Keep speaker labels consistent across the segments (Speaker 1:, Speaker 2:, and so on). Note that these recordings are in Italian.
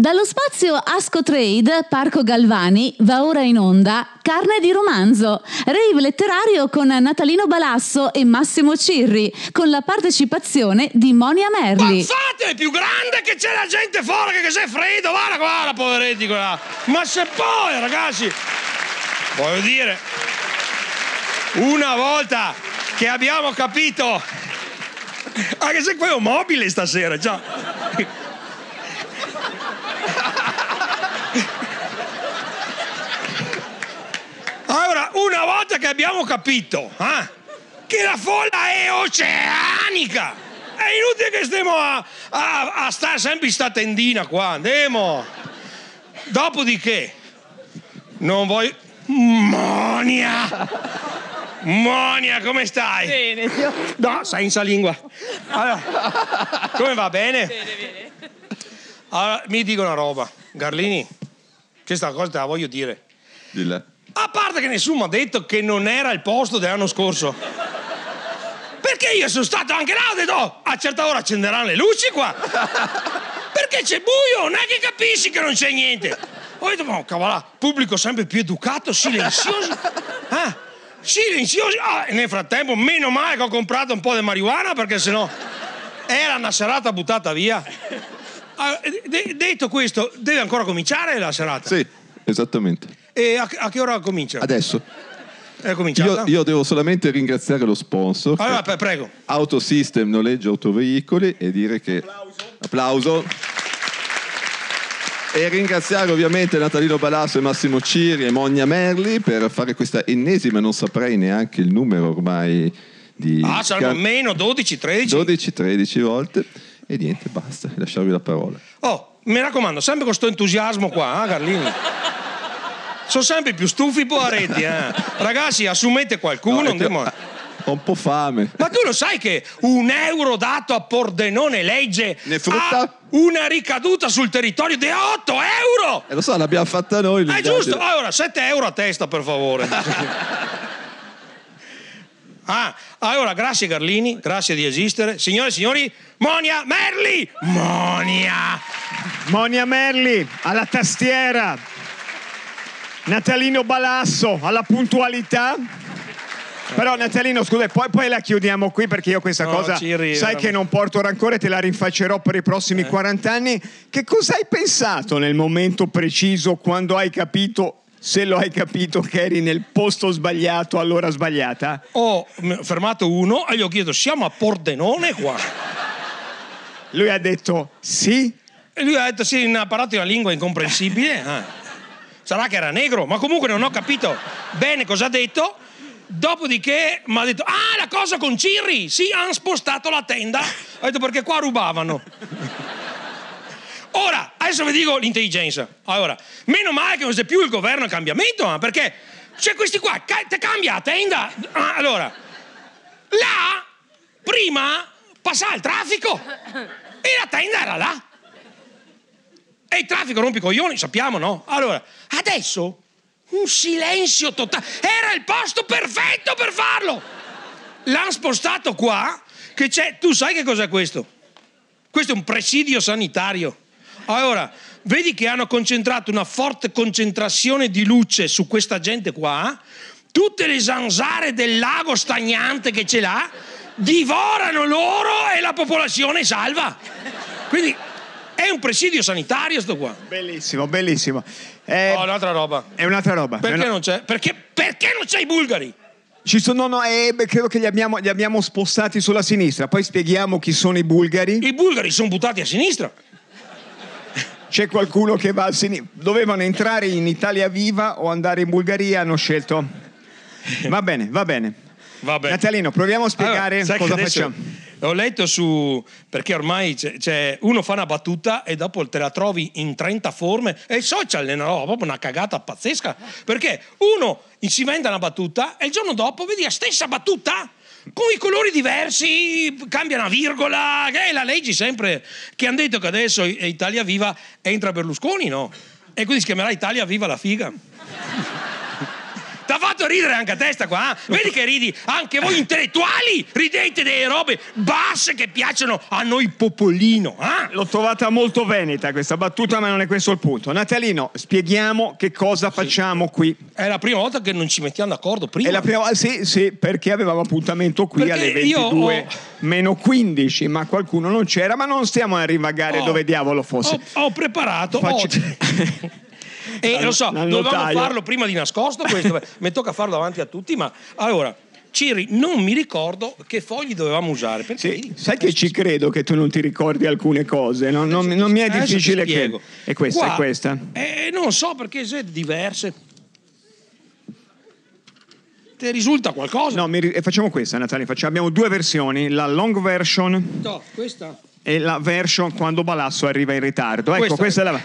Speaker 1: Dallo spazio Asco Trade, Parco Galvani, va ora in onda Carne di romanzo, rave letterario con Natalino Balasso e Massimo Cirri, con la partecipazione di Monia Merli.
Speaker 2: Passate, è più grande che c'è la gente fuori che c'è freddo, guarda qua la poveretti qua. Ma se poi, ragazzi, voglio dire, una volta che abbiamo capito, anche se qui è un mobile stasera, già. Allora, una volta che abbiamo capito eh, che la folla è oceanica, è inutile che stiamo a, a, a stare sempre in sta tendina qua, andiamo. Dopodiché, non voglio... Monia! Monia, come stai?
Speaker 3: Bene, io.
Speaker 2: No, sai in salingua. Allora, come va? Bene? Allora, mi dico una roba. Garlini, questa cosa te la voglio dire.
Speaker 4: Dilla.
Speaker 2: A parte che nessuno mi ha detto che non era il posto dell'anno scorso. Perché io sono stato anche là, ho detto, "Oh, a certa ora accenderanno le luci qua. Perché c'è buio, non è che capisci che non c'è niente. Ho detto, ma cavalà, pubblico sempre più educato, silenzioso. Ah, silenzioso. Ah, e nel frattempo, meno male che ho comprato un po' di marijuana, perché sennò era una serata buttata via. Ah, de- detto questo, deve ancora cominciare la serata.
Speaker 4: Sì, esattamente.
Speaker 2: E a, a che ora comincia?
Speaker 4: Adesso.
Speaker 2: È cominciata?
Speaker 4: Io, io devo solamente ringraziare lo sponsor. che-
Speaker 2: Allora, pre- prego.
Speaker 4: Autosystem noleggio autoveicoli e dire che applauso e ringraziare ovviamente Natalino Balasso e Massimo Ciri e Monia Merli per fare questa ennesima, non saprei neanche il numero ormai di
Speaker 2: Ah, saranno
Speaker 4: ca-
Speaker 2: meno 12, 13.
Speaker 4: 12-13 volte e niente, basta, lasciarvi la parola.
Speaker 2: Oh, mi raccomando, sempre con sto entusiasmo qua, eh, Carlini. Sono sempre più stufi i poaretti, eh. Ragazzi, assumete qualcuno.
Speaker 4: No,
Speaker 2: andiamo-
Speaker 4: eh, Ho un po' fame.
Speaker 2: Ma tu lo sai che un euro dato a Pordenone legge
Speaker 4: Ne frutta?
Speaker 2: ha una ricaduta sul territorio di 8 euro?
Speaker 4: E Eh, lo so, l'abbiamo fatta noi.
Speaker 2: Ah, È
Speaker 4: l'indagine.
Speaker 2: giusto, allora 7 euro a testa per favore. ah, allora grazie Garlini, grazie di esistere. Signore e signori, Monia Merli! Monia!
Speaker 5: Monia Merli alla tastiera, Natalino Balasso alla puntualità. Però Natalino, scusa, e poi, poi la chiudiamo qui perché io questa
Speaker 2: No,
Speaker 5: cosa
Speaker 2: Ciri,
Speaker 5: sai
Speaker 2: veramente.
Speaker 5: che non porto rancore, te la rinfaccerò per i
Speaker 2: Eh.
Speaker 5: prossimi 40 anni. Che cosa hai pensato nel momento preciso quando hai capito, se lo hai capito, che eri nel posto sbagliato all'ora sbagliata?
Speaker 2: Ho Oh, m- fermato uno e gli ho chiesto, siamo a Pordenone qua?
Speaker 5: Lui ha detto sì,
Speaker 2: E lui ha detto, sì, ha parlato in una lingua incomprensibile. Ah. Sarà che era negro, ma comunque non ho capito bene cosa ha detto. Dopodiché mi ha detto, ah, la cosa con Cirri, sì, hanno spostato la tenda. Ho detto, perché qua rubavano. Ora, adesso vi dico l'intelligenza. Allora, meno male che non c'è più il governo a cambiamento, eh, perché c'è questi qua, ca- te cambia la tenda. Ah, Allora, là, prima passava il traffico e la tenda era là. E il traffico rompe i coglioni, sappiamo, no? Allora, adesso un silenzio totale. Era il posto perfetto per farlo. L'hanno spostato qua, che c'è... Tu sai che cos'è questo? Questo è un presidio sanitario. Allora, vedi che hanno concentrato una forte concentrazione di luce su questa gente qua. Tutte le zanzare del lago stagnante che ce l'ha divorano loro e la popolazione è salva. Quindi è un presidio sanitario sto qua.
Speaker 5: bellissimo, bellissimo. Eh,
Speaker 2: Oh, un'altra roba.
Speaker 5: È un'altra roba. è una-
Speaker 2: Perché non c'è? Perché, perché non c'è i bulgari?
Speaker 5: Ci sono, no, eh, beh, credo che li abbiamo, li abbiamo spostati sulla sinistra. Poi spieghiamo chi sono i bulgari.
Speaker 2: I bulgari sono buttati a sinistra.
Speaker 5: C'è qualcuno che va a sinistra. Dovevano entrare in Italia Viva o andare in Bulgaria. Hanno scelto. Va bene, va bene.
Speaker 2: Va bene.
Speaker 5: Natalino, proviamo a spiegare
Speaker 2: Allora, sai che
Speaker 5: cosa
Speaker 2: adesso
Speaker 5: facciamo.
Speaker 2: Ho letto su. perché ormai c'è, c'è- uno fa una battuta e dopo te la trovi in 30 forme. E i social è una roba, proprio una cagata pazzesca. Perché uno si inventa una battuta e il giorno dopo vedi la stessa battuta. Con i colori diversi, cambia una virgola, che è la leggi sempre. Che hanno detto che adesso Italia Viva entra Berlusconi, no? E quindi si chiamerà Italia Viva la figa. T'ha fatto fatto ridere anche a testa qua. eh? Vedi che ridi anche
Speaker 5: Eh.
Speaker 2: voi intellettuali, ridete delle robe basse che piacciono a noi popolino. eh?
Speaker 5: L'ho trovata molto veneta questa battuta, ma non è questo il punto. Natalino, spieghiamo che cosa facciamo qui.
Speaker 2: È la prima volta che non ci mettiamo d'accordo prima.
Speaker 5: È la prima volta, sì, sì, perché avevamo appuntamento qui
Speaker 2: Perché
Speaker 5: alle
Speaker 2: io ho-
Speaker 5: 22 meno 15, ma qualcuno non c'era, ma non stiamo a rivagare
Speaker 2: Oh.
Speaker 5: dove diavolo fosse.
Speaker 2: Ho, ho preparato
Speaker 5: Facci-
Speaker 2: oggi. e
Speaker 5: Dal-
Speaker 2: lo so,
Speaker 5: dal
Speaker 2: dovevamo
Speaker 5: notaio.
Speaker 2: farlo prima di nascosto questo, beh, mi tocca farlo davanti a tutti, ma allora, Ciri, non mi ricordo che fogli dovevamo usare. Perché
Speaker 5: Sì, sai che ci credo che tu non ti ricordi alcune cose, no? non, non mi è
Speaker 2: Adesso ti
Speaker 5: difficile che...
Speaker 2: Eh, spiego.
Speaker 5: E questa,
Speaker 2: Qua-
Speaker 5: è questa.
Speaker 2: Eh, non so perché sono diverse. Ti risulta qualcosa?
Speaker 5: No, mi ri- e facciamo questa Natale, facciamo- abbiamo due versioni, la long version
Speaker 2: No, questa.
Speaker 5: e la version quando Balasso arriva in ritardo. Ecco,
Speaker 2: Questa-
Speaker 5: questa, è la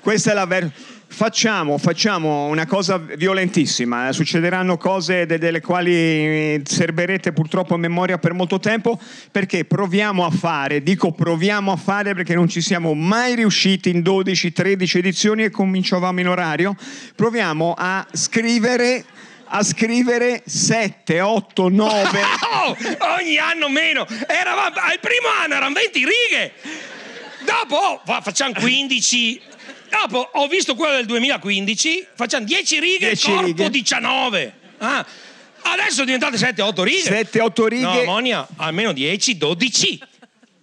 Speaker 5: questa è la ver- Facciamo, facciamo una cosa violentissima, eh, succederanno cose de- delle quali eh, serberete purtroppo a memoria per molto tempo perché proviamo a fare, dico proviamo a fare perché non ci siamo mai riusciti in 12-13 edizioni e cominciavamo in orario, proviamo a scrivere, a scrivere 7, 8, 9...
Speaker 2: Oh, ogni anno meno. Eravamo, al primo anno erano 20 righe. Dopo oh, fa- facciamo 15. Dopo ho visto quello del 2015, facciamo 10 righe,
Speaker 5: 10
Speaker 2: corpo
Speaker 5: righe.
Speaker 2: 19. Ah, adesso sono diventate 7-8 righe.
Speaker 5: 7-8 righe.
Speaker 2: No, Monia, almeno 10, 12.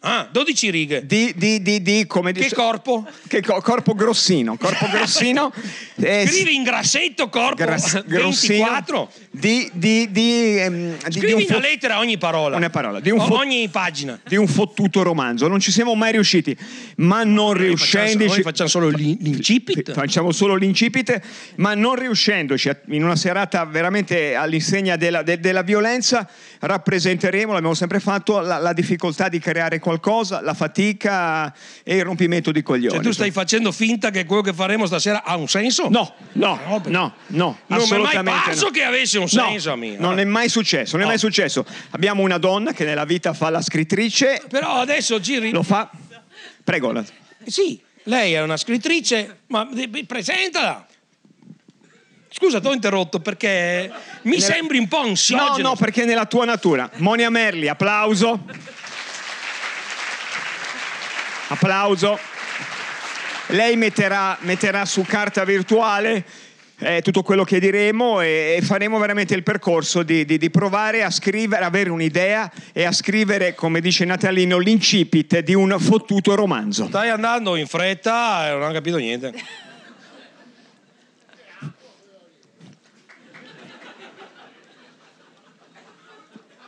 Speaker 2: Ah, 12 righe.
Speaker 5: di, di, di, di come
Speaker 2: Che
Speaker 5: dice-
Speaker 2: corpo?
Speaker 5: che co- corpo grossino corpo grossino eh,
Speaker 2: Scrivi in grassetto corpo
Speaker 5: gras-
Speaker 2: 24.
Speaker 5: di, di, di, ehm, di- di
Speaker 2: Scrivi
Speaker 5: un
Speaker 2: una
Speaker 5: fo-
Speaker 2: lettera a ogni parola.
Speaker 5: Una parola, di un
Speaker 2: O-
Speaker 5: fo-
Speaker 2: ogni pagina.
Speaker 5: di un fottuto romanzo non ci siamo mai riusciti ma non
Speaker 2: Noi facciamo, noi
Speaker 5: riuscendoci
Speaker 2: facciamo solo l'in-
Speaker 5: F-
Speaker 2: l'incipit.
Speaker 5: Facciamo solo l'incipit, ma non riuscendoci a- in una serata veramente all'insegna della, de- della violenza, rappresenteremo, l'abbiamo sempre fatto, la, la difficoltà di creare qualcosa, la fatica e il rompimento di coglioni.
Speaker 2: Cioè, tu stai facendo finta che quello che faremo stasera ha un senso?
Speaker 5: No, no,
Speaker 2: No, perché-
Speaker 5: no, no,
Speaker 2: Ah, Non mi è mai
Speaker 5: assolutamente
Speaker 2: parso
Speaker 5: no.
Speaker 2: che avesse un
Speaker 5: No,
Speaker 2: senso, amico.
Speaker 5: non è mai successo, non è
Speaker 2: No.
Speaker 5: mai successo. Abbiamo una donna che nella vita fa la scrittrice,
Speaker 2: Però adesso giri...
Speaker 5: lo fa... Prego, la-
Speaker 2: Sì, lei è una scrittrice, ma de- beh, presentala. Scusa, ti ho interrotto perché mi sembri un po'
Speaker 5: No,
Speaker 2: ansiogeno.
Speaker 5: no, perché è nella tua natura. Monia Merli, applauso. Applauso. Lei metterà, metterà su carta virtuale eh, tutto quello che diremo e, e faremo veramente il percorso di, di- di provare a scrivere, avere un'idea e a scrivere, come dice Natalino, l'incipit di un fottuto romanzo.
Speaker 2: Stai andando in fretta e non ho capito niente.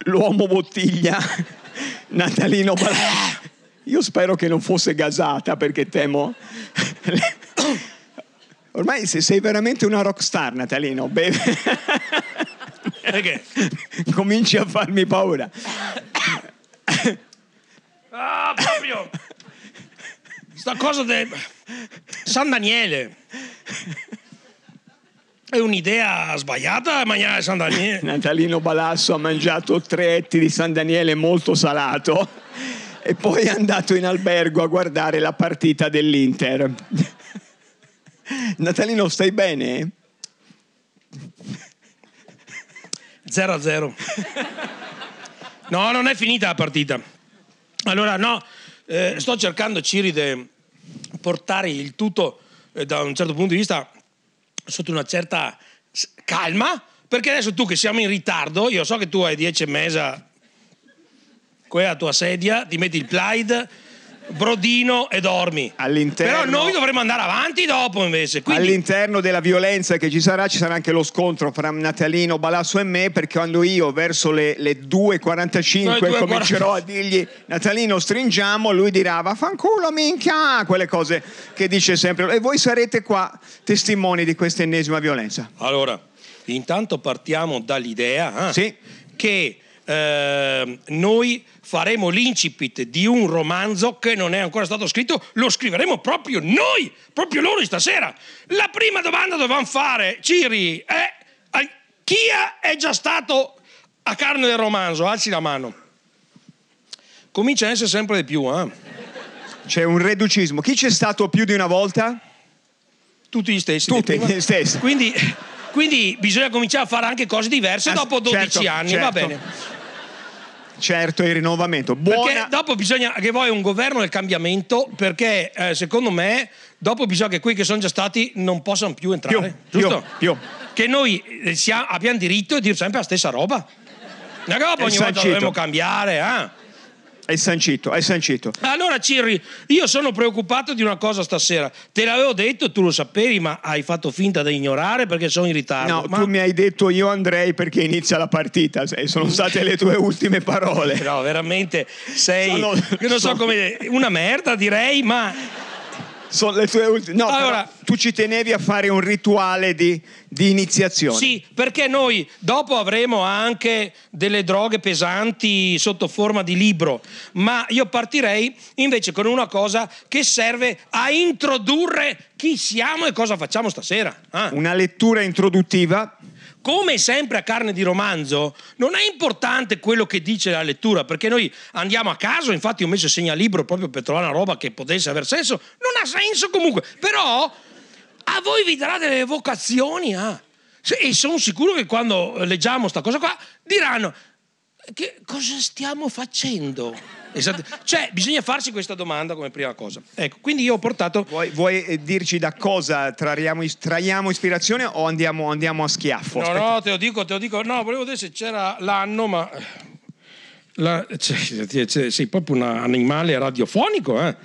Speaker 5: L'uomo bottiglia, Natalino Bal- Io spero che non fosse gasata perché temo... Ormai se- sei veramente una rockstar, Natalino. Beh, Eh,
Speaker 2: Perché?
Speaker 5: cominci a farmi paura.
Speaker 2: Ah, proprio! Sta cosa del... San Daniele. È un'idea sbagliata mangiare San Daniele.
Speaker 5: Natalino Balasso ha mangiato tre etti di San Daniele molto salato e poi è andato in albergo a guardare la partita dell'Inter. Natalino, stai bene?
Speaker 2: 0 a 0. No, non è finita la partita. Allora, no, eh, sto cercando, Ciri, di portare il tutto eh, da un certo punto di vista sotto una certa s- calma, perché adesso tu che siamo in ritardo, io so che tu hai 10 e mezza, quella la tua sedia, ti metti il plaid, brodino e dormi.
Speaker 5: All'interno-
Speaker 2: Però noi dovremmo andare avanti dopo invece. Quindi
Speaker 5: All'interno della violenza che ci sarà, ci sarà anche lo scontro fra Natalino, Balasso e me, perché quando io verso le, le 2.45
Speaker 2: No, le 2.40.
Speaker 5: comincerò a dirgli Natalino stringiamo, lui dirà vaffanculo minchia, quelle cose che dice sempre. E voi sarete qua testimoni di questa ennesima violenza.
Speaker 2: Allora, intanto partiamo dall'idea ah,
Speaker 5: Sì.
Speaker 2: che ehm, noi faremo l'incipit di un romanzo che non è ancora stato scritto, lo scriveremo proprio noi, proprio loro stasera. La prima domanda dovevamo fare, Ciri, è a- chi è già stato a carne del romanzo? Alzi la mano. Comincia a essere sempre di più, eh?
Speaker 5: C'è un reducismo. Chi c'è stato più di una volta?
Speaker 2: tutti gli stessi.
Speaker 5: Tutti
Speaker 2: di prima.
Speaker 5: gli stessi.
Speaker 2: Quindi Quindi bisogna cominciare a fare anche cose diverse
Speaker 5: Ah,
Speaker 2: dopo 12
Speaker 5: certo,
Speaker 2: anni,
Speaker 5: certo.
Speaker 2: va bene.
Speaker 5: Certo, il rinnovamento.
Speaker 2: Perché
Speaker 5: Buona.
Speaker 2: dopo bisogna che voi un governo del cambiamento, perché eh, secondo me dopo bisogna che quelli che sono già stati non possano più entrare.
Speaker 5: Più,
Speaker 2: giusto?
Speaker 5: più, più.
Speaker 2: Che noi eh, sia- abbiamo diritto di dire sempre la stessa roba. Non è che dopo
Speaker 5: È
Speaker 2: ogni volta
Speaker 5: sancito.
Speaker 2: dovremmo cambiare, eh?
Speaker 5: È sancito, è sancito.
Speaker 2: Allora Cirri, io sono preoccupato di una cosa stasera. Te l'avevo detto, tu lo sapevi, ma hai fatto finta di ignorare perché sono in ritardo.
Speaker 5: No,
Speaker 2: ma...
Speaker 5: tu mi hai detto io andrei perché inizia la partita. e
Speaker 2: Mm.
Speaker 5: Sono state le tue ultime parole.
Speaker 2: No, veramente sei
Speaker 5: Sono-
Speaker 2: io non so
Speaker 5: sono-
Speaker 2: come una merda direi, ma
Speaker 5: Sono le tue ultime. No,
Speaker 2: Allora-
Speaker 5: però tu ci tenevi a fare un rituale di, di iniziazione.
Speaker 2: Sì, perché noi dopo avremo anche delle droghe pesanti sotto forma di libro, ma io partirei invece con una cosa che serve a introdurre chi siamo e cosa facciamo stasera. Ah,
Speaker 5: Una lettura introduttiva.
Speaker 2: Come sempre a carne di romanzo, non è importante quello che dice la lettura, perché noi andiamo a caso, infatti ho messo il segnalibro proprio per trovare una roba che potesse aver senso, non ha senso comunque, però a voi vi darà delle vocazioni ah. Se- e sono sicuro che quando leggiamo sta cosa qua diranno che cosa stiamo facendo? Esatto. Cioè, bisogna farsi questa domanda come prima cosa. Ecco, quindi io ho portato
Speaker 5: Vuoi, vuoi, eh, dirci da cosa traiamo, is- traiamo ispirazione o andiamo, andiamo a schiaffo?
Speaker 2: No,
Speaker 5: Aspetta.
Speaker 2: no, te lo dico, te lo dico. No, volevo vedere se c'era l'anno, ma. eh, La, cioè, ti- cioè, sei proprio un animale radiofonico, eh?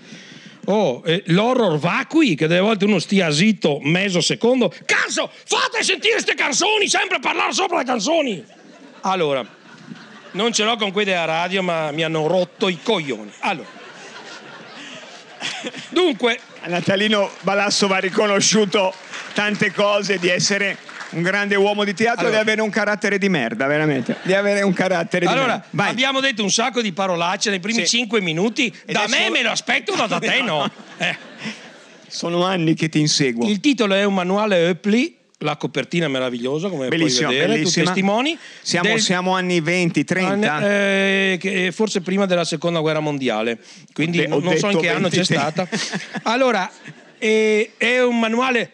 Speaker 2: Oh, eh, l'horror vacui, che delle volte uno stia zitto mezzo secondo. Cazzo, fate sentire queste canzoni, sempre parlare sopra le canzoni. Allora, non ce l'ho con quelli della radio, ma mi hanno rotto i coglioni. Allora. Dunque,
Speaker 5: Natalino Balasso va riconosciuto tante cose di essere un grande uomo di teatro e
Speaker 2: Allora.
Speaker 5: di avere un carattere di merda, veramente. Di avere un carattere di
Speaker 2: Allora,
Speaker 5: merda. Vai.
Speaker 2: abbiamo detto un sacco di parolacce nei primi
Speaker 5: Sì.
Speaker 2: cinque minuti.
Speaker 5: Ed
Speaker 2: da
Speaker 5: è
Speaker 2: me
Speaker 5: solo-
Speaker 2: me lo aspetto, ma da te no. Eh.
Speaker 5: Sono anni che ti inseguo.
Speaker 2: Il titolo è un manuale Eupli, la copertina è meravigliosa, come
Speaker 5: Bellissimo,
Speaker 2: Eh, puoi vedere,
Speaker 5: bellissima.
Speaker 2: tu testimoni.
Speaker 5: Siamo,
Speaker 2: del-
Speaker 5: siamo anni 20, 30.
Speaker 2: Eh, che- forse prima della seconda guerra mondiale, quindi
Speaker 5: Ho de- ho
Speaker 2: non so in
Speaker 5: detto
Speaker 2: che anno c'è
Speaker 5: 23.
Speaker 2: stata. Allora, eh, è un manuale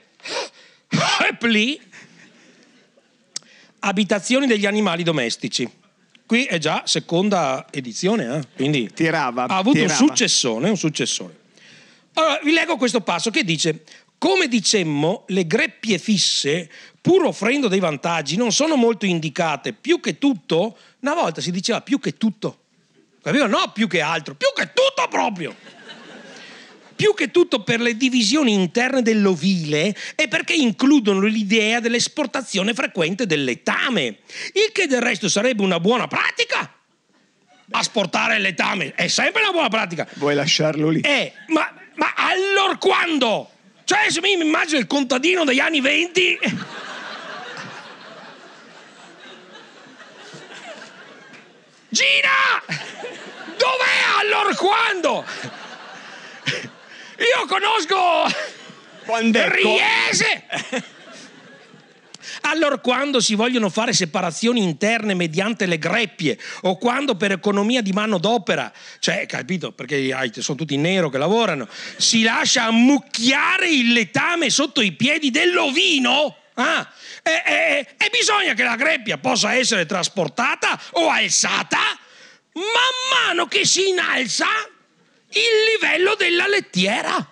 Speaker 2: Eupli, abitazioni degli animali domestici. Qui è già seconda edizione, eh, quindi
Speaker 5: Tirava,
Speaker 2: ha avuto
Speaker 5: tirava.
Speaker 2: un successone, un successore. Allora, vi leggo questo passo che dice: Come dicemmo, le greppie fisse, pur offrendo dei vantaggi, non sono molto indicate. Più che tutto, una volta si diceva più che tutto, capito? No, più che altro, più che tutto proprio. Più che tutto per le divisioni interne dell'ovile e perché includono l'idea dell'esportazione frequente del letame, il che del resto sarebbe una buona pratica. Asportare il letame è sempre una buona pratica.
Speaker 5: Vuoi lasciarlo lì?
Speaker 2: Eh, ma, ma allora quando? Cioè, se mi mi immagino il contadino degli anni 20. Gina! Dov'è allora quando? Io conosco
Speaker 5: Quando ecco-
Speaker 2: Riese! Allora, quando si vogliono fare separazioni interne mediante le greppie o quando per economia di manodopera, cioè, capito, perché ai- sono tutti in nero che lavorano, si lascia ammucchiare il letame sotto i piedi dell'ovino, ah, e, e- e bisogna che la greppia possa essere trasportata o alzata man mano che si innalza il livello della lettiera.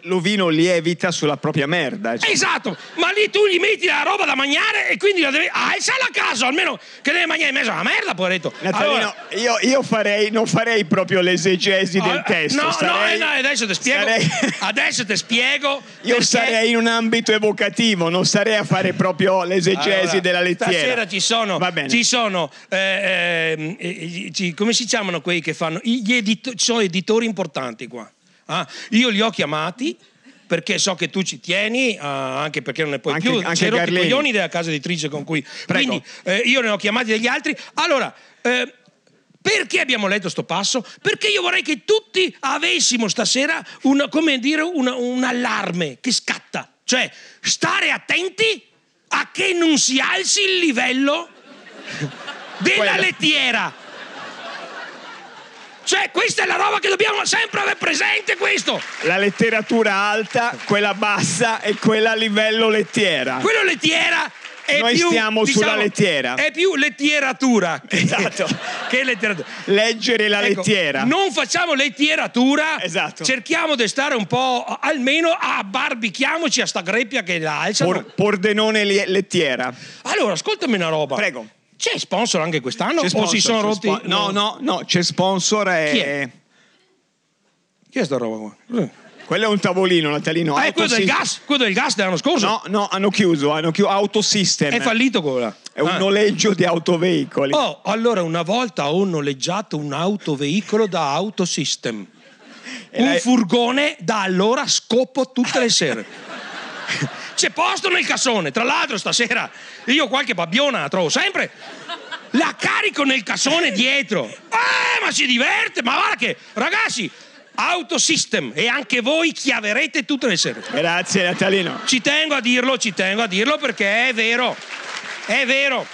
Speaker 5: L'ovino lievita sulla propria merda. cioè.
Speaker 2: Esatto, ma lì tu gli metti la roba da mangiare e quindi la devi. Ah, alzala a caso, almeno che deve mangiare in mezzo alla merda, poveretto.
Speaker 5: Natalino,
Speaker 2: Allora-
Speaker 5: io, io farei, non farei proprio l'esegesi del
Speaker 2: Allora,
Speaker 5: testo.
Speaker 2: Ah, No,
Speaker 5: sarei-
Speaker 2: no, eh, no, adesso ti spiego.
Speaker 5: sarei-
Speaker 2: Adesso ti spiego.
Speaker 5: Io
Speaker 2: perché-
Speaker 5: sarei in un ambito evocativo, non sarei a fare proprio l'esegesi
Speaker 2: Allora,
Speaker 5: della lettiera.
Speaker 2: Stasera ci sono,
Speaker 5: Va bene.
Speaker 2: ci sono eh, ehm, eh, ci- come si chiamano quelli che fanno? I- Gli edito- ci sono editori importanti qua. Ah, io li ho chiamati perché so che tu ci tieni, ah, anche perché non ne puoi
Speaker 5: Anche-
Speaker 2: più.
Speaker 5: anche
Speaker 2: C'ero i
Speaker 5: Garlini.
Speaker 2: coglioni della casa editrice con cui.
Speaker 5: Prego.
Speaker 2: Quindi eh, io ne ho chiamati degli altri. Allora. eh, perché abbiamo letto sto passo? Perché io vorrei che tutti avessimo stasera una- come dire, una- un allarme che scatta. Cioè, stare attenti a che non si alzi il livello della
Speaker 5: Quello.
Speaker 2: lettiera. Cioè, questa è la roba che dobbiamo sempre avere presente, questo.
Speaker 5: La letteratura alta, quella bassa e quella a livello lettiera.
Speaker 2: Quello lettiera è
Speaker 5: Ah. Noi
Speaker 2: più...
Speaker 5: stiamo
Speaker 2: diciamo,
Speaker 5: sulla lettiera.
Speaker 2: È più lettieratura. che-
Speaker 5: Esatto.
Speaker 2: che letteratura.
Speaker 5: Leggere la
Speaker 2: Ecco,
Speaker 5: lettiera.
Speaker 2: Non facciamo lettieratura.
Speaker 5: Esatto.
Speaker 2: Cerchiamo di stare un po', almeno abbarbichiamoci a sta greppia che la alzano.
Speaker 5: Por- Pordenone li- lettiera.
Speaker 2: Allora, ascoltami una roba.
Speaker 5: Prego.
Speaker 2: C'è sponsor anche quest'anno?
Speaker 5: C'è
Speaker 2: o si
Speaker 5: sponsor,
Speaker 2: sono
Speaker 5: c'è
Speaker 2: rotti?
Speaker 5: spo- No, no, no, c'è sponsor e...
Speaker 2: Chi è? Chi è sta roba qua? Eh.
Speaker 5: Quello è un tavolino, Natalino.
Speaker 2: Ah, è quello del
Speaker 5: Autosys-
Speaker 2: gas, quello del gas dell'anno scorso.
Speaker 5: No, no, hanno chiuso, hanno chiuso Autosystem.
Speaker 2: È fallito quello là.
Speaker 5: È un
Speaker 2: Ah.
Speaker 5: noleggio di autoveicoli.
Speaker 2: Oh, allora una volta ho noleggiato un autoveicolo da Autosystem.
Speaker 5: E
Speaker 2: un
Speaker 5: lei-
Speaker 2: furgone da allora scopo tutte le sere. C'è posto nel cassone. Tra l'altro stasera io qualche babbiona la trovo sempre. La carico nel cassone dietro. Eh, ma si diverte, ma guarda che ragazzi, Autosystem e anche voi chiaverete tutte le sere.
Speaker 5: Grazie Natalino.
Speaker 2: Ci tengo a dirlo, ci tengo a dirlo perché è vero. È vero.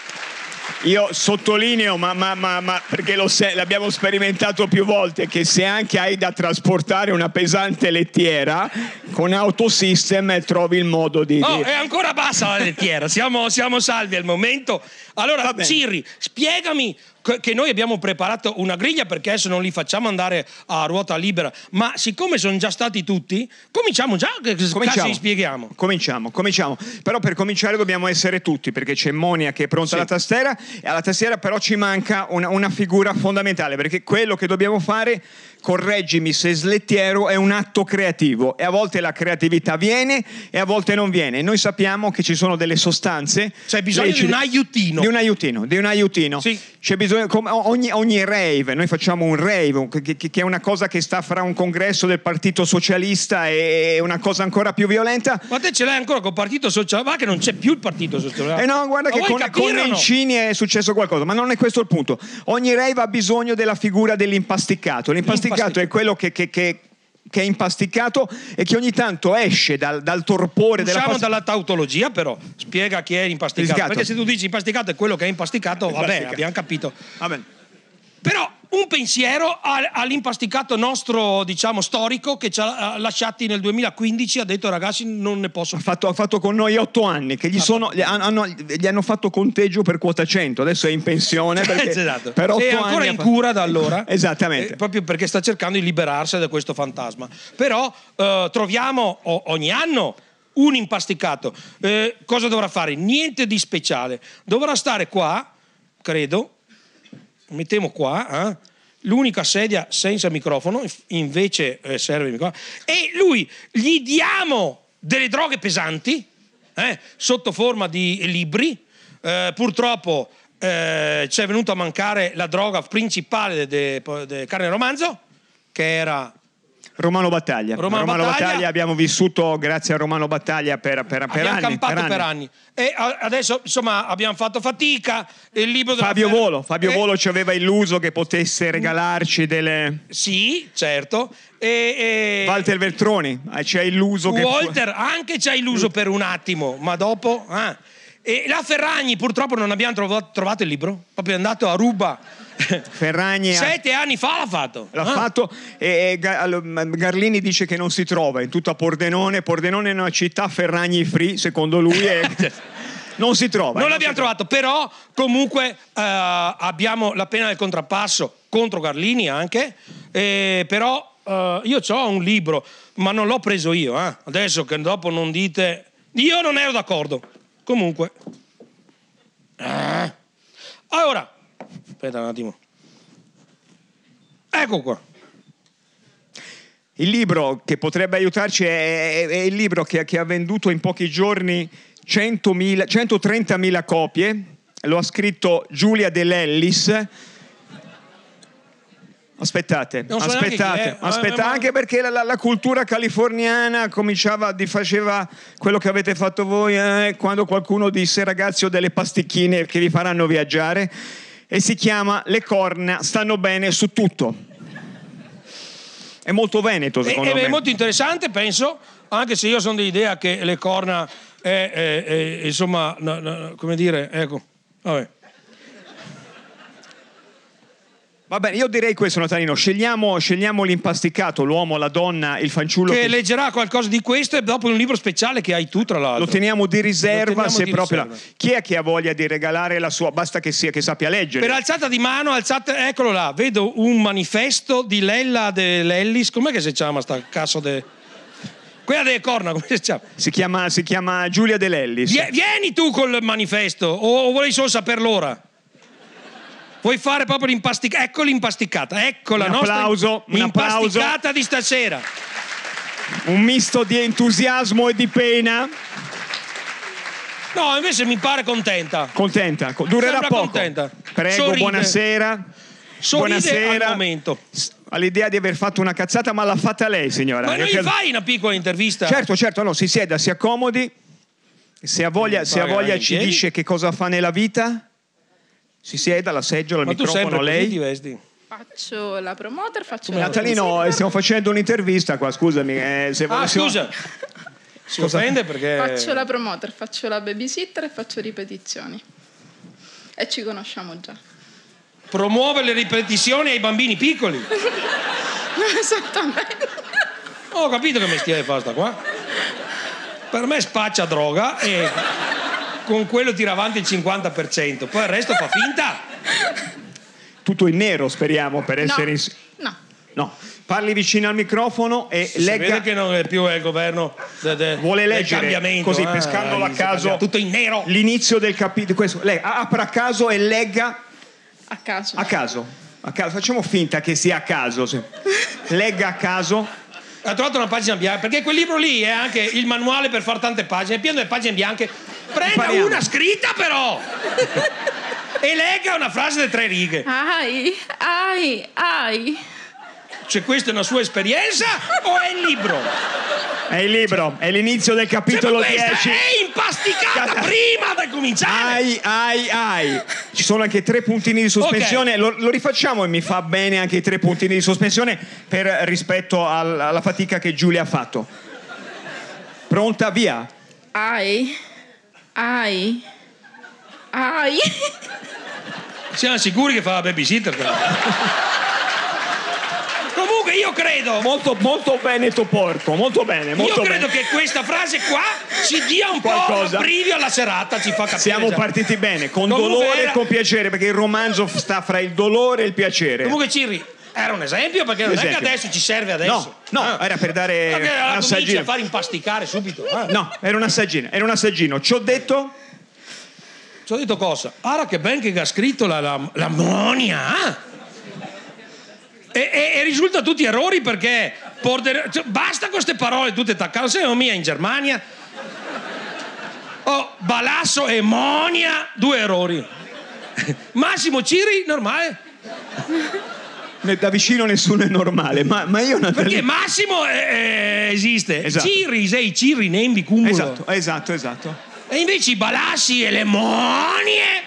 Speaker 5: Io sottolineo, ma, ma- ma- ma- perché lo se- l'abbiamo sperimentato più volte, che se anche hai da trasportare una pesante lettiera, con Autosystem trovi il modo di...
Speaker 2: Oh,
Speaker 5: di-
Speaker 2: è ancora bassa la lettiera. Siamo, siamo salvi al momento. Allora,
Speaker 5: Va bene.
Speaker 2: Cirri, spiegami co- che noi abbiamo preparato una griglia perché adesso non li facciamo andare a ruota libera. Ma siccome sono già stati tutti, cominciamo già. Che che cazzo li spieghiamo?
Speaker 5: Cominciamo, cominciamo. Però per cominciare dobbiamo essere tutti, perché c'è Monia che è pronta alla tastiera e alla tastiera però ci manca una, una figura fondamentale, perché quello che dobbiamo fare, correggimi se slettiero, è un atto creativo e a volte la creatività viene e a volte non viene. Noi sappiamo che ci sono delle sostanze...
Speaker 2: C'è bisogno
Speaker 5: lecite-
Speaker 2: di un aiutino.
Speaker 5: Di un aiutino, di un aiutino.
Speaker 2: Sì.
Speaker 5: C'è bisogno, come ogni, ogni rave, noi facciamo un rave, un- che, che- che è una cosa che sta fra un congresso del Partito Socialista e una cosa ancora più violenta.
Speaker 2: Ma te ce l'hai ancora col partito sociale? Ma che non c'è più il partito sociale.
Speaker 5: Eh no, guarda
Speaker 2: Ma
Speaker 5: che
Speaker 2: vuoi
Speaker 5: con,
Speaker 2: capire
Speaker 5: con
Speaker 2: o no?
Speaker 5: Nencini è successo qualcosa, ma non è questo il punto. Ogni rave ha bisogno della figura dell'impasticato. L'impasticato è
Speaker 2: L'impasticato.
Speaker 5: quello che, che- che- che è impasticato e che ogni tanto esce dal, dal torpore della
Speaker 2: Usciamo
Speaker 5: past-
Speaker 2: dalla tautologia, però spiega chi è impasticato.
Speaker 5: Impasticato.
Speaker 2: Perché se tu dici impasticato è quello che è impasticato, vabbè,
Speaker 5: Impasticato.
Speaker 2: abbiamo capito.
Speaker 5: Va bene.
Speaker 2: Però un pensiero al- all'impasticato nostro, diciamo, storico che ci ha eh, lasciati nel 2015 ha detto ragazzi non ne posso
Speaker 5: Ha
Speaker 2: più.
Speaker 5: fatto, ha fatto con noi otto anni che gli, sono, gli, hanno, gli hanno fatto conteggio per quota 100 adesso è in pensione perché
Speaker 2: Esatto.
Speaker 5: per otto
Speaker 2: È ancora
Speaker 5: anni ha
Speaker 2: in
Speaker 5: fa-
Speaker 2: cura da allora.
Speaker 5: esattamente
Speaker 2: Eh, proprio perché sta cercando di liberarsi da questo fantasma. Però eh, troviamo o- ogni anno un impasticato. Eh, cosa dovrà fare? Niente di speciale. Dovrà stare qua, credo, mettiamo qua, eh, l'unica sedia senza microfono, inf- invece eh, serve il microfono, e lui gli diamo delle droghe pesanti, eh, sotto forma di libri, Eh, purtroppo eh, ci è venuta a mancare la droga principale del carne romanzo, che era...
Speaker 5: Romano Battaglia
Speaker 2: Romano Battaglia.
Speaker 5: abbiamo vissuto grazie a Romano Battaglia per, per, per
Speaker 2: abbiamo
Speaker 5: anni,
Speaker 2: campato
Speaker 5: per anni.
Speaker 2: E a- adesso, insomma, abbiamo fatto fatica, il libro della
Speaker 5: Fabio
Speaker 2: Fer-
Speaker 5: Volo, Fabio
Speaker 2: Eh,
Speaker 5: Volo ci aveva illuso che potesse regalarci delle...
Speaker 2: Sì, certo. E, e-
Speaker 5: Walter Veltroni eh, ci ha illuso che...
Speaker 2: Walter anche ci ha illuso per un attimo, ma dopo... ah. E la Ferragni purtroppo non abbiamo trova- trovato il libro, proprio è andato a ruba.
Speaker 5: Ferragni ha-
Speaker 2: Sette anni fa l'ha fatto.
Speaker 5: l'ha
Speaker 2: Ah.
Speaker 5: fatto e e Ga- allo- Garlini dice che non si trova in tutta Pordenone. Pordenone è una città Ferragni free, secondo lui. e- non si trova.
Speaker 2: Non
Speaker 5: eh,
Speaker 2: l'abbiamo
Speaker 5: si trova.
Speaker 2: trovato, però comunque eh, abbiamo la pena del contrappasso contro Garlini anche, eh, però eh, io ho un libro, ma non l'ho preso io, eh. adesso che dopo non dite... Io non ero d'accordo, comunque. Ah. Allora, aspetta un attimo. Ecco qua.
Speaker 5: Il libro che potrebbe aiutarci è, è- è il libro che, che ha venduto in pochi giorni 100.000 130.000 copie. Lo ha scritto Giulia De Lellis. Aspettate,
Speaker 2: Non so neanche chi è.
Speaker 5: aspettate,
Speaker 2: Ma-
Speaker 5: aspetta,
Speaker 2: ma-
Speaker 5: anche perché la, la- la cultura californiana cominciava, di- faceva quello che avete fatto voi eh, quando qualcuno disse ragazzi ho delle pasticchine che vi faranno viaggiare e si chiama Le corna stanno bene su tutto. È molto veneto
Speaker 2: E-
Speaker 5: secondo
Speaker 2: e-
Speaker 5: me.
Speaker 2: È molto interessante, penso, anche se io sono dell'idea che le corna, è, è- è- insomma, no- no- come dire, ecco, vabbè.
Speaker 5: Va bene, io direi questo, Natalino. Scegliamo, scegliamo l'impasticato, l'uomo, la donna, il fanciullo.
Speaker 2: che
Speaker 5: che-
Speaker 2: leggerà qualcosa di questo e dopo in un libro speciale che hai tu, tra l'altro.
Speaker 5: Lo teniamo di riserva
Speaker 2: teniamo
Speaker 5: se
Speaker 2: di
Speaker 5: proprio.
Speaker 2: riserva.
Speaker 5: Chi è che ha voglia di regalare la sua? Basta che sia che sappia leggere.
Speaker 2: Per alzata di mano, alzate, eccolo là, vedo un manifesto di Lella dell'Ellis, com'è che si chiama sta cazzo de... Quella delle corna, come si chiama?
Speaker 5: Si, chiama, si chiama Giulia De Lellis.
Speaker 2: Vie- Vieni tu col manifesto o, o vuoi solo saper l'ora? Vuoi fare proprio l'impasticata? Ecco l'impasticata, ecco la
Speaker 5: Un
Speaker 2: nostra
Speaker 5: applauso, un applauso.
Speaker 2: impasticata di stasera.
Speaker 5: Un misto di entusiasmo e di pena.
Speaker 2: No, invece mi pare contenta.
Speaker 5: Contenta, co- durerà
Speaker 2: Sembra
Speaker 5: poco.
Speaker 2: contenta.
Speaker 5: Prego,
Speaker 2: Sorride.
Speaker 5: buonasera.
Speaker 2: Sorride
Speaker 5: buonasera.
Speaker 2: al momento.
Speaker 5: S- All'idea di aver fatto una cazzata, ma l'ha fatta lei, signora.
Speaker 2: Ma
Speaker 5: Io
Speaker 2: non gli
Speaker 5: credo-
Speaker 2: fai una piccola intervista?
Speaker 5: Certo, certo, no, si sieda, si accomodi. Se ha voglia,
Speaker 2: Mi
Speaker 5: se ha
Speaker 2: paga
Speaker 5: voglia
Speaker 2: Mm, in
Speaker 5: ci
Speaker 2: piedi.
Speaker 5: dice che cosa fa nella vita. Si sieda, la seggiola, il
Speaker 2: Ma tu sempre eh?
Speaker 5: microfono,
Speaker 2: così
Speaker 5: lei.
Speaker 2: ti vesti?
Speaker 3: Faccio la promoter, faccio la
Speaker 5: Natalino, eh, stiamo facendo un'intervista qua, scusami. eh, se
Speaker 2: Ah,
Speaker 5: vuoi- se-
Speaker 2: scusa. Si offende perché...
Speaker 5: eh,
Speaker 3: Faccio la promoter, faccio la babysitter e faccio ripetizioni. E ci conosciamo già.
Speaker 2: promuove le ripetizioni ai bambini piccoli.
Speaker 3: Esattamente.
Speaker 2: Oh, Ho capito che mestiere fa sta qua. Per me spaccia droga e con quello tira avanti il 50%, poi il resto fa finta.
Speaker 5: Tutto in nero, speriamo, per essere...
Speaker 3: No.
Speaker 5: in-
Speaker 3: no.
Speaker 5: No, parli vicino al microfono e
Speaker 2: Si
Speaker 5: legga...
Speaker 2: vede che non è più eh, il governo de- de-
Speaker 5: Vuole
Speaker 2: del
Speaker 5: leggere
Speaker 2: cambiamento.
Speaker 5: così,
Speaker 2: eh,
Speaker 5: pescandolo a
Speaker 2: si
Speaker 5: caso.
Speaker 2: cambia. Tutto in nero.
Speaker 5: L'inizio del capitolo. Questo, lei a- apra a caso e legga
Speaker 3: A caso.
Speaker 5: a caso. A caso. Facciamo finta che sia a caso. sì. Legga a caso.
Speaker 2: Ha trovato una pagina bianca, perché quel libro lì è anche il manuale per fare tante pagine, è pieno di pagine bianche. Prenda
Speaker 5: Impariamo.
Speaker 2: una scritta però! e legga una frase di tre righe.
Speaker 3: Ai, ai, ai.
Speaker 2: Cioè questa è una sua esperienza o è il libro?
Speaker 5: È il libro, è l'inizio del
Speaker 2: Cioè, ma
Speaker 5: capitolo
Speaker 2: questa
Speaker 5: 10.
Speaker 2: è impasticata
Speaker 5: Cata-
Speaker 2: prima di cominciare!
Speaker 5: Ai, ai, ai. Ci sono anche tre puntini di sospensione. Lo, lo rifacciamo e mi fa bene anche i tre puntini di sospensione per rispetto al- alla fatica che Giulia ha fatto. Pronta, via.
Speaker 3: Ai, ai, ai.
Speaker 2: Siamo sicuri che fa la babysitter? però? Comunque io credo,
Speaker 5: Molto, molto bene, Toporco. Molto bene, molto
Speaker 2: io
Speaker 5: bene.
Speaker 2: credo che questa frase qua ci dia un
Speaker 5: Qualcosa.
Speaker 2: po' brivio alla serata, ci fa capire. cioè.
Speaker 5: Siamo
Speaker 2: già.
Speaker 5: partiti bene, con
Speaker 2: Comunque
Speaker 5: dolore
Speaker 2: era-
Speaker 5: e con piacere, perché il romanzo f- sta fra il dolore e il piacere.
Speaker 2: Comunque Cirri, era un esempio perché non è
Speaker 5: Eh. Esempio.
Speaker 2: che adesso ci serve adesso. Eh.
Speaker 5: no, no, eh, era per dare
Speaker 2: Perché allora
Speaker 5: un
Speaker 2: cominci a
Speaker 5: assaggino.
Speaker 2: far impasticare subito. eh.
Speaker 5: No, era un assaggino, era un assaggino. Ci ho detto,
Speaker 2: Ci ho detto cosa? Ara che ben che ha scritto la, la, la Monia, ah! E, e- e risulta tutti errori perché porter- cioè, basta con queste parole tutte attaccate. Siamo mia in Germania. Oh, Balasso e Monia, due errori. Massimo Ciri, normale.
Speaker 5: ne- da vicino nessuno è normale, ma, ma io
Speaker 2: Perché
Speaker 5: Natalino...
Speaker 2: Massimo eh, eh, esiste.
Speaker 5: Esatto.
Speaker 2: Ciri, sei Ciri, Nembi, Cumulo.
Speaker 5: Esatto, esatto, esatto.
Speaker 2: E invece i Balassi e le Monie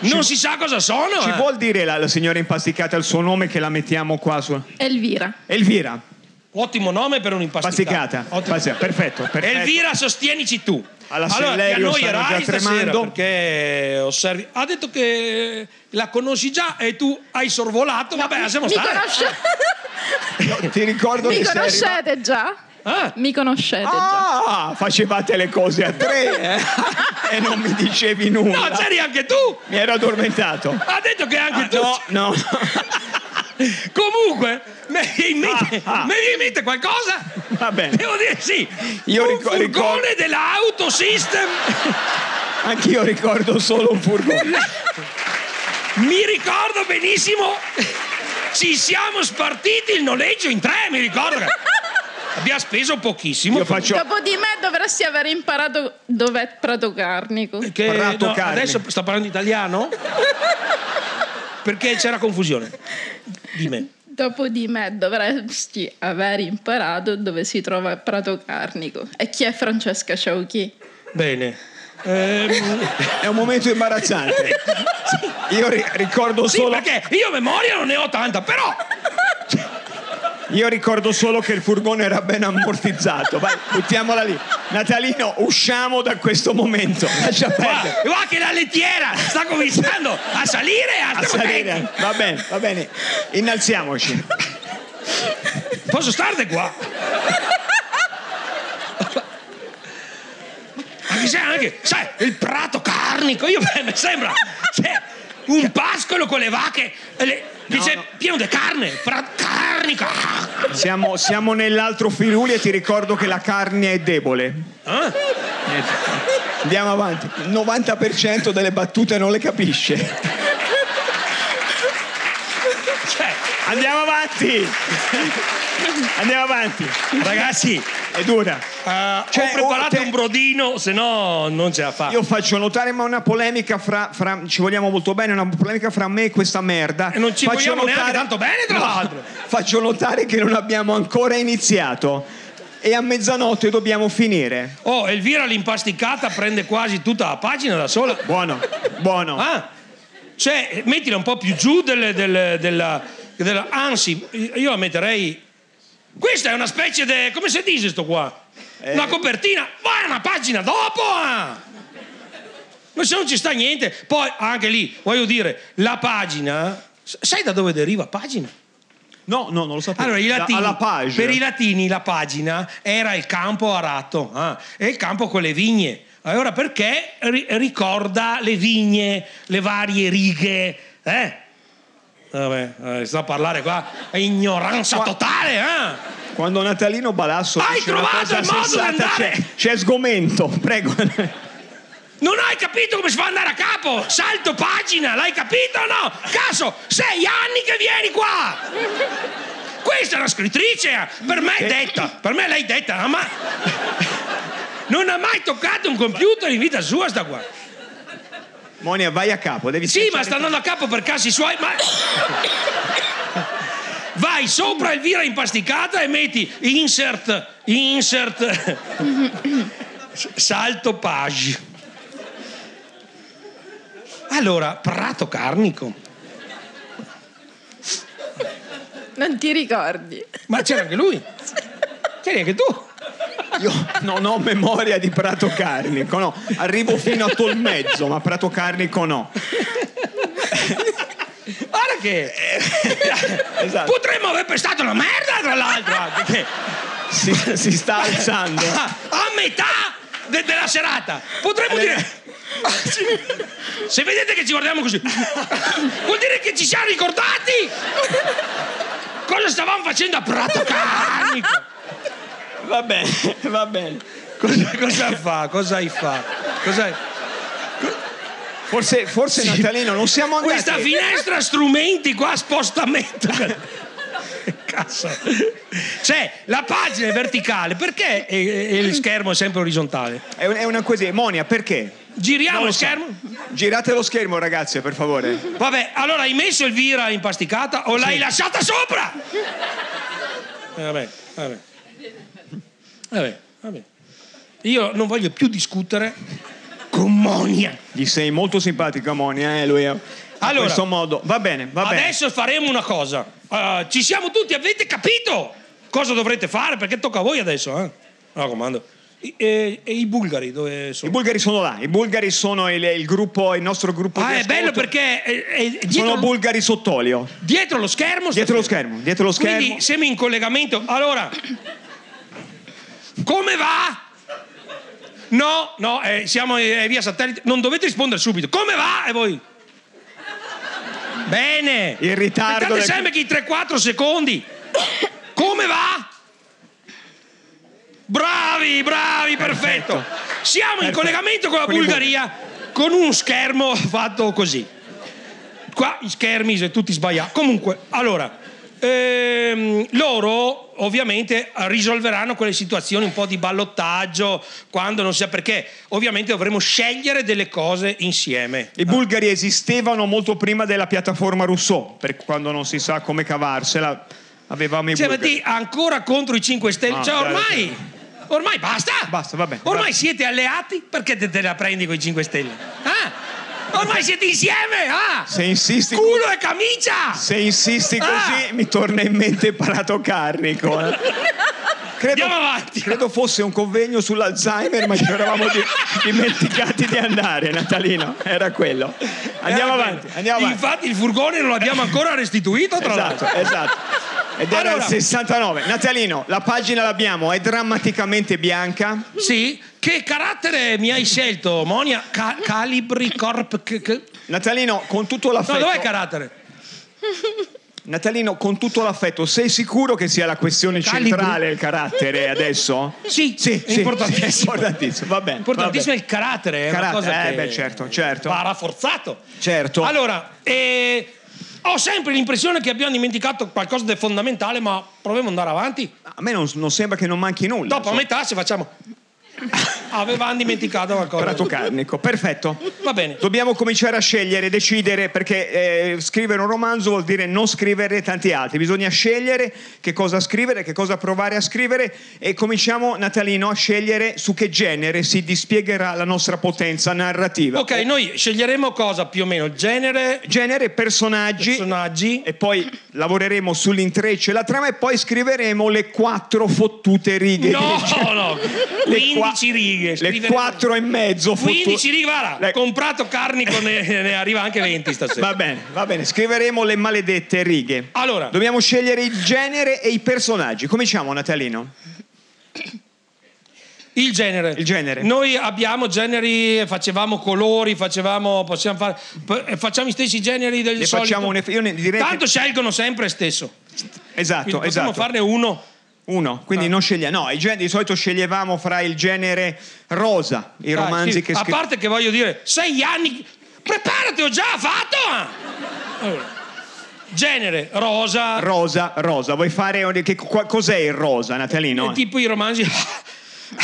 Speaker 2: non si sa cosa sono.
Speaker 5: Ci
Speaker 2: eh.
Speaker 5: vuol dire la, la signora impasticata il suo nome che la mettiamo qua su...
Speaker 3: Elvira.
Speaker 5: Elvira,
Speaker 2: Ottimo nome per un'impasticata.
Speaker 5: pasticata.
Speaker 2: Ottimo.
Speaker 5: Pasticata, Perfetto, perfetto.
Speaker 2: Elvira, sostenici tu.
Speaker 5: Alla
Speaker 2: allora, ti
Speaker 5: Sellerio
Speaker 2: annoierai
Speaker 5: stanno già
Speaker 2: stasera
Speaker 5: tremando.
Speaker 2: perché osservi. Ha detto che la conosci già e tu hai sorvolato. Vabbè, lasciamo
Speaker 3: Mi
Speaker 2: stare.
Speaker 3: conosce-
Speaker 5: Ti ricordo
Speaker 3: Mi
Speaker 5: che Eh, sei arrivato-
Speaker 3: conoscete già?
Speaker 2: Ah,
Speaker 3: Mi conoscete già?
Speaker 5: Ah, facevate le cose a tre eh? e non mi dicevi nulla.
Speaker 2: no, c'eri anche tu.
Speaker 5: Mi ero addormentato.
Speaker 2: Ha detto che anche tu.
Speaker 5: Ah, No, no.
Speaker 2: Comunque, mi viene in mente-
Speaker 5: Ah, ah.
Speaker 2: mi viene in mente qualcosa?
Speaker 5: Va bene.
Speaker 2: Devo dire sì.
Speaker 5: Io
Speaker 2: un
Speaker 5: ricor-
Speaker 2: furgone
Speaker 5: ricor-
Speaker 2: dell'autosystem.
Speaker 5: Anch'io ricordo solo un furgone.
Speaker 2: Mi ricordo benissimo. Ci siamo spartiti il noleggio in tre, mi ricordo. che Abbiamo speso pochissimo.
Speaker 5: Io faccio
Speaker 3: Dopo di me dovresti aver imparato dov'è Prato Carnico.
Speaker 2: Che-
Speaker 5: Prato Carni.
Speaker 2: adesso sta parlando italiano? Perché c'era confusione. Di me.
Speaker 3: Dopo di me dovresti aver imparato dove si trova Prato Carnico e chi è Francesca Ciauchi.
Speaker 2: Bene. Ehm,
Speaker 5: è un momento imbarazzante. Io ri- ricordo
Speaker 2: sì,
Speaker 5: solo Eh.
Speaker 2: perché io memoria non ne ho tanta, però
Speaker 5: Io ricordo solo che il furgone era ben ammortizzato. Vai, buttiamola lì. Natalino, usciamo da questo momento. Lascia
Speaker 2: Guarda,
Speaker 5: perdere.
Speaker 2: guarda che la lettiera sta cominciando a salire. A
Speaker 5: A salire. Va bene, va bene. Innalziamoci.
Speaker 2: Posso starne qua? Anche se anche, sai, il prato carnico, io mi sembra cioè, un pascolo con le vacche, e le- dice
Speaker 5: no.
Speaker 2: pieno di carne, prato carnico.
Speaker 5: Siamo, siamo nell'altro Firuli e ti ricordo che la carne è debole.
Speaker 2: Ah,
Speaker 5: Andiamo avanti. Il 90% delle battute non le capisce.
Speaker 2: cioè,
Speaker 5: Andiamo avanti. Andiamo avanti.
Speaker 2: ragazzi,
Speaker 5: È dura.
Speaker 2: eh,
Speaker 5: Cioè,
Speaker 2: ho preparato
Speaker 5: o te-
Speaker 2: un brodino, se no non ce la fa.
Speaker 5: Io faccio notare ma una polemica fra, fra- ci vogliamo molto bene, una polemica fra me e questa merda.
Speaker 2: E non ci
Speaker 5: faccio
Speaker 2: vogliamo neanche tanto bene, tra l'altro.
Speaker 5: Faccio notare che non abbiamo ancora iniziato e a mezzanotte dobbiamo finire.
Speaker 2: Oh, Elvira l'impasticata prende quasi tutta la pagina da sola.
Speaker 5: Buono, buono.
Speaker 2: Ah, cioè, mettila un po' più giù delle- delle- della, della- Anzi, io la metterei... Questa è una specie di... Come si dice sto qua? Una copertina. Vai una pagina dopo! ah! Ma se non ci sta niente... Poi, anche lì, voglio dire, la pagina... s- Sai da dove deriva pagina?
Speaker 5: No, no, non lo sapevo.
Speaker 2: Allora, i
Speaker 5: Da-
Speaker 2: latini,
Speaker 5: alla page.
Speaker 2: per i latini la pagina era il campo arato ah, e il campo con le vigne. Allora perché ri- ricorda le vigne, le varie righe? Eh? Vabbè, eh, sto a parlare qua, è ignoranza totale. Eh?
Speaker 5: Quando Natalino Balasso
Speaker 2: Hai
Speaker 5: dice una
Speaker 2: trovato
Speaker 5: cosa
Speaker 2: il modo di
Speaker 5: sensata,
Speaker 2: andare?
Speaker 5: c'è, c'è sgomento, prego.
Speaker 2: Non hai capito come si fa ad andare a capo? Salto pagina, l'hai capito o no? Caso, sei anni che vieni qua! Questa è una scrittrice, eh. per me è detta, per me l'hai detta, ma non ha mai toccato un computer in vita sua sta qua.
Speaker 5: Monia, vai a capo, devi
Speaker 2: Sì, ma
Speaker 5: schiacciare-
Speaker 2: sta andando a capo per casi suoi, ma... Vai sopra Elvira impasticata e metti insert, insert, salto page. Allora, prato carnico.
Speaker 3: Non ti ricordi?
Speaker 2: Ma c'era anche lui. C'eri anche tu.
Speaker 5: Io non ho memoria di Prato Carnico, no. Arrivo fino a Tolmezzo, ma Prato Carnico no.
Speaker 2: Guarda che...
Speaker 5: Esatto.
Speaker 2: Potremmo aver pestato la merda, tra l'altro. anche, che-
Speaker 5: Si, si sta alzando.
Speaker 2: Ah, a metà de- della serata potremmo dire se vedete che ci guardiamo così vuol dire che ci siamo ricordati cosa stavamo facendo a Prato Carnico
Speaker 5: Va bene, va bene.
Speaker 2: cosa, cosa fa cosa hai fatto cosa...
Speaker 5: Forse, forse Natalino non siamo andati.
Speaker 2: questa finestra strumenti qua spostamento cazzo cioè la pagina è verticale perché eh, eh, il schermo è sempre orizzontale
Speaker 5: È, un- è una così. Monia, perché?
Speaker 2: giriamo
Speaker 5: Non
Speaker 2: lo
Speaker 5: lo
Speaker 2: schermo
Speaker 5: Girate lo schermo, ragazze, per favore.
Speaker 2: Vabbè, allora hai messo Elvira impasticata o l'hai lasciata sopra? Eh, vabbè, vabbè. Vabbè, vabbè. Io non voglio più discutere con Monia.
Speaker 5: Gli sei molto simpatico, Monia, eh, lui. è-
Speaker 2: Allora.
Speaker 5: in questo modo. Va bene, va bene.
Speaker 2: Adesso faremo una cosa. Eh, ci siamo tutti, avete capito cosa dovrete fare? Perché tocca a voi adesso, eh? Mi raccomando. I, eh, e- e i bulgari dove
Speaker 5: I
Speaker 2: sono?
Speaker 5: bulgari sono là. I bulgari sono il, il gruppo, il nostro gruppo
Speaker 2: ah,
Speaker 5: di
Speaker 2: è
Speaker 5: ascolto.
Speaker 2: bello perché eh, eh,
Speaker 5: Sono
Speaker 2: dietro,
Speaker 5: bulgari sott'olio.
Speaker 2: dietro lo schermo...
Speaker 5: Dietro lo schermo, dietro lo schermo.
Speaker 2: Quindi siamo in collegamento. Allora, come va? No, no, eh, siamo eh, via satellite. Non dovete rispondere subito. Come va? E voi? Bene.
Speaker 5: Il ritardo
Speaker 2: Aspettate
Speaker 5: del-
Speaker 2: sempre che i 3-4 secondi. Come va? Bravi, bravi, perfetto.
Speaker 5: Perfetto.
Speaker 2: Siamo in
Speaker 5: Perfetto.
Speaker 2: collegamento con la
Speaker 5: Con i
Speaker 2: Bulgaria con un schermo fatto così qua i schermi se tutti sbagliati. Comunque, allora, ehm, loro ovviamente risolveranno quelle situazioni un po' di ballottaggio, quando non sa perché, ovviamente dovremo scegliere delle cose insieme.
Speaker 5: I bulgari esistevano molto prima della piattaforma Rousseau, per quando non si sa come cavarsela, avevamo i
Speaker 2: Cioè, ma
Speaker 5: bulgari.
Speaker 2: ti- ancora contro i 5 Stelle,
Speaker 5: Ah,
Speaker 2: cioè
Speaker 5: dai,
Speaker 2: ormai, ormai basta.
Speaker 5: Basta, vabbè.
Speaker 2: Ormai
Speaker 5: Vabbè.
Speaker 2: siete alleati, perché te, te la prendi con i 5 Stelle? Ah, Ormai siete insieme, ah!
Speaker 5: Se insisti,
Speaker 2: Culo e camicia!
Speaker 5: se insisti così
Speaker 2: Ah!
Speaker 5: mi torna in mente Parato Carnico. eh. Credo,
Speaker 2: Andiamo avanti.
Speaker 5: credo fosse un convegno sull'Alzheimer, ma ci eravamo di- dimenticati di andare, Natalino. Era quello. Andiamo
Speaker 2: Era
Speaker 5: avanti,
Speaker 2: quello.
Speaker 5: andiamo avanti.
Speaker 2: Eh, Infatti il furgone non l'abbiamo ancora restituito, tra
Speaker 5: Esatto,
Speaker 2: l'altro.
Speaker 5: esatto. Ed era
Speaker 2: Allora.
Speaker 5: il 69. Natalino, la pagina l'abbiamo, è drammaticamente bianca.
Speaker 2: Sì? Che carattere mi hai scelto, Monia? Ca- calibri, corp... c- c-
Speaker 5: Natalino, con tutto
Speaker 2: No,
Speaker 5: l'affetto.
Speaker 2: dov'è il carattere?
Speaker 5: Natalino, con tutto l'affetto, sei sicuro che sia la questione
Speaker 2: Calibri.
Speaker 5: centrale il carattere adesso?
Speaker 2: Sì,
Speaker 5: Sì,
Speaker 2: è
Speaker 5: sì,
Speaker 2: importantissimo.
Speaker 5: sì, è importantissimo, va bene.
Speaker 2: Importantissimo è
Speaker 5: va
Speaker 2: il carattere, è
Speaker 5: Carattere,
Speaker 2: una cosa
Speaker 5: eh,
Speaker 2: che
Speaker 5: beh, certo, certo.
Speaker 2: va rafforzato.
Speaker 5: Certo.
Speaker 2: Allora, eh, ho sempre l'impressione che abbiamo dimenticato qualcosa di fondamentale, ma proviamo ad andare avanti.
Speaker 5: bene. A me non, non sembra che non manchi nulla.
Speaker 2: Dopo a metà se facciamo... Avevamo dimenticato qualcosa.
Speaker 5: Prato carnico, perfetto.
Speaker 2: Va bene.
Speaker 5: Dobbiamo cominciare a scegliere, decidere, perché eh, scrivere un romanzo vuol dire non scrivere tanti altri. Bisogna scegliere che cosa scrivere, che cosa provare a scrivere e cominciamo, Natalino, a scegliere su che genere si dispiegherà la nostra potenza narrativa.
Speaker 2: Ok, noi sceglieremo cosa più o meno? Il genere,
Speaker 5: Genere, personaggi,
Speaker 2: personaggi.
Speaker 5: e poi lavoreremo sull'intreccio e la trama e poi scriveremo le quattro fottute righe.
Speaker 2: No,
Speaker 5: di genere.
Speaker 2: no,
Speaker 5: Le
Speaker 2: 15
Speaker 5: qua-
Speaker 2: righe.
Speaker 5: Le
Speaker 2: scriveremo-
Speaker 5: quattro e mezzo fottute.
Speaker 2: 15 righe, guarda,
Speaker 5: Le-
Speaker 2: comprato carnico ne, ne arriva anche 20 stasera.
Speaker 5: Va bene, va bene, scriveremo le maledette righe.
Speaker 2: Allora,
Speaker 5: Dobbiamo scegliere il genere e i personaggi. Cominciamo, Natalino.
Speaker 2: il genere.
Speaker 5: Il genere.
Speaker 2: Noi abbiamo generi, facevamo colori, facevamo, possiamo fare, p- facciamo gli stessi generi del
Speaker 5: Ne
Speaker 2: solito.
Speaker 5: facciamo un eff- io ne direi che-
Speaker 2: Tanto scelgono sempre stesso.
Speaker 5: Esatto,
Speaker 2: Quindi possiamo
Speaker 5: esatto.
Speaker 2: farne uno.
Speaker 5: Uno, quindi
Speaker 2: Ah.
Speaker 5: non scegliamo. No, i gen- di solito sceglievamo fra il genere rosa, i
Speaker 2: Dai,
Speaker 5: romanzi
Speaker 2: Ah, sì.
Speaker 5: che
Speaker 2: A
Speaker 5: scriviamo.
Speaker 2: parte che voglio dire, sei anni. Preparati, ho già fatto! Allora, genere, rosa,
Speaker 5: Rosa, rosa, vuoi fare un- che- qua- cos'è il rosa, Natalino?
Speaker 2: Eh, tipo i romanzi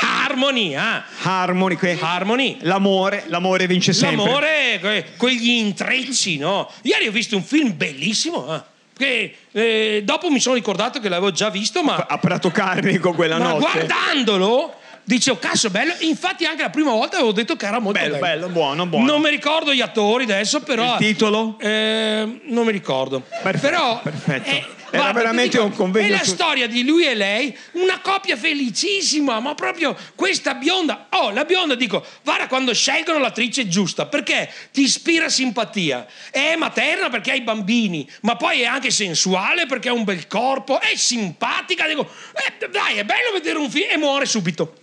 Speaker 2: Harmony ah.
Speaker 5: Harmony, que-
Speaker 2: Harmony
Speaker 5: l'amore, l'amore vince sempre.
Speaker 2: l'amore que- quegli intrecci no ieri ho visto un film bellissimo ah, che eh, dopo mi sono ricordato che l'avevo già visto ma,
Speaker 5: A Prato Carnico quella
Speaker 2: ma
Speaker 5: notte.
Speaker 2: guardandolo dicevo cazzo bello infatti anche la prima volta avevo detto che era molto bello,
Speaker 5: Bello, bello, buono, buono.
Speaker 2: non mi ricordo gli attori adesso però
Speaker 5: Il titolo?
Speaker 2: Eh, non mi ricordo.
Speaker 5: Perfetto,
Speaker 2: Però
Speaker 5: perfetto.
Speaker 2: eh,
Speaker 5: Era
Speaker 2: guarda,
Speaker 5: veramente
Speaker 2: ti dico,
Speaker 5: un convegno
Speaker 2: È la
Speaker 5: su-
Speaker 2: storia di lui e lei, una coppia felicissima, ma proprio questa bionda. Oh, la bionda dico, guarda quando scelgono l'attrice giusta, perché ti ispira simpatia. È materna perché ha i bambini, ma poi è anche sensuale perché ha un bel corpo, è simpatica, dico, eh, dai, è bello vedere un film e muore subito.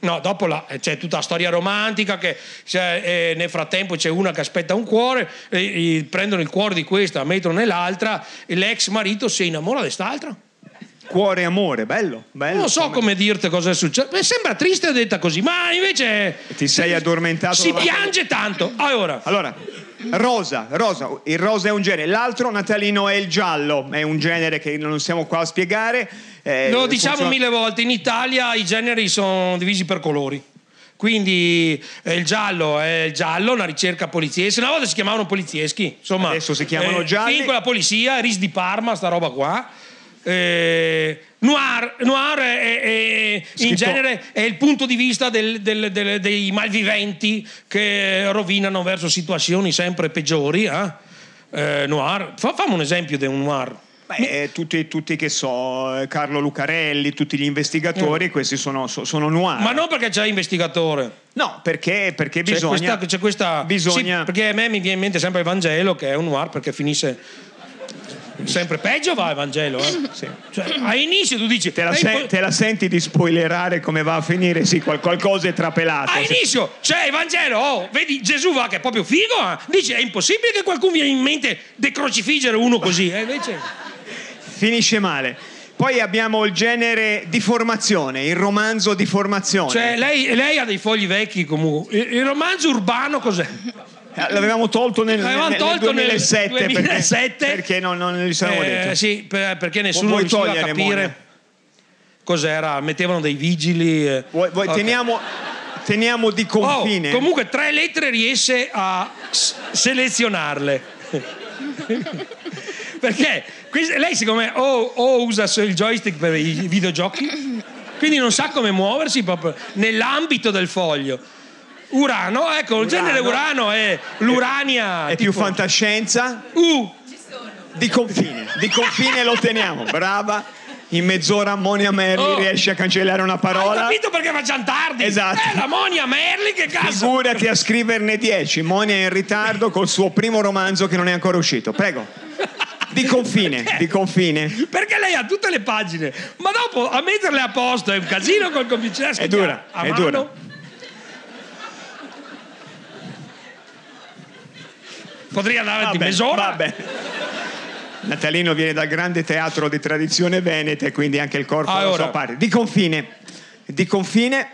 Speaker 2: No, dopo la- eh, c'è tutta la storia romantica che c'è, eh, nel frattempo c'è una che aspetta un cuore, eh, eh, prendono il cuore di questa, la mettono nell'altra e l'ex marito si innamora di quest'altra.
Speaker 5: Cuore e amore, bello, bello.
Speaker 2: Non so come dirti cosa è successo. Beh, sembra triste detta così, ma invece...
Speaker 5: Ti sei addormentato
Speaker 2: Si
Speaker 5: davanti-
Speaker 2: piange tanto. Allora,
Speaker 5: Allora, rosa, rosa, il rosa è un genere, l'altro natalino è il giallo, è un genere che non siamo qua a spiegare. eh,
Speaker 2: lo diciamo
Speaker 5: funziona-
Speaker 2: mille volte, in Italia i generi sono divisi per colori. Quindi eh, il giallo è il giallo, una ricerca poliziesca. Una volta si chiamavano polizieschi, insomma.
Speaker 5: Adesso si chiamano gialli.
Speaker 2: Film con la polizia, Ris di Parma, sta roba qua. Eh, noir, noir è- è- è- in
Speaker 5: Scritto-
Speaker 2: genere è il punto di vista del- del- del- dei malviventi che rovinano verso situazioni sempre peggiori. eh. Eh, noir, Fa- fammi un esempio di un noir.
Speaker 5: Beh, eh, tutti, tutti che so, eh, Carlo Lucarelli, tutti gli investigatori, questi sono, so- sono noir.
Speaker 2: Eh. Ma non perché c'è investigatore.
Speaker 5: No, perché, perché
Speaker 2: C'è
Speaker 5: bisogna...
Speaker 2: questa, c'è questa-
Speaker 5: bisogna-
Speaker 2: sì, perché a me mi viene in mente sempre il Vangelo che è un noir perché finisce sempre peggio va il Vangelo eh.
Speaker 5: Sì.
Speaker 2: Cioè, all'inizio tu dici
Speaker 5: Te la,
Speaker 2: "È
Speaker 5: se-
Speaker 2: impo-
Speaker 5: te la senti di spoilerare come va a finire? Sì, qual- qualcosa è trapelato. sì.
Speaker 2: all'inizio c'è il Vangelo oh, vedi Gesù va che è proprio figo eh. dici è impossibile che qualcuno viene in mente decrocifiggere uno così eh, invece
Speaker 5: Finisce male. Poi abbiamo il genere di formazione, il romanzo di formazione. Eh,
Speaker 2: cioè lei, lei ha dei fogli vecchi comunque il, il romanzo urbano cos'è?
Speaker 5: Eh, L'avevamo tolto nel,
Speaker 2: L'avevamo
Speaker 5: nel-
Speaker 2: tolto nel
Speaker 5: nel 2007, perché-
Speaker 2: 2007.
Speaker 5: perché, non, non gli saremmo
Speaker 2: Eh,
Speaker 5: detto.
Speaker 2: sì per- perché nessuno
Speaker 5: Vuoi
Speaker 2: riusciva a
Speaker 5: togliere,
Speaker 2: capire
Speaker 5: Monia?
Speaker 2: cos'era mettevano dei vigili eh.
Speaker 5: Vuoi- vuoi-
Speaker 2: Ok.
Speaker 5: teniamo, teniamo di
Speaker 2: Oh,
Speaker 5: confine.
Speaker 2: comunque tre lettere riesce a s- selezionarle. Perché questa- lei secondo me o, o usa solo il joystick per i videogiochi Quindi non sa come muoversi proprio nell'ambito del foglio. Urano, ecco, il genere Urano è l'Urania.
Speaker 5: È più
Speaker 2: tipo-
Speaker 5: fantascienza?
Speaker 2: Uh,
Speaker 5: Di confine, di confine lo teniamo, brava. In mezz'ora Monia Merli
Speaker 2: Oh.
Speaker 5: riesce a cancellare una
Speaker 2: hai
Speaker 5: parola.
Speaker 2: capito perché facciamo tardi?
Speaker 5: Esatto.
Speaker 2: È la Monia Merli, che cazzo.
Speaker 5: Figurati a scriverne 10. Monia è in ritardo col suo primo romanzo che non è ancora uscito. Prego. Di confine, di confine.
Speaker 2: Perché lei ha tutte le pagine, ma dopo a metterle a posto è un casino col computer.
Speaker 5: È dura,
Speaker 2: a
Speaker 5: è
Speaker 2: mano.
Speaker 5: dura.
Speaker 2: Potrei andare avanti
Speaker 5: Vabbè,
Speaker 2: mezz'ora.
Speaker 5: vabbè. Natalino viene dal grande teatro di tradizione veneta e quindi anche il corpo alla
Speaker 2: Allora.
Speaker 5: sua parte. Di confine, di confine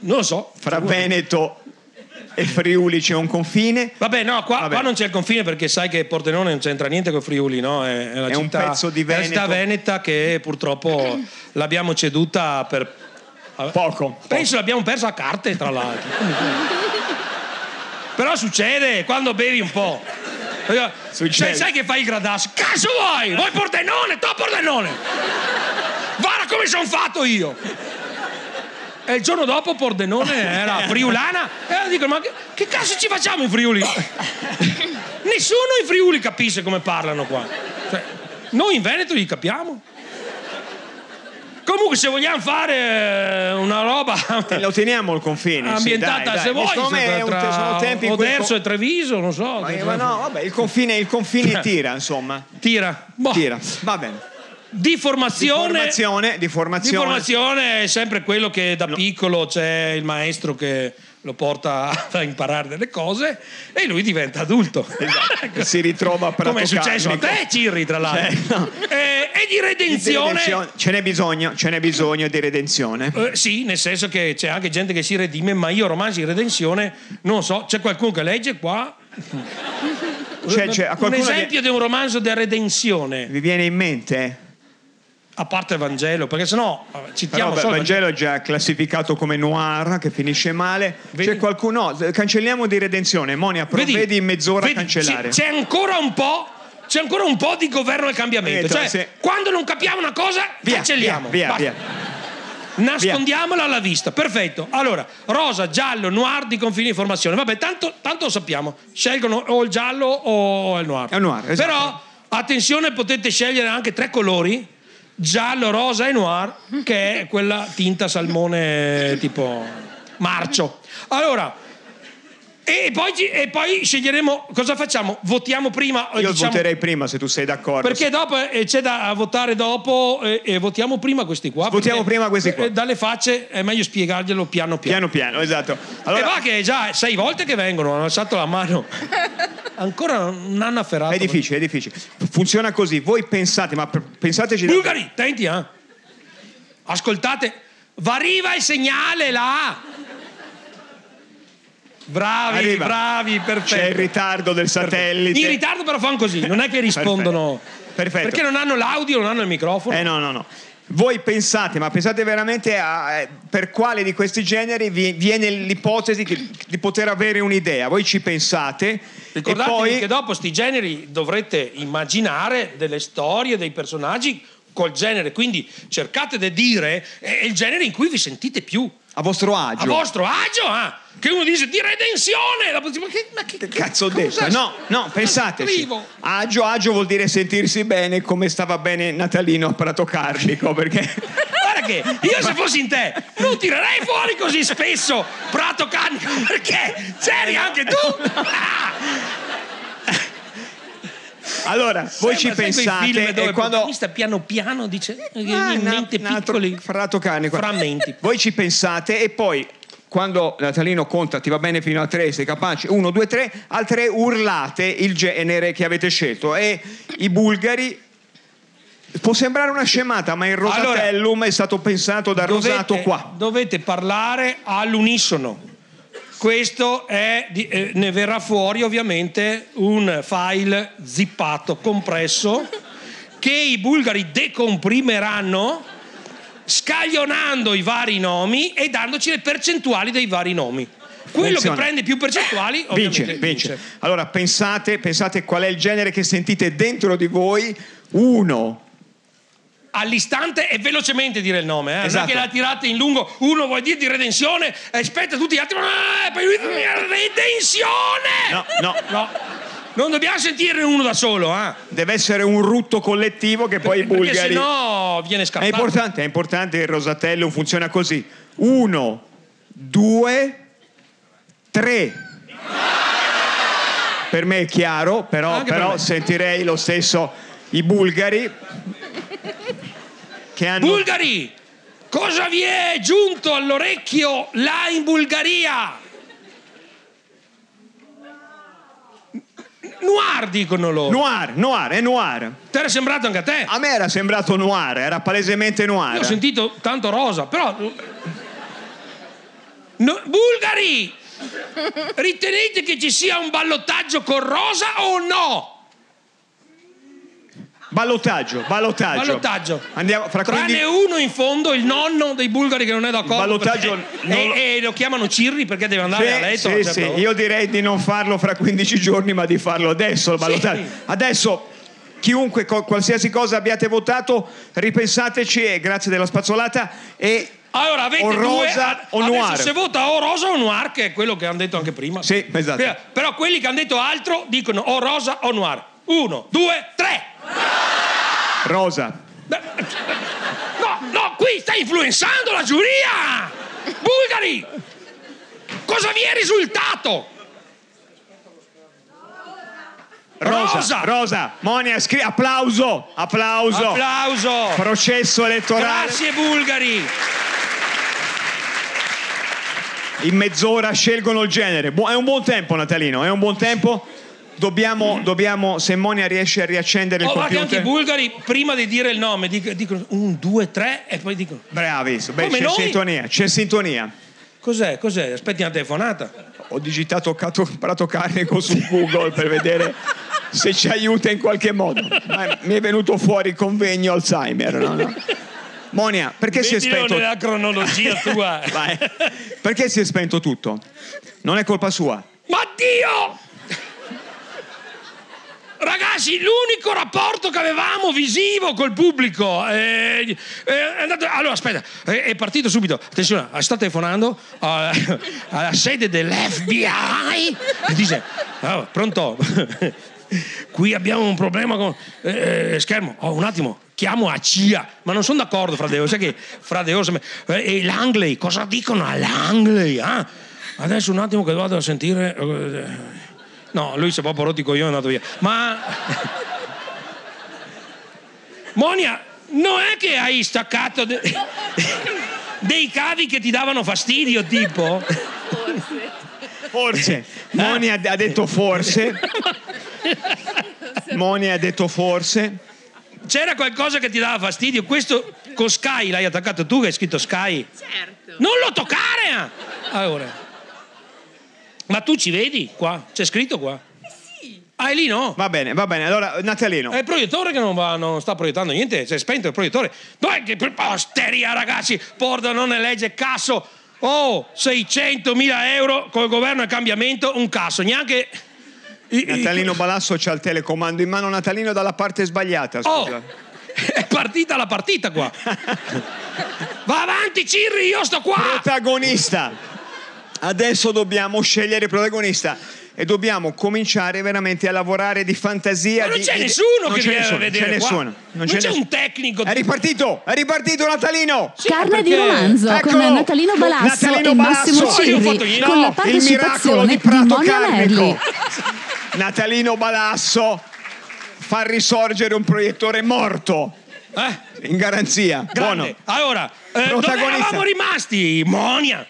Speaker 2: Non lo so.
Speaker 5: fra Veneto e Friuli c'è un confine.
Speaker 2: Vabbè, no, qua,
Speaker 5: Vabbè.
Speaker 2: qua non c'è il confine perché sai che Pordenone non c'entra niente con Friuli, no? È, la
Speaker 5: È un
Speaker 2: città-
Speaker 5: pezzo di
Speaker 2: È la città
Speaker 5: Veneto.
Speaker 2: veneta che purtroppo l'abbiamo ceduta per...
Speaker 5: Poco.
Speaker 2: Penso l'abbiamo persa a carte, tra l'altro. Però succede quando bevi un po'.
Speaker 5: Succede.
Speaker 2: Sai, sai che fai il gradasso? Cazzo vuoi? Vuoi Pordenone? To Pordenone! Guarda come sono fatto io! E il giorno dopo Pordenone era friulana e io dico ma che, che cazzo ci facciamo in Friuli? Nessuno in Friuli capisce come parlano qua. Cioè, noi in Veneto li capiamo. Comunque se vogliamo fare eh, una roba
Speaker 5: Eh, Lo teniamo il confine. sì,
Speaker 2: ambientata
Speaker 5: dai, dai.
Speaker 2: se vuoi
Speaker 5: Siccome
Speaker 2: se-
Speaker 5: è un-
Speaker 2: tra
Speaker 5: sono tempi in cui-
Speaker 2: Oderzo e Treviso, non so.
Speaker 5: Ma- ma no, vabbè, il confine, il
Speaker 2: Cioè.
Speaker 5: confine tira, insomma.
Speaker 2: Tira. Boh.
Speaker 5: Tira. Va bene.
Speaker 2: Di
Speaker 5: Di
Speaker 2: formazione.
Speaker 5: formazione, di
Speaker 2: Di
Speaker 5: formazione.
Speaker 2: formazione è sempre quello che da piccolo c'è il maestro che lo porta a imparare delle cose e lui diventa adulto.
Speaker 5: Esatto. Si ritrova a Prato
Speaker 2: Come è successo a
Speaker 5: Carnico.
Speaker 2: te, Cirri, tra l'altro.
Speaker 5: Cioè, no.
Speaker 2: Eh, e di redenzione.
Speaker 5: Ce n'è bisogno, ce n'è bisogno di redenzione.
Speaker 2: Eh, sì, nel senso che c'è anche gente che si redime, ma io romanzi di redenzione non so, c'è qualcuno che legge qua?
Speaker 5: Cioè, cioè, a
Speaker 2: un
Speaker 5: qualcuno
Speaker 2: esempio di un romanzo di redenzione,
Speaker 5: vi, vi viene in mente?
Speaker 2: a parte il Vangelo, perché sennò eh,
Speaker 5: Però
Speaker 2: citiamo
Speaker 5: beh,
Speaker 2: solo il Vangelo.
Speaker 5: Vangelo è già classificato come noir, che finisce male. C'è
Speaker 2: Vedi?
Speaker 5: qualcuno... no, cancelliamo di redenzione. Monia, provvedi in mezz'ora
Speaker 2: vedi,
Speaker 5: a cancellare.
Speaker 2: C'è, c'è ancora un po'. C'è ancora un po' di governo al cambiamento.
Speaker 5: Vedi,
Speaker 2: Cioè,
Speaker 5: sì.
Speaker 2: quando non capiamo una cosa,
Speaker 5: Via,
Speaker 2: cancelliamo.
Speaker 5: Via,
Speaker 2: Basta.
Speaker 5: via,
Speaker 2: Nascondiamola alla vista, perfetto. Allora, rosa, giallo, noir di confini di formazione. Vabbè, tanto, tanto lo sappiamo. Scelgono o il giallo o il noir.
Speaker 5: È il noir, esatto.
Speaker 2: Però, attenzione, potete scegliere anche tre colori. Giallo, rosa e noir, che è quella tinta salmone tipo marcio. Allora, e poi, ci- e poi sceglieremo cosa facciamo? Votiamo prima? eh,
Speaker 5: Io
Speaker 2: diciamo-
Speaker 5: voterei prima se tu sei d'accordo.
Speaker 2: perché dopo eh, c'è da votare dopo eh, e, votiamo prima questi qua.
Speaker 5: Votiamo
Speaker 2: perché,
Speaker 5: prima questi qua.
Speaker 2: eh, Dalle facce è meglio spiegarglielo piano piano.
Speaker 5: Piano piano, esatto. Allora,
Speaker 2: E va che è già sei volte che vengono, hanno alzato la mano. Ancora non hanno afferrato.
Speaker 5: è difficile, è difficile. Funziona così. Voi pensate, ma per- pensateci... da-
Speaker 2: Bulgari, attenti, eh. Ascoltate. Va arriva il segnale là. Bravi,
Speaker 5: Arriva.
Speaker 2: bravi, perfetto.
Speaker 5: C'è il ritardo del satellite.
Speaker 2: In ritardo però fanno così, non è che rispondono.
Speaker 5: Perfetto. Perfetto.
Speaker 2: Perché non hanno l'audio, non hanno il microfono.
Speaker 5: Eh no, no, no. Voi pensate, ma pensate veramente a, eh, per quale di questi generi vi viene l'ipotesi che- di poter avere un'idea? Voi ci pensate e
Speaker 2: Ricordatevi
Speaker 5: poi
Speaker 2: che dopo sti generi dovrete immaginare delle storie, dei personaggi col genere, quindi cercate di dire eh, il genere in cui vi sentite più
Speaker 5: a vostro
Speaker 2: a
Speaker 5: agio.
Speaker 2: vostro agio, ah, che uno dice di redenzione, la posi- ma che, ma che-
Speaker 5: Che cazzo ho
Speaker 2: cosa
Speaker 5: detto? No, no,
Speaker 2: cosa
Speaker 5: pensateci.
Speaker 2: scrivo?
Speaker 5: Agio, agio vuol dire sentirsi bene come stava bene Natalino a Prato Carlico, perché
Speaker 2: Guarda che io se fossi in te non tirerei fuori così spesso Prato Canico perché c'eri anche tu. Ah!
Speaker 5: Allora,
Speaker 2: Sembra,
Speaker 5: voi ci
Speaker 2: sai, quei film dove
Speaker 5: pensate e
Speaker 2: il
Speaker 5: quando
Speaker 2: protagonista piano piano dice eh, in
Speaker 5: na-
Speaker 2: mente
Speaker 5: Ah, un altro
Speaker 2: piccoli
Speaker 5: frato cane qua.
Speaker 2: frammenti.
Speaker 5: Voi ci pensate e poi quando Natalino conta ti va bene fino a 3, sei capace 1, 2, 3, al 3 urlate il genere che avete scelto e i bulgari può sembrare una scemata ma il
Speaker 2: Allora,
Speaker 5: Rosatellum è stato pensato da Rosato qua
Speaker 2: dovete parlare all'unisono. Questo è, di- eh, ne verrà fuori ovviamente un file zippato, compresso, che i bulgari decomprimeranno scaglionando i vari nomi e dandoci le percentuali dei vari nomi. Quello
Speaker 5: Funziona.
Speaker 2: che prende più percentuali ovviamente
Speaker 5: vince,
Speaker 2: vince.
Speaker 5: vince. Allora pensate, pensate qual è il genere che sentite dentro di voi 1
Speaker 2: all'istante e velocemente dire il nome. Eh?
Speaker 5: Esatto.
Speaker 2: Non è che la tirate in lungo, uno vuol dire di redenzione, e aspetta tutti gli altri, "Ah, poi lui, redenzione!
Speaker 5: No, no.
Speaker 2: Non dobbiamo sentirne uno da solo, eh?
Speaker 5: Deve essere un rutto collettivo che poi i
Speaker 2: Perché se
Speaker 5: bulgari...
Speaker 2: no viene
Speaker 5: È
Speaker 2: scappato.
Speaker 5: importante, è importante, il Rosatellum funziona così. Uno, due, tre. Per me è chiaro, però,
Speaker 2: Anche per
Speaker 5: però
Speaker 2: me.
Speaker 5: sentirei lo stesso i bulgari che hanno...
Speaker 2: Bulgari, cosa vi è giunto all'orecchio là in Bulgaria? Noir dicono loro.
Speaker 5: noir, noir, è noir.
Speaker 2: Ti era sembrato anche a te?
Speaker 5: A me era sembrato noir, era palesemente noir.
Speaker 2: Io ho sentito tanto rosa, però. No, Bulgari! Ritenete che ci sia un ballottaggio con rosa o no?
Speaker 5: Ballottaggio, ballottaggio.
Speaker 2: Ballottaggio.
Speaker 5: Andiamo fra
Speaker 2: Tranne
Speaker 5: 15
Speaker 2: uno in fondo, il nonno dei bulgari che non è d'accordo.
Speaker 5: ballottaggio
Speaker 2: perché-
Speaker 5: non lo-
Speaker 2: E, e lo chiamano Cirri perché deve andare a letto.
Speaker 5: Sì,
Speaker 2: a un
Speaker 5: sì,
Speaker 2: certo
Speaker 5: sì.
Speaker 2: ora.
Speaker 5: Io direi di non farlo fra 15 giorni, ma di farlo adesso. il ballottaggio.
Speaker 2: Sì.
Speaker 5: Adesso, chiunque, co- qualsiasi cosa abbiate votato, ripensateci e grazie della spazzolata. E
Speaker 2: Allora avete
Speaker 5: o
Speaker 2: due
Speaker 5: rosa o
Speaker 2: adesso
Speaker 5: noir.
Speaker 2: se vota o rosa o noir che è quello che hanno detto anche prima
Speaker 5: Sì, esatto.
Speaker 2: Però- però quelli che hanno detto altro dicono o rosa o noir uno due tre
Speaker 5: Rosa.
Speaker 2: no no qui stai influenzando la giuria bulgari cosa vi è risultato
Speaker 5: Rosa,
Speaker 2: Rosa.
Speaker 5: Rosa. Monia, scri- applauso, applauso,
Speaker 2: applauso
Speaker 5: processo elettorale.
Speaker 2: grazie bulgari
Speaker 5: in mezz'ora scelgono il genere. Bu- è un buon tempo, Natalino, è un buon tempo. Dobbiamo, dobbiamo se Monia riesce a riaccendere il
Speaker 2: oh, guarda che anche i
Speaker 5: computer.
Speaker 2: bulgari prima di dire il nome dic- dicono un due tre e poi dicono
Speaker 5: Bravi, so- beh,
Speaker 2: Come
Speaker 5: c'è
Speaker 2: noi?
Speaker 5: sintonia, c'è sintonia.
Speaker 2: cos'è cos'è aspetti una telefonata
Speaker 5: Ho digitato cato, prato carnico su Google per vedere se ci aiuta in qualche modo. Ma mi è venuto fuori convegno Alzheimer. no, no. Monia, perché si è
Speaker 2: Mettilo
Speaker 5: spento?
Speaker 2: nella cronologia tua
Speaker 5: Vai. Perché si è spento tutto? Non è colpa sua.
Speaker 2: Ma Dio! Ragazzi, l'unico rapporto che avevamo visivo col pubblico eh, eh, è andato. Allora, aspetta, è, è partito subito. Attenzione, eh, sta telefonando alla, alla sede dell'FBI e dice: "Oh, Pronto, qui abbiamo un problema con. eh, eh, schermo, oh, un attimo, chiamo a CIA, ma non sono d'accordo, fra Deo. Sai che fra Deo. se me- eh, e l'Angley, cosa dicono all'Angley? ah? Adesso un attimo che vado a sentire. eh, No, lui si è proprio rotti i coglioni e è andato via. Ma. Monia, non è che hai staccato de- dei cavi che ti davano fastidio, tipo?
Speaker 5: Forse. Monia ha detto forse. Monia ha detto forse.
Speaker 2: C'era qualcosa che ti dava fastidio? Questo con Sky l'hai attaccato tu che hai scritto Sky?
Speaker 6: Certo.
Speaker 2: Non lo toccare! Allora. Ma tu ci vedi qua? C'è scritto qua? Sì. Ah, è lì no?
Speaker 5: Va bene, va bene. Allora, Natalino,
Speaker 2: È il proiettore che non, va- non sta proiettando niente, si è spento il proiettore. Dov'è che oh, osteria, ragazzi? Porta non ne legge casso. Oh, 600.000 euro col governo e cambiamento, un casso, neanche i- i-
Speaker 5: Natalino Balasso c'ha il telecomando in mano. Natalino dalla parte sbagliata. Scusa.
Speaker 2: Oh, è partita la partita qua. Va avanti Cirri, io sto qua.
Speaker 5: Protagonista. Adesso dobbiamo scegliere il protagonista e dobbiamo cominciare veramente a lavorare di fantasia.
Speaker 2: Ma non
Speaker 5: di-
Speaker 2: c'è
Speaker 5: di-
Speaker 2: nessuno
Speaker 5: non
Speaker 2: che
Speaker 5: c'è
Speaker 2: viene a
Speaker 5: nessuno,
Speaker 2: vedere
Speaker 5: c'è
Speaker 2: qua.
Speaker 5: nessuno.
Speaker 2: Non c'è
Speaker 5: nessuno.
Speaker 2: un tecnico.
Speaker 5: È ripartito, è ripartito Natalino.
Speaker 2: Sì,
Speaker 1: Carne di
Speaker 2: perché-
Speaker 1: romanzo con
Speaker 5: Eccolo!
Speaker 1: Natalino Balasso
Speaker 5: ecco, Natalino
Speaker 1: e
Speaker 5: Balasso!
Speaker 1: Massimo
Speaker 2: Oggi ho fatto
Speaker 1: Cirri
Speaker 2: io.
Speaker 1: con la
Speaker 5: No, il miracolo
Speaker 1: partecipazione
Speaker 5: di
Speaker 1: di,
Speaker 5: Prato
Speaker 1: Monia Merli.
Speaker 5: Carnico. Natalino Balasso fa risorgere un proiettore morto
Speaker 2: Eh?
Speaker 5: in garanzia.
Speaker 2: Grande.
Speaker 5: Buono.
Speaker 2: Allora, eh, dove
Speaker 5: Protagonista.
Speaker 2: eravamo rimasti? Monia.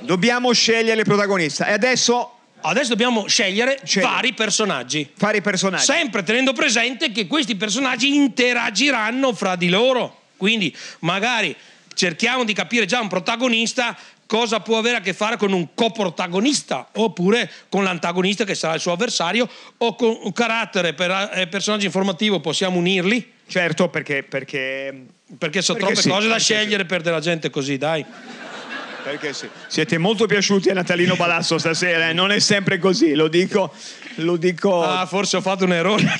Speaker 5: Dobbiamo scegliere il protagonista e adesso
Speaker 2: Adesso dobbiamo scegliere
Speaker 5: Scegliere.
Speaker 2: vari personaggi.
Speaker 5: fare i personaggi.
Speaker 2: Sempre tenendo presente che questi personaggi interagiranno fra di loro. Quindi magari cerchiamo di capire già un protagonista cosa può avere a che fare con un coprotagonista oppure con l'antagonista che sarà il suo avversario o con un carattere per eh, personaggio informativo possiamo unirli
Speaker 5: Certo, perché, perché,
Speaker 2: perché sono
Speaker 5: Perché
Speaker 2: troppe
Speaker 5: sì,
Speaker 2: cose da
Speaker 5: perché sì.
Speaker 2: scegliere per della gente così, dai.
Speaker 5: perché sì. Siete molto piaciuti a Natalino Balasso stasera, eh, non è sempre così, lo dico. Lo dico.
Speaker 2: Ah, forse ho fatto un errore.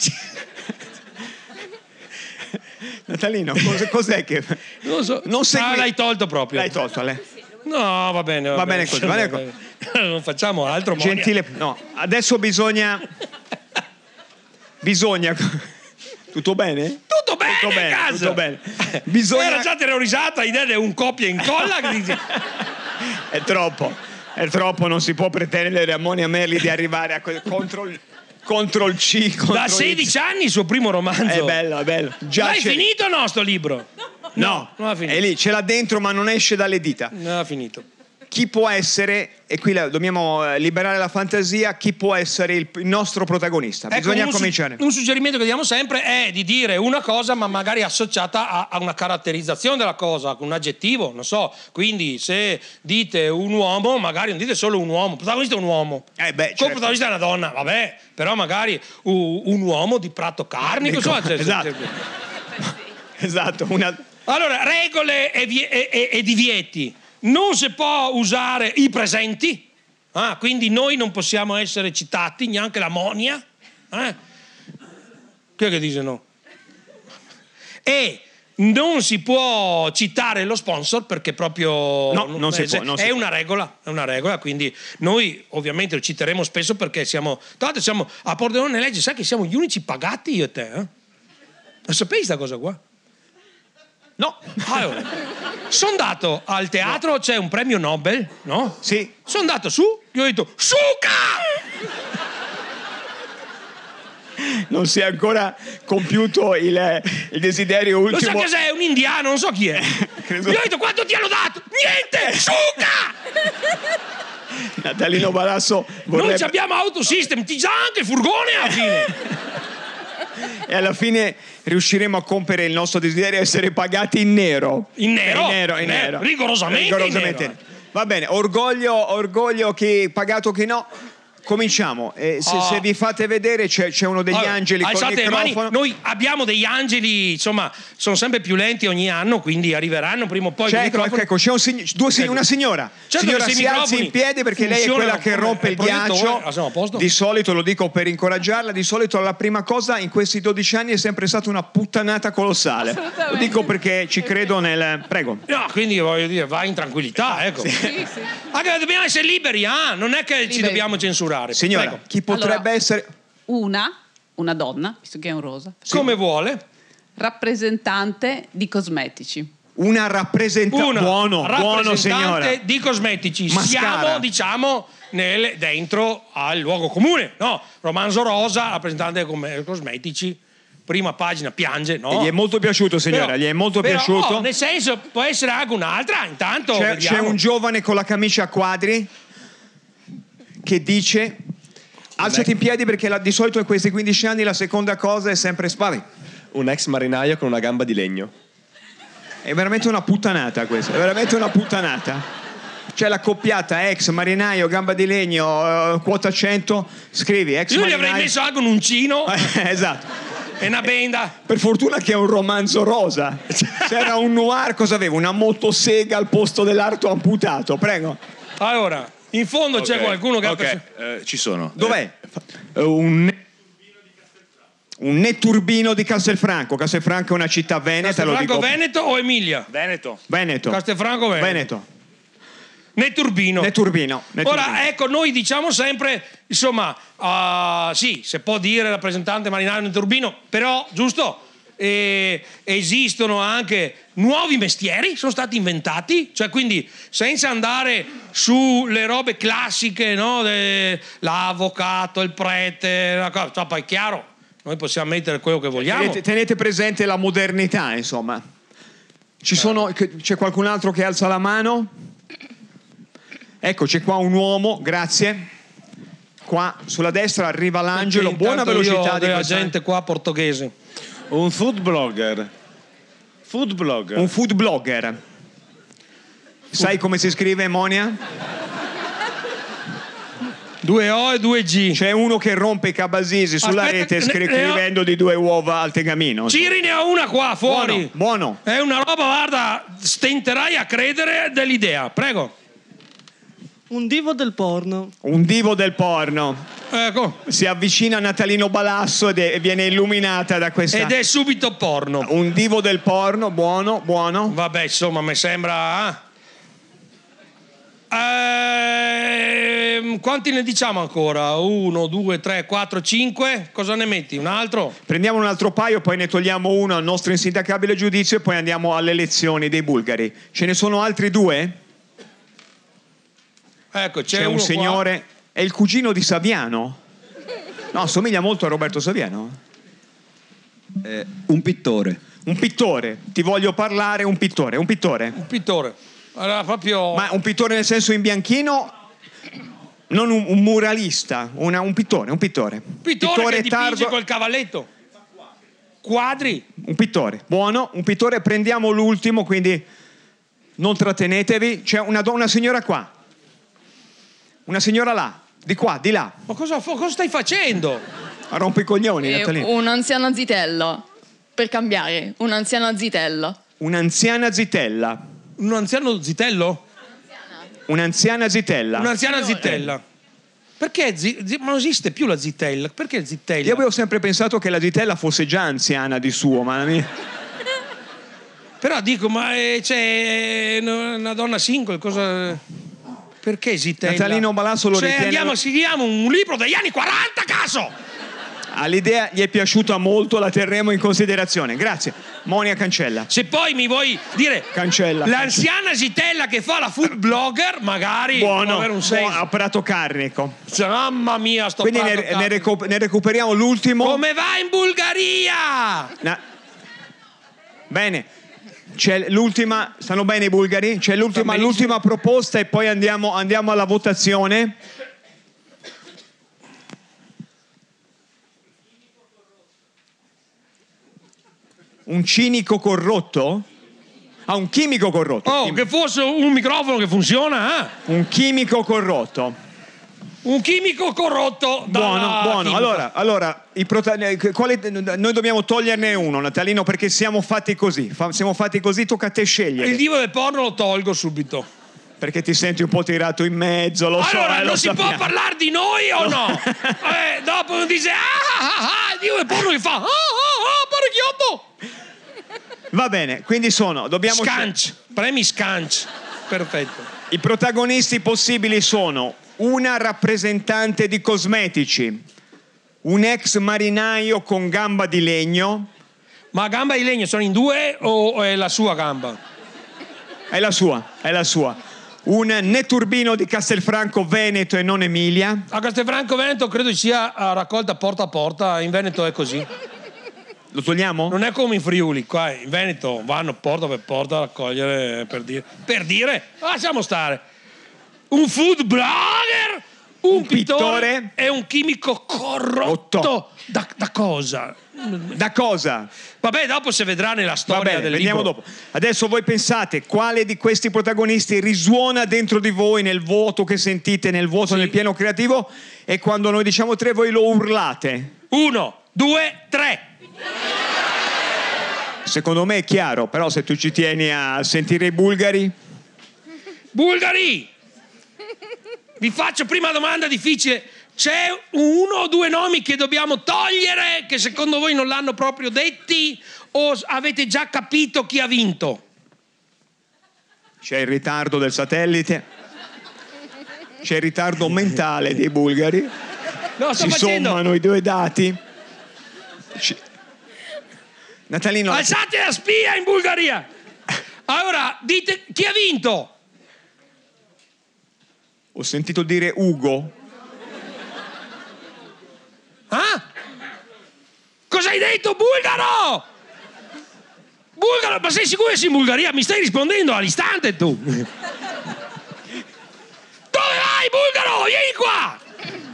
Speaker 5: Natalino, cos- cos'è che...
Speaker 2: Non lo so.
Speaker 5: Non segui-
Speaker 2: Ah, l'hai tolto proprio.
Speaker 5: L'hai tolto, Ale.
Speaker 2: No, va bene.
Speaker 5: Va bene così, va bene così.
Speaker 2: Non facciamo altro. Monia.
Speaker 5: Gentile, no, adesso bisogna... Bisogna... Tutto bene?
Speaker 2: Tutto bene,
Speaker 5: Tutto bene,
Speaker 2: cazzo!
Speaker 5: tutto bene. Bisogna-
Speaker 2: Era già terrorizzata l'idea di un coppia in colla che dice...
Speaker 5: È troppo, è troppo, non si può pretendere a Monia Merli di arrivare a quel control, control C. Control
Speaker 2: Da 16 anni il suo primo romanzo.
Speaker 5: È bello, è bello. Eh Già
Speaker 2: L'hai
Speaker 5: c'è-
Speaker 2: finito o no sto libro?
Speaker 5: No, Eh,
Speaker 2: non l'ha finito.
Speaker 5: è lì, ce l'ha dentro ma non esce dalle dita.
Speaker 2: Non ha finito.
Speaker 5: Chi può essere, e qui la- dobbiamo eh, liberare la fantasia, chi può essere il, il nostro protagonista?
Speaker 2: Ecco,
Speaker 5: Bisogna
Speaker 2: un su-
Speaker 5: cominciare.
Speaker 2: un suggerimento che diamo sempre è di dire una cosa, ma magari associata a, a una caratterizzazione della cosa, con un aggettivo, non so. Quindi, se dite un uomo, magari non dite solo un uomo. Protagonista è un uomo.
Speaker 5: Eh, beh, certo.
Speaker 2: protagonista è una donna, vabbè. Però magari u- un uomo di prato carnico.
Speaker 5: Dico,
Speaker 2: insomma, cioè, c'è-
Speaker 5: esatto.
Speaker 2: c'è-
Speaker 5: Esatto, una...
Speaker 2: Allora, regole e, vie- e- e- e divieti. Non si può usare i presenti, ah, quindi noi non possiamo essere citati, neanche la monia. Eh? Chi è che dice no? E non si può citare lo sponsor perché proprio
Speaker 5: No, non si
Speaker 2: eh,
Speaker 5: può, non si
Speaker 2: è
Speaker 5: può.
Speaker 2: una regola, è una regola, quindi noi ovviamente lo citeremo spesso perché siamo, tra l'altro siamo a Pordenone Legge, sai che siamo gli unici pagati io e te, eh? Lo sapevi questa cosa qua?
Speaker 5: No,
Speaker 2: Allora, sono andato al teatro, c'è un premio Nobel, no?
Speaker 5: sì,
Speaker 2: Sono andato su, gli ho detto, suca!
Speaker 5: non si è ancora compiuto il, eh, il desiderio
Speaker 2: Lo sa
Speaker 5: ultimo.
Speaker 2: che sei un indiano, non so chi è.
Speaker 5: Eh, Credo- Eh.
Speaker 2: Gli ho detto, quanto ti hanno dato? Niente, suca!
Speaker 5: Natalino Balasso
Speaker 2: Noi ci
Speaker 5: vorrebbe...
Speaker 2: abbiamo autosystem, ti dà anche il furgone alla
Speaker 5: Eh.
Speaker 2: fine.
Speaker 5: E alla fine riusciremo a compiere il nostro desiderio di essere pagati in nero.
Speaker 2: In nero?
Speaker 5: In nero, in
Speaker 2: In nero.
Speaker 5: nero.
Speaker 2: Rigorosamente in nero. eh.
Speaker 5: Va bene, orgoglio, orgoglio che pagato che no. Cominciamo. Eh, se,
Speaker 2: Oh.
Speaker 5: se vi fate vedere c'è, c'è uno degli
Speaker 2: Allora,
Speaker 5: angeli con il
Speaker 2: alzate le mani.
Speaker 5: microfono.
Speaker 2: Noi abbiamo degli angeli, insomma, sono sempre più lenti ogni anno, quindi arriveranno prima o poi. con
Speaker 5: C'è,
Speaker 2: i
Speaker 5: ecco,
Speaker 2: microfoni.
Speaker 5: ecco, c'è un sign- due sign- una signora.
Speaker 2: Certo
Speaker 5: signora
Speaker 2: che se i
Speaker 5: si alzi
Speaker 2: microfoni
Speaker 5: in piedi perché lei è quella
Speaker 2: funzionano
Speaker 5: che
Speaker 2: come
Speaker 5: rompe il
Speaker 2: proiettore-
Speaker 5: ghiaccio.
Speaker 2: Ah, siamo a posto?
Speaker 5: Di solito lo dico per incoraggiarla, di solito la prima cosa in questi 12 anni è sempre stata una puttanata colossale. Lo
Speaker 3: Assolutamente.
Speaker 5: dico perché ci credo nel... Prego.
Speaker 2: No, quindi voglio dire, va in tranquillità, ecco.
Speaker 3: Sì, sì.
Speaker 2: Anche dobbiamo essere liberi, ah, non è che ci
Speaker 6: Liberi.
Speaker 2: dobbiamo censurare.
Speaker 5: Signora,
Speaker 2: Prego.
Speaker 5: chi potrebbe
Speaker 6: Allora-
Speaker 5: essere...
Speaker 6: Una, una donna, visto che è un rosa,
Speaker 2: come vuole,
Speaker 6: rappresentante di cosmetici.
Speaker 5: Una rappresentante...
Speaker 2: una
Speaker 5: Buono, buono signora.
Speaker 2: rappresentante di cosmetici.
Speaker 5: Mascara.
Speaker 2: Siamo, diciamo, nel- dentro al luogo comune, no? Romanzo Rosa, rappresentante dei com- cosmetici, prima pagina, piange, no?
Speaker 5: Gli è molto piaciuto signora,
Speaker 2: Però-
Speaker 5: gli è molto
Speaker 2: però,
Speaker 5: piaciuto.
Speaker 2: oh, nel senso, può essere anche un'altra, intanto
Speaker 5: C'è, c'è
Speaker 2: vediamo.
Speaker 5: un giovane con la camicia a quadri che dice alzati in piedi perché la- di solito in questi 15 anni la seconda cosa è sempre spari.
Speaker 7: Un ex marinaio con una gamba di legno.
Speaker 5: È veramente una puttanata questa, è veramente una puttanata. C'è la coppiata ex marinaio, gamba di legno, eh, quota 100, scrivi ex
Speaker 2: Io gli
Speaker 5: marinaio.
Speaker 2: avrei messo anche un uncino
Speaker 5: Eh, esatto.
Speaker 2: e una benda.
Speaker 5: Per fortuna che è un romanzo rosa. C'era un noir, cosa aveva? Una motosega al posto dell'arto amputato, prego.
Speaker 2: Allora, in fondo c'è
Speaker 7: Ok,
Speaker 2: qualcuno che ha
Speaker 7: ok,
Speaker 2: perso-
Speaker 7: eh, ci sono.
Speaker 5: Dov'è? Eh, un un netturbino di Castelfranco. Castelfranco è una città veneta, lo
Speaker 2: Castelfranco
Speaker 5: dico.
Speaker 2: Veneto o Emilia?
Speaker 7: Veneto.
Speaker 5: Veneto.
Speaker 2: Castelfranco Veneto.
Speaker 5: Veneto.
Speaker 2: Né Turbino.
Speaker 5: Netturbino. Netturbino.
Speaker 2: Ora, ecco, noi diciamo sempre, insomma, ah, sì, se può dire rappresentante marinaio nel turbino, però, giusto, eh, esistono anche nuovi mestieri, sono stati inventati, cioè quindi senza andare sulle robe classiche, no? de- l'avvocato, il prete, la cosa, cioè, poi è chiaro, noi possiamo mettere quello che vogliamo.
Speaker 5: tenete, tenete presente la modernità, insomma.
Speaker 2: Eh.
Speaker 5: Ci sono, che- c'è qualcun altro che alza la mano? Ecco, c'è qua un uomo, grazie. Qua sulla destra arriva l'angelo,
Speaker 2: Intanto
Speaker 5: buona
Speaker 2: io
Speaker 5: velocità
Speaker 2: ho
Speaker 5: di
Speaker 2: della
Speaker 5: questa-
Speaker 2: gente qua portoghese.
Speaker 7: Un food blogger. Food blogger.
Speaker 5: Un food blogger. Sai come si scrive Monia?
Speaker 2: Due O e due G.
Speaker 5: C'è uno che rompe i cabasisi sulla
Speaker 2: Aspetta,
Speaker 5: rete scri-
Speaker 2: ne- ne ho-
Speaker 5: scrivendo di due uova al tegamino.
Speaker 2: Ciri ne ha una qua fuori.
Speaker 5: Buono, buono.
Speaker 2: È una roba, guarda, stenterai a credere dell'idea. Prego.
Speaker 8: Un divo del porno.
Speaker 5: Un divo del porno.
Speaker 2: Ecco.
Speaker 5: Si avvicina a Natalino Balasso ed è- viene illuminata da questa.
Speaker 2: Ed è subito porno.
Speaker 5: Un divo del porno, buono, buono.
Speaker 2: Vabbè, insomma, mi sembra. ah. Ehm, quanti ne diciamo ancora? Uno, due, tre, quattro, cinque. Cosa ne metti? Un altro?
Speaker 5: Prendiamo un altro paio, poi ne togliamo uno al nostro insindacabile giudizio e poi andiamo alle elezioni dei bulgari. Ce ne sono altri due?
Speaker 2: Ecco, c'è,
Speaker 5: C'è, un
Speaker 2: uno qua.
Speaker 5: signore. È il cugino di Saviano? No, somiglia molto a Roberto Saviano.
Speaker 8: Eh, un pittore.
Speaker 5: Un pittore, ti voglio parlare, un pittore, un pittore.
Speaker 2: Un pittore. Allora, proprio.
Speaker 5: Ma un pittore nel senso in bianchino? Non un, un muralista, una- un pittore, un pittore.
Speaker 2: pittore, che dipinge
Speaker 5: tardo-
Speaker 2: col cavalletto. Quadri.
Speaker 5: Un pittore, buono, un pittore, prendiamo l'ultimo, quindi non trattenetevi. C'è una, do- una signora qua, una signora là, di qua, di là.
Speaker 2: Ma cosa, fa- cosa stai facendo?
Speaker 5: Rompi i coglioni,
Speaker 3: Eh,
Speaker 5: Natalina.
Speaker 9: un anziano zitello. Per cambiare, un anziano zitello.
Speaker 5: Un'anziana zitella,
Speaker 2: Un anziano zitello?
Speaker 5: un'anziana zitella.
Speaker 2: Un'anziana zitella.
Speaker 5: eh.
Speaker 2: Perché? zi- zi- ma non esiste più la zitella. Perché zitella?
Speaker 5: Io avevo sempre pensato che la zitella fosse già anziana di suo, ma la mia...
Speaker 2: Però dico, ma eh, c'è n- una donna single, cosa... Perché zitella?
Speaker 5: Natalino Balasso lo
Speaker 2: cioè,
Speaker 5: ritiene-
Speaker 2: andiamo, scriviamo un libro degli anni 40, caso!
Speaker 5: all'idea gli è piaciuta molto, la terremo in considerazione. Grazie. Monia Cancella.
Speaker 2: Se poi mi vuoi dire...
Speaker 5: Cancella.
Speaker 2: L'anziana zitella che fa la food blogger, magari... può
Speaker 5: Buono,
Speaker 2: avere un
Speaker 5: buono, a
Speaker 2: senso. Cioè,
Speaker 5: prato carnico.
Speaker 2: Mamma mia, sto
Speaker 5: Quindi ne,
Speaker 2: prato,
Speaker 5: ne
Speaker 2: cazzo.
Speaker 5: recu- ne recuperiamo l'ultimo.
Speaker 2: Come va in Bulgaria?
Speaker 5: Na- Bene, c'è l'ultima. Stanno bene i bulgari? C'è l'ultima, l'ultima proposta e poi andiamo, andiamo alla votazione. Un cinico corrotto? Ah, un chimico corrotto.
Speaker 2: Oh,
Speaker 5: Chim-
Speaker 2: che fosse un microfono che funziona, eh?
Speaker 5: Un chimico corrotto.
Speaker 2: Un chimico corrotto dalla
Speaker 5: Buono, buono.
Speaker 2: chimica.
Speaker 5: Allora, allora i prota- eh, quale- noi dobbiamo toglierne uno, Natalino, perché siamo fatti così. Fa- siamo fatti così, tocca a te scegliere.
Speaker 2: Il divo del porno lo tolgo subito.
Speaker 5: Perché ti senti un po' tirato in mezzo, lo so.
Speaker 2: allora,
Speaker 5: eh, lo
Speaker 2: non si può
Speaker 5: sappiamo.
Speaker 2: parlare di noi o no? eh, dopo uno dice, ah, ah, ah, Dio è porno che fa, ah, ah, ah, parecchiotto.
Speaker 5: Va bene, quindi sono, dobbiamo...
Speaker 2: Scanch, premi scanch. Perfetto.
Speaker 5: I protagonisti possibili sono una rappresentante di cosmetici, un ex marinaio con gamba di legno,
Speaker 2: Ma gamba di legno sono in due o o è la sua gamba?
Speaker 5: è la sua, è la sua, un netturbino di Castelfranco Veneto e non Emilia,
Speaker 2: A Castelfranco Veneto credo ci sia eh, raccolta porta a porta, in Veneto è così.
Speaker 5: lo togliamo?
Speaker 2: Non è come in Friuli, qua in Veneto vanno porta per porta a raccogliere eh, per dire, per dire, lasciamo stare. Un food blogger, un, pittore,
Speaker 5: pittore.
Speaker 2: e un chimico corrotto.
Speaker 5: Otto.
Speaker 2: Da, da cosa?
Speaker 5: Da cosa?
Speaker 2: Vabbè, dopo si vedrà nella
Speaker 5: Va
Speaker 2: storia
Speaker 5: bene,
Speaker 2: del
Speaker 5: vediamo
Speaker 2: libro.
Speaker 5: dopo. Adesso voi pensate quale di questi protagonisti risuona dentro di voi nel vuoto che sentite, nel vuoto, nel piano creativo e quando noi diciamo tre voi lo urlate.
Speaker 2: Uno, due, tre.
Speaker 5: Secondo me è chiaro, però se tu ci tieni a sentire i bulgari,
Speaker 2: Bulgari! Vi faccio prima domanda difficile. C'è uno o due nomi che dobbiamo togliere che secondo voi non l'hanno proprio detti o s- avete già capito chi ha vinto?
Speaker 5: c'è il ritardo del satellite, c'è il ritardo mentale dei bulgari,
Speaker 2: No, sto
Speaker 5: si
Speaker 2: facendo.
Speaker 5: sommano i due dati. Ci- Natalino,
Speaker 2: Alzate la spia in Bulgaria. Allora, dite chi ha vinto?
Speaker 5: ho sentito dire Ugo.
Speaker 2: Ah? Cosa hai detto, bulgaro? Bulgaro, ma sei sicuro che sei in Bulgaria? Mi stai rispondendo all'istante tu. Dove vai, bulgaro? Vieni qua.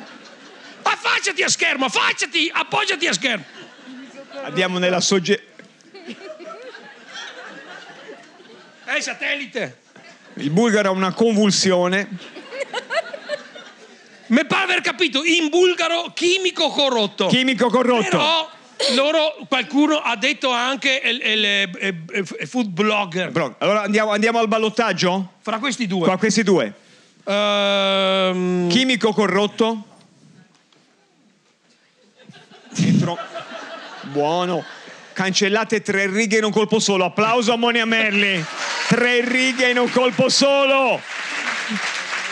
Speaker 2: Affacciati a schermo, affacciati, appoggiati a schermo.
Speaker 5: Andiamo nella sogge...
Speaker 2: Eh, satellite.
Speaker 5: Il bulgaro ha una convulsione.
Speaker 2: Mi pare aver capito, in bulgaro chimico corrotto.
Speaker 5: Chimico corrotto.
Speaker 2: Oh. Però loro, qualcuno ha detto anche eh, il, il- il- il eh, food blogger.
Speaker 5: Bro, allora andiamo, andiamo al ballottaggio?
Speaker 2: Fra questi due.
Speaker 5: Qua questi due.
Speaker 2: Ehm,
Speaker 5: Chimico corrotto. Entro- Buono. Cancellate tre righe in un colpo solo. Applauso a Monia Merli. Tre righe in un colpo solo.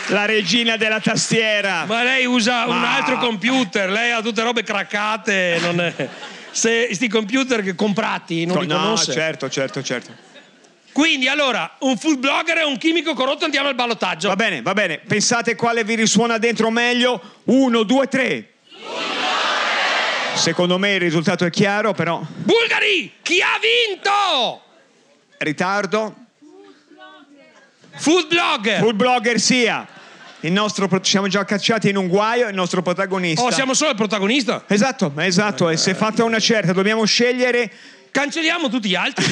Speaker 5: La regina della tastiera.
Speaker 2: Ma lei usa un
Speaker 5: Ma-
Speaker 2: altro computer, lei ha tutte robe craccate. Non è- Se questi computer che comprati non li
Speaker 5: no,
Speaker 2: conosce.
Speaker 5: certo, certo, certo.
Speaker 2: Quindi allora, un food blogger e un chimico corrotto andiamo al ballottaggio.
Speaker 5: Va bene, va bene. Pensate quale vi risuona dentro meglio. Uno, due, tre. Secondo me il risultato è chiaro, però
Speaker 2: Bulgari, chi ha vinto?
Speaker 5: ritardo.
Speaker 2: Food blogger. Oh,
Speaker 5: Full blogger sia. Il nostro, pro- ci siamo già cacciati in un guaio, il nostro protagonista.
Speaker 2: Oh, siamo solo il protagonista.
Speaker 5: Esatto, esatto. E se fatta una certa, dobbiamo scegliere...
Speaker 2: Cancelliamo tutti gli altri.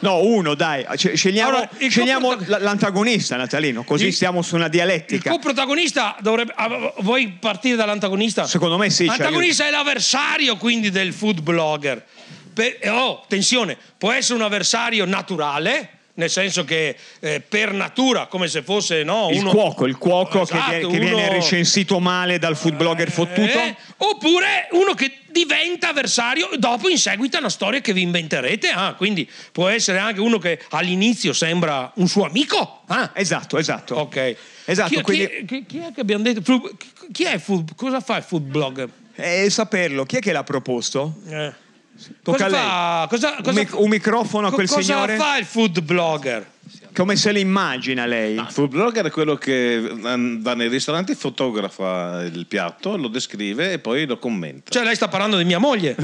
Speaker 5: No, uno, dai. ce- Scegliamo,
Speaker 2: Allora, il
Speaker 5: scegliamo
Speaker 2: coprota-
Speaker 5: l- l'antagonista, Natalino, così
Speaker 2: Il-
Speaker 5: stiamo su una
Speaker 2: Il
Speaker 5: dialettica.
Speaker 2: coprotagonista dovrebbe. ah, vuoi partire dall'antagonista?
Speaker 5: Secondo me sì, ci
Speaker 2: L'antagonista è l'avversario quindi del food blogger. Per- oh, tensione, può essere un avversario naturale, nel senso che eh, per natura, come se fosse no,
Speaker 5: Il
Speaker 2: uno.
Speaker 5: cuoco, il cuoco che
Speaker 2: Esatto,
Speaker 5: viene- che,
Speaker 2: uno-
Speaker 5: viene recensito male dal food blogger fottuto.
Speaker 2: Eh, oppure uno che diventa avversario dopo in seguito a una storia che vi inventerete. Ah, quindi può essere anche uno che all'inizio sembra un suo amico. Ah,
Speaker 5: Esatto, esatto.
Speaker 2: ok.
Speaker 5: Esatto,
Speaker 2: Chi, chi-
Speaker 5: quindi-
Speaker 2: chi- chi è che abbiamo detto? Fu- chi- Chi è food, cosa fa il food blogger?
Speaker 5: E eh, saperlo, chi è che l'ha proposto?
Speaker 2: Eh.
Speaker 5: Tocca a
Speaker 2: cosa
Speaker 5: lei.
Speaker 2: fa? Cosa,
Speaker 5: Un
Speaker 2: cosa-
Speaker 5: mic- un microfono a
Speaker 2: co-
Speaker 5: quel
Speaker 2: cosa
Speaker 5: signore?
Speaker 2: fa il food blogger?
Speaker 5: Come se l'immagina lei?
Speaker 7: Il food blogger è quello che mm, va nei ristoranti, fotografa il piatto, lo descrive e poi lo commenta.
Speaker 2: Cioè, lei sta parlando di mia moglie.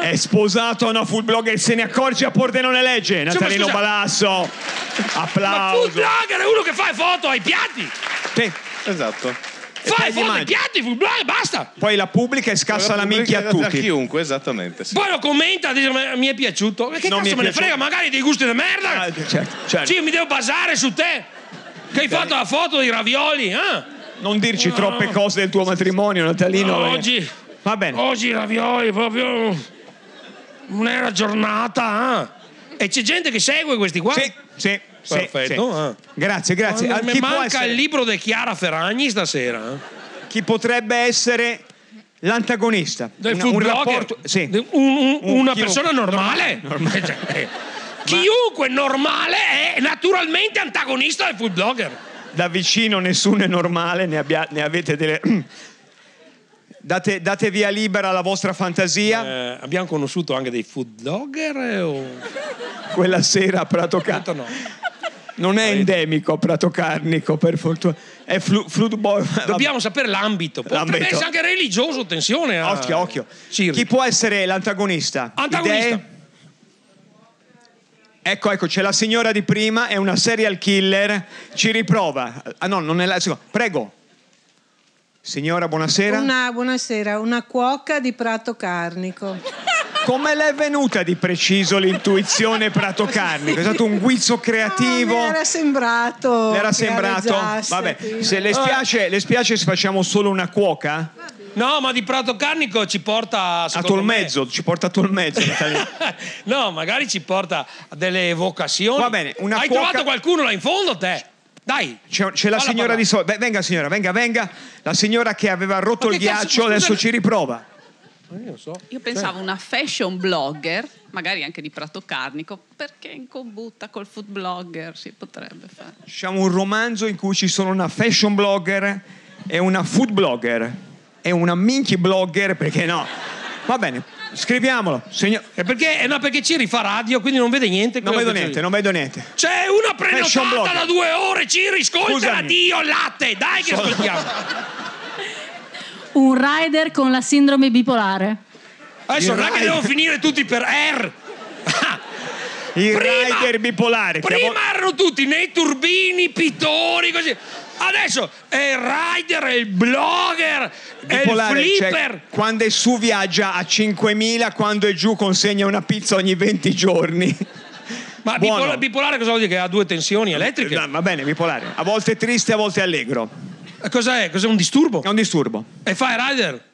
Speaker 5: È sposato a una food blogger, se ne accorge a Pordenone Legge.
Speaker 2: Cioè, ma
Speaker 5: Natalino
Speaker 2: scusa-
Speaker 5: Balasso. Ah,
Speaker 2: Ma food
Speaker 5: Applauso.
Speaker 2: blogger è uno che fa foto ai piatti.
Speaker 5: Sì.
Speaker 7: Esatto.
Speaker 2: Fa
Speaker 5: tagli
Speaker 2: foto ai
Speaker 5: immagini.
Speaker 2: piatti, food blogger, basta.
Speaker 5: Poi la pubblica e scassa la minchia a
Speaker 7: Pubblica A
Speaker 5: tutti.
Speaker 7: chiunque, esattamente. sì.
Speaker 2: Poi lo commenta, dice "Ma mi è piaciuto. Ma che
Speaker 5: Non mi
Speaker 2: cazzo me
Speaker 5: è
Speaker 2: ne
Speaker 5: piaciuto.
Speaker 2: frega, magari dei gusti di merda.
Speaker 5: Ah, certo, certo.
Speaker 2: Sì, mi devo basare su te. Che hai fatto la foto dei ravioli, eh?
Speaker 5: Non dirci troppe cose del tuo matrimonio, Natalino. perché-
Speaker 2: oggi, Oh,
Speaker 5: Va bene.
Speaker 2: oggi i ravioli proprio non era giornata, eh? E c'è gente che segue questi qua.
Speaker 5: Sì, sì, sì,
Speaker 2: Perfetto,
Speaker 5: sì.
Speaker 2: ah.
Speaker 5: Grazie, grazie.
Speaker 2: Ma
Speaker 5: Ah,
Speaker 2: mi
Speaker 5: chi, può
Speaker 2: manca
Speaker 5: essere-
Speaker 2: il libro di Chiara Ferragni stasera. eh?
Speaker 5: chi potrebbe essere l'antagonista?
Speaker 2: Del
Speaker 5: Una-
Speaker 2: food
Speaker 5: un
Speaker 2: blogger?
Speaker 5: rapporto- sì.
Speaker 2: De- un- un-
Speaker 5: Un
Speaker 2: una
Speaker 5: chiunque.
Speaker 2: persona normale. Cioè, eh, Chiunque normale è naturalmente antagonista del food blogger.
Speaker 5: da vicino nessuno è normale, ne, abbia- ne avete delle... date, date via libera alla vostra fantasia.
Speaker 2: Eh, abbiamo conosciuto anche dei food blogger eh, o
Speaker 5: Quella sera a Prato
Speaker 2: tanto
Speaker 5: Carnico.
Speaker 2: no?
Speaker 5: Non è endemico a Prato Carnico, per fortuna. È flu, fluid boy.
Speaker 2: Dobbiamo sapere l'ambito. Potrebbe
Speaker 5: L'ambito.
Speaker 2: essere anche religioso, eh. attenzione. a-
Speaker 5: Occhio, occhio.
Speaker 2: Cirri.
Speaker 5: Chi può essere l'antagonista?
Speaker 2: Antagonista.
Speaker 5: Idee? Ecco, ecco, c'è la signora di prima, è una serial killer, ci riprova. Ah no, non è la seconda. Prego. Signora, buonasera.
Speaker 10: Una, buonasera, una cuoca di Prato Carnico.
Speaker 5: Come le è venuta di preciso l'intuizione Prato Carnico? È stato un guizzo creativo?
Speaker 10: Ah, mi era esatto. sembrato.
Speaker 5: Le era
Speaker 10: che
Speaker 5: sembrato?
Speaker 10: aleggiasse,
Speaker 5: Vabbè,
Speaker 10: sì.
Speaker 5: se le spiace, le spiace se facciamo solo una cuoca?
Speaker 2: No, ma di Prato Carnico ci porta
Speaker 5: A
Speaker 2: Ah, secondo me-
Speaker 5: Tolmezzo, ci porta a Tolmezzo. Natalino.
Speaker 2: no, magari ci porta a delle evocazioni.
Speaker 5: Va bene, una
Speaker 2: Hai
Speaker 5: cuoca-
Speaker 2: trovato qualcuno là in fondo, te? Dai.
Speaker 5: C'è, c'è la
Speaker 2: Falla
Speaker 5: signora di
Speaker 2: parlare.
Speaker 5: sopra. Beh, venga signora, venga, venga. La signora che aveva rotto
Speaker 2: Ma
Speaker 5: il
Speaker 2: che cazzo,
Speaker 5: ghiaccio,
Speaker 2: ma scusa-
Speaker 5: adesso ci riprova.
Speaker 6: Io pensavo una fashion blogger, magari anche di Prato Carnico, perché in combutta col food blogger si potrebbe fare.
Speaker 5: Facciamo Diciamo un romanzo in cui ci sono una fashion blogger e una food blogger e una minchi blogger, perché no? Va bene, scriviamolo. Signor-
Speaker 2: Eh, perché, eh, no, perché Ciri fa radio, quindi non vede niente.
Speaker 5: non
Speaker 2: quello
Speaker 5: vedo
Speaker 2: che
Speaker 5: niente,
Speaker 2: c'è.
Speaker 5: non vedo niente.
Speaker 2: C'è una
Speaker 5: Fashion
Speaker 2: prenotata
Speaker 5: blogger.
Speaker 2: da due ore, Ciri, ascoltala,
Speaker 5: Scusami.
Speaker 2: Dio, latte, dai che ascoltiamo.
Speaker 11: Un rider con la sindrome bipolare.
Speaker 2: Adesso
Speaker 5: Il
Speaker 2: non è che
Speaker 5: rider.
Speaker 2: devo finire tutti per R.
Speaker 5: Il
Speaker 2: Prima-
Speaker 5: rider bipolare. chiamo-
Speaker 2: Prima erano tutti nei turbini, pittori, così. Adesso è il rider, è il blogger, è
Speaker 5: bipolare,
Speaker 2: il
Speaker 5: cioè,
Speaker 2: flipper.
Speaker 5: quando è su viaggia a 5.000, quando è giù consegna una pizza ogni 20 giorni.
Speaker 2: Ma
Speaker 5: Buono. Eh,
Speaker 2: bipola- bipolare cosa vuol dire? Che ha due tensioni elettriche?
Speaker 5: No, va bene, bipolare. A volte triste, a volte allegro.
Speaker 2: Eh, Cos'è? Cos'è un disturbo?
Speaker 5: È un disturbo.
Speaker 2: E fa il rider?